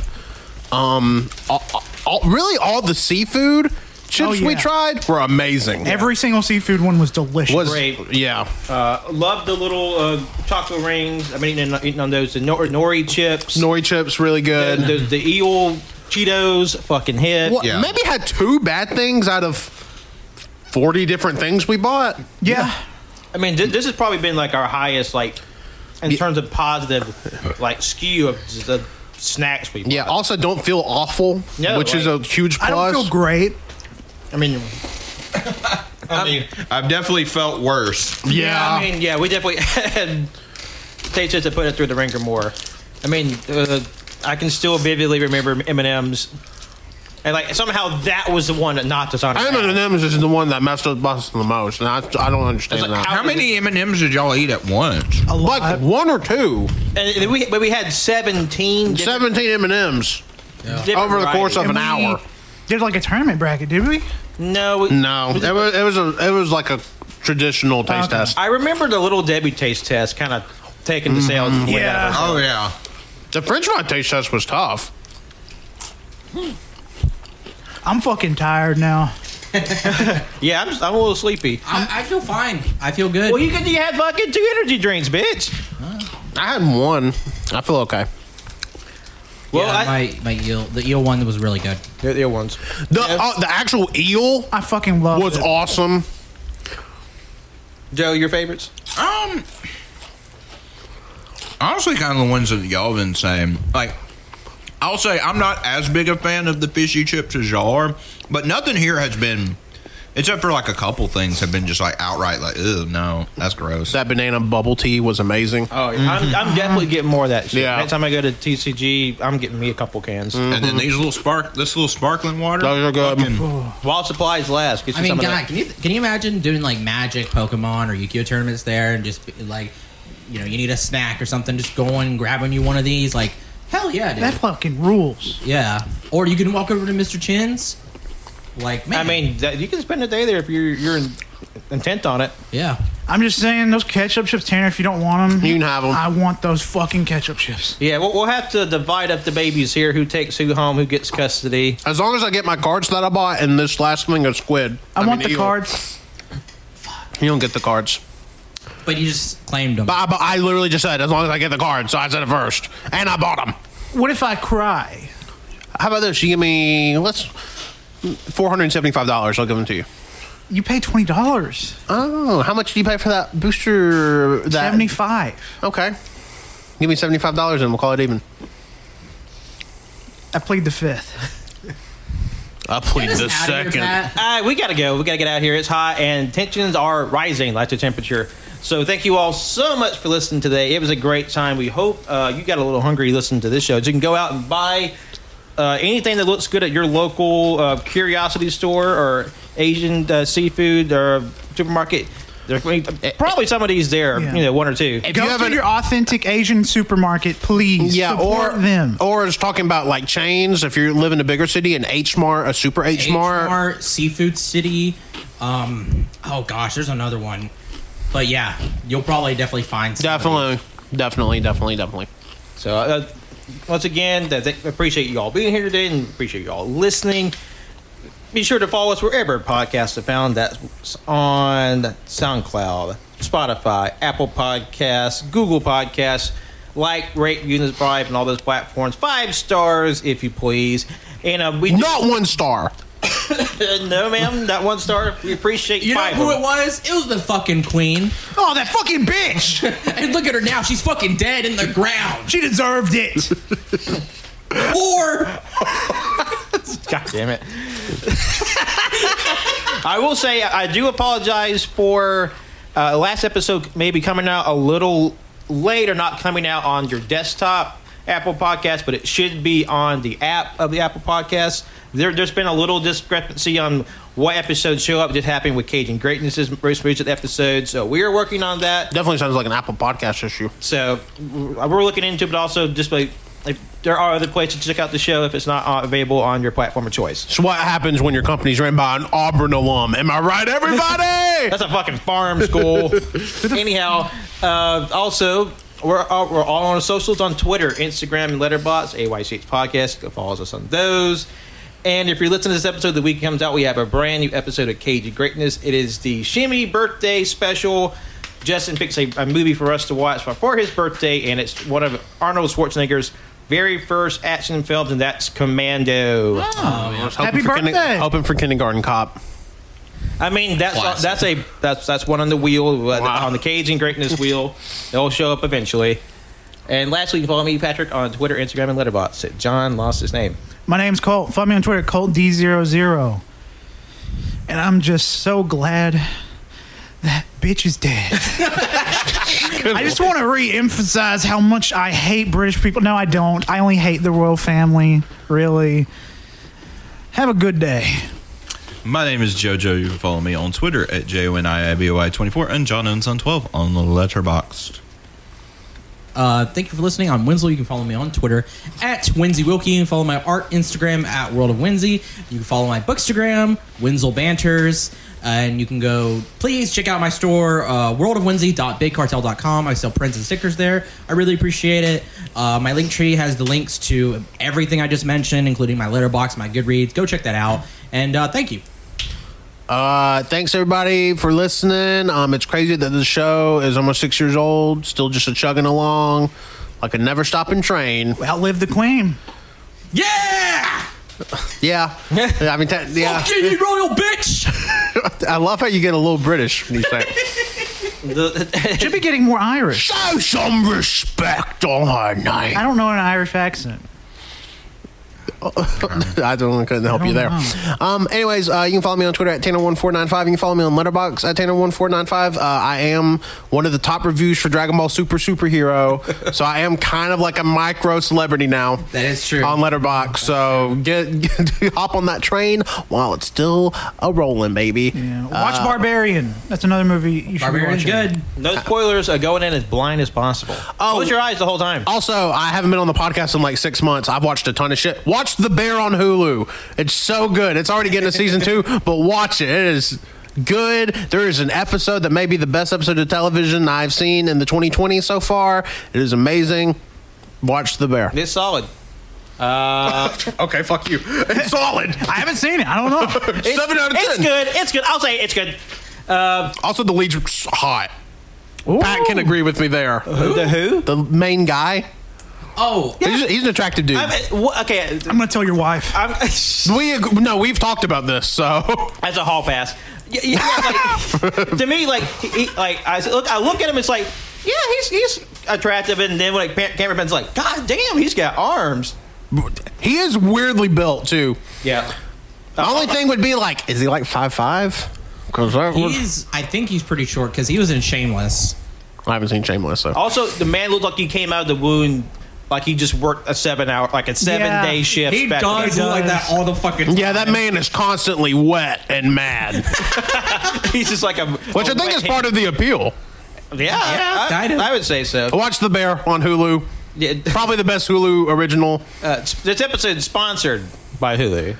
Um, all, all- really, all the seafood chips Oh, we yeah. tried were amazing. Every single seafood one was delicious. was Great. yeah. Uh, love the little uh, chocolate rings. I've been eating, eating on those. The nor- nori chips. Nori chips really the, good. the, the eel Cheetos. Fucking hit. What, Yeah. Maybe had two bad things out of forty different things we bought. yeah. I mean, th- this has probably been like our highest, like, in terms of positive, like, skew of just the snacks we bought. Yeah. Also, don't feel awful, No, which is a like- huge I plus. don't feel great. I mean, I mean, I've definitely felt worse. Yeah. I mean, yeah, we definitely had tastes to put it through the ringer more. I mean, uh, I can still vividly remember M and M's, and like somehow that was the one that knocked us on. our I ass. know the M's is the one that messed up us the most, and I, I don't understand It's like, that. How many M and M's did y'all eat at once? like one or two, And then we, but we had seventeen. different- seventeen M and M's different over the course of varieties. an we hour. Did like a tournament bracket, did we? No, we- No, it was it was a it was like a traditional taste Oh, Okay. test. I remember the little Debbie taste test kind of taking the sales. Mm-hmm. way out of us. Oh yeah, The French fry taste test was tough. I'm fucking tired now. yeah, I'm, I'm a little sleepy. I, I feel fine. I feel good. Well, you could you had fucking two energy drinks, bitch. I had one. I feel okay. Well, yeah, I, my my eel the eel one was really good. they're the ones. The uh, the actual eel I fucking love was it. awesome. Joe, your favorites? Um, honestly, kind of the ones that y'all been saying. Like, I'll say I'm not as big a fan of the fishy chips as y'all are, but nothing here has been, except for like a couple things, have been just like outright like, ew, no, that's gross. That banana bubble tea was amazing. Oh, yeah. I'm, Mm-hmm. I'm definitely getting more of that shit. Yeah. Next time I go to TCG, I'm getting me a couple cans. and then these little spark, this little sparkling water. Those are good. fucking- While supplies last, get you I mean, some of God, that. can you can you imagine doing like Magic, Pokemon, or Yu-Gi-Oh tournaments there, and just be, like, you know, you need a snack or something, just going and grabbing you one of these, like, hell yeah, dude, That fucking rules. yeah. Or you can walk over to Mr. Chin's, like, man, I mean, that, you can spend a day there if you're you're in, intent on it. yeah, I'm just saying those ketchup chips, Tanner. If you don't want them, You can have 'em. I want those fucking ketchup chips. Yeah, we'll, we'll have to divide up the babies here. Who takes who home? Who gets custody? As long as I get my cards that I bought and this last thing of squid. I, want mean, the eel. cards. You don't get the cards. but you just claimed them. But I, but I literally just said as long as I get the cards, so I said it first, and I bought them. What if I cry? How about this? You give me let's four hundred and seventy-five dollars. I'll give them to you. You pay twenty dollars, Oh, how much do you pay for that booster? That seventy-five. Okay, give me seventy-five dollars and we'll call it even. I plead the fifth. I plead Get us out of here, Pat. All right, we gotta go. We gotta get out of here. It's hot and tensions are rising, like the temperature. So thank you all so much for listening today. It was a great time. We hope uh, you got a little hungry listening to this show. So you can go out and buy uh, anything that looks good at your local uh, curiosity store or Asian uh, seafood or supermarket. There, probably some of these there, Yeah. you know, one or two. Go you to have an- your authentic Asian supermarket, please. Yeah, Support or them. or it's talking about like chains. If you live in a bigger city, an H Mart, a Super H Mart. H-Mart, Seafood City. Um, oh gosh, there's another one, but yeah, you'll probably definitely find something. Definitely, definitely, definitely, definitely. So, uh, once again, th- th- appreciate you all being here today and appreciate you all listening. Be sure to follow us wherever podcasts are found. That's on SoundCloud, Spotify, Apple Podcasts, Google Podcasts. Like, rate, view, and subscribe, and all those platforms. Five stars, if you please. And uh, we Not one star. no, ma'am, not one star. We appreciate You know five who of it was? It was the fucking queen. Oh, that fucking bitch! And look at her now. She's fucking dead in the ground. she deserved it. Or God damn it. I will say, I do apologize for uh, last episode maybe coming out a little late or not coming out on your desktop Apple Podcast, but it should be on the app of the Apple Podcast. There, there's been a little discrepancy on what episodes show up. It just happened with Cajun Greatness' most recent episode, so we are working on that. Definitely sounds like an Apple Podcast issue. So w- we're looking into, it, but also just like if there are other places to check out the show if it's not uh, available on your platform of choice. It's what happens when your company's run by an Auburn alum. Am I right, everybody? That's a fucking farm school. Anyhow, uh, also, we're all, we're all on socials on Twitter, Instagram, and Letterboxd, AYCH Podcast. Go follow us on those. And if you're listening to this episode, the week it comes out, we have a brand new episode of Cage of Greatness. It is the Shimmy birthday special. Justin picks a, a movie for us to watch for his birthday, and it's one of Arnold Schwarzenegger's very first action films, and that's Commando. Oh, Happy for kinder- birthday. hoping for Kindergarten Cop. I mean, that's Classic. that's a that's that's one on the wheel uh, Wow. on the Cajun greatness wheel. It'll show up eventually. And lastly, you can follow me, Patrick, on Twitter, Instagram, and Letterboxd. John lost his name. My name's Colt. Follow me on Twitter, Colt D00. And I'm just so glad that bitch is dead. I just want to re-emphasize how much I hate British people. No, I don't. I only hate the royal family, really. Have a good day. My name is JoJo. You can follow me on Twitter at JONIABOY24 and John and Son 12 on Letterboxd. Uh, thank you for listening. I'm Winslow. You can follow me on Twitter at Winsy Wilkie. You can follow my art Instagram at World of Winsy. You can follow my bookstagram, Winslow Banters. And you can go, please check out my store, uh, worldofwinsy.bigcartel.com. I sell prints and stickers there. I really appreciate it. Uh, my link tree has the links to everything I just mentioned, including my letterbox, my Goodreads. Go check that out. And uh, thank you. Uh, thanks everybody for listening. Um, it's crazy that the show is almost six years old, still just a chugging along, like a never stopping train. Outlive the queen. Yeah! Yeah, I mean, te- yeah. Fucking you royal bitch! I love how you get a little British when you say. it. Should be getting more Irish. Show some respect on her name. I don't know an Irish accent. I don't couldn't help I you there. don't Um, anyways, uh, you can follow me on Twitter at Tanner1495. You can follow me on Letterbox at Tanner1495. Uh, I am one of the top reviews for Dragon Ball Super Superhero, so I am kind of like a micro celebrity now. That is true. On Letterbox, so get, get- hop on that train while it's still a rolling, baby. Uh, Yeah. Watch Barbarian. That's another movie you should be Barbarian's watching. good. No spoilers. Uh, going in as blind as possible. Oh. Close your eyes the whole time. Also, I haven't been on the podcast in like six months. I've watched a ton of shit. Watch The Bear on Hulu. It's so good. It's already getting a season two, but watch it. It is good. There is an episode that may be the best episode of television I've seen in the 2020 so far. It is amazing. Watch The Bear. It's solid. Uh, Okay, fuck you. It's solid. I haven't seen it. I don't know. it's, Seven out of it's ten. good. It's good. I'll say it's good. Also, the lead's hot. Pat can agree with me there. The Who? The main guy. Oh, He's, he's an attractive dude. I'm, uh, wha- okay. I'm gonna tell your wife. I'm, that's we ag- no, we've talked about this. So a hall pass. Yeah, yeah, like, to me, like, he, he- like I s- look, I look at him. It's like, yeah, he's he's attractive, and then when like, pa- camera pen's like, God damn, he's got arms. he is weirdly built too. Yeah. The only Oh. thing would be like, is he like five five? Because I he's, I think he's pretty short because he was in Shameless. haven't seen Shameless, so Also, the man looked like he came out of the wound like he just worked a seven hour, like a seven Yeah. day shift. He back to does back. uh, look like that all the fucking time. yeah, that man is constantly wet and mad, He's just like a which I think is part of the appeal. Of, yeah, yeah, I, kind of. I would say so. Watch The Bear on Hulu. Yeah. Probably the best Hulu original. Uh, this episode is sponsored by Hulu.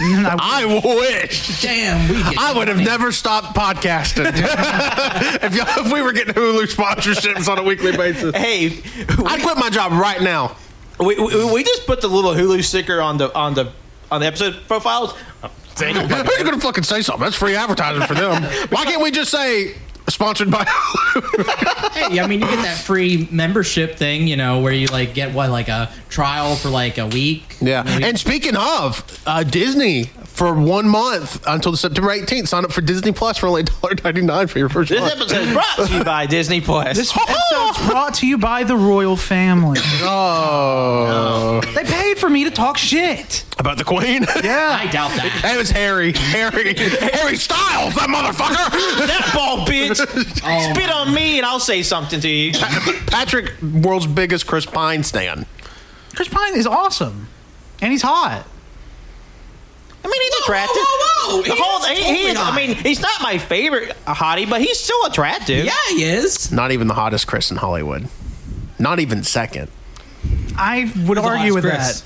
I wish Damn, we get I would have never stopped podcasting if, y'all, if we were getting Hulu sponsorships on a weekly basis. Hey, I'd quit my job right now. we, we, we just put the little Hulu sticker on the on the on the episode profiles. Who's gonna fucking say something? That's free advertising for them. Why can't we just say sponsored by? Hey, I mean, you get that free membership thing, you know, where you like get what like a trial for like a week. Yeah. You know, And speaking of uh, Disney, for one month until September 18th, sign up for Disney Plus for only $1.99 for your first This month. episode is brought to you by Disney Plus. This episode's brought to you by the royal family. oh. They paid for me to talk shit. About the Queen? I doubt that. That was Harry. Harry. Harry Styles, that motherfucker. that ball bitch spit on me, and I'll say something to you. Patrick, world's biggest Chris Pine stan. Chris Pine is awesome, and he's hot. I mean, he's attractive. whoa, whoa. The He whole- is he- he totally is- I hot. mean, he's not my favorite uh, hottie, but he's still attractive. Yeah, he is. Not even the hottest Chris in Hollywood. Not even second. I would argue with that.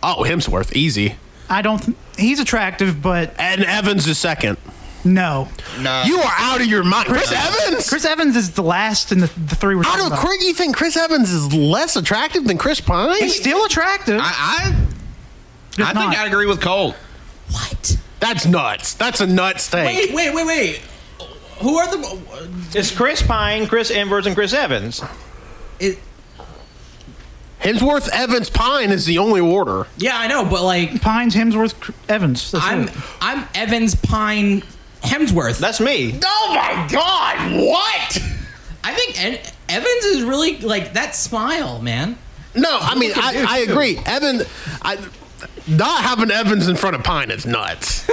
Oh, Hemsworth, easy. I don't. Th- he's attractive, but And Evans is second. no. You are out of your mind. Chris Evans? Chris Evans is the last in the, the three we're Out talking of about. Chris, you think Chris Evans is less attractive than Chris Pine? He's still attractive. I, I think not. I'd agree with Cole. What? That's nuts. That's a nuts take. Wait, wait, wait, wait. Who are the? It's Chris Pine, Chris Embers, and Chris Evans. It, Hemsworth, Evans, Pine is the only order. yeah, I know, but like, Pines, Hemsworth, Cr- Evans. That's I'm it. I'm Evans Pine Hemsworth. That's me. Oh my God! What? I think En- Evans is really like that smile, man. No, I mean I, I agree. Evan, I not having Evans in front of Pine is nuts.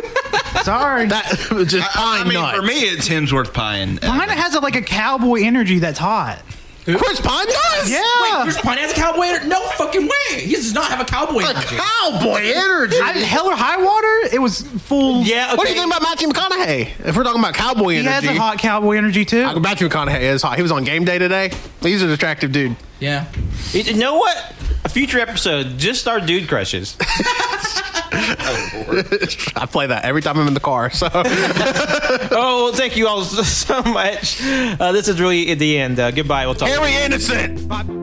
Sorry. That just I, Pine I mean, nuts. for me, it's Hemsworth Pine. Pine has a, like a cowboy energy that's hot. Chris Pine does. Yeah. Wait, Chris Pine has a cowboy energy? No fucking way. He does not have a cowboy A energy. cowboy energy. I, hell or high water, it was full. Yeah. Okay. What do you think about Matthew McConaughey? If we're talking about cowboy He has energy, a hot cowboy energy too. I- Matthew McConaughey is hot. He was on Game Day today. He's an attractive dude. Yeah. You you know what? A future episode, just our dude crushes. I play that every time I'm in the car. So oh, well, thank you all so so much. Uh, this is really at the end. Uh, goodbye. We'll talk. Harry Anderson. Bye.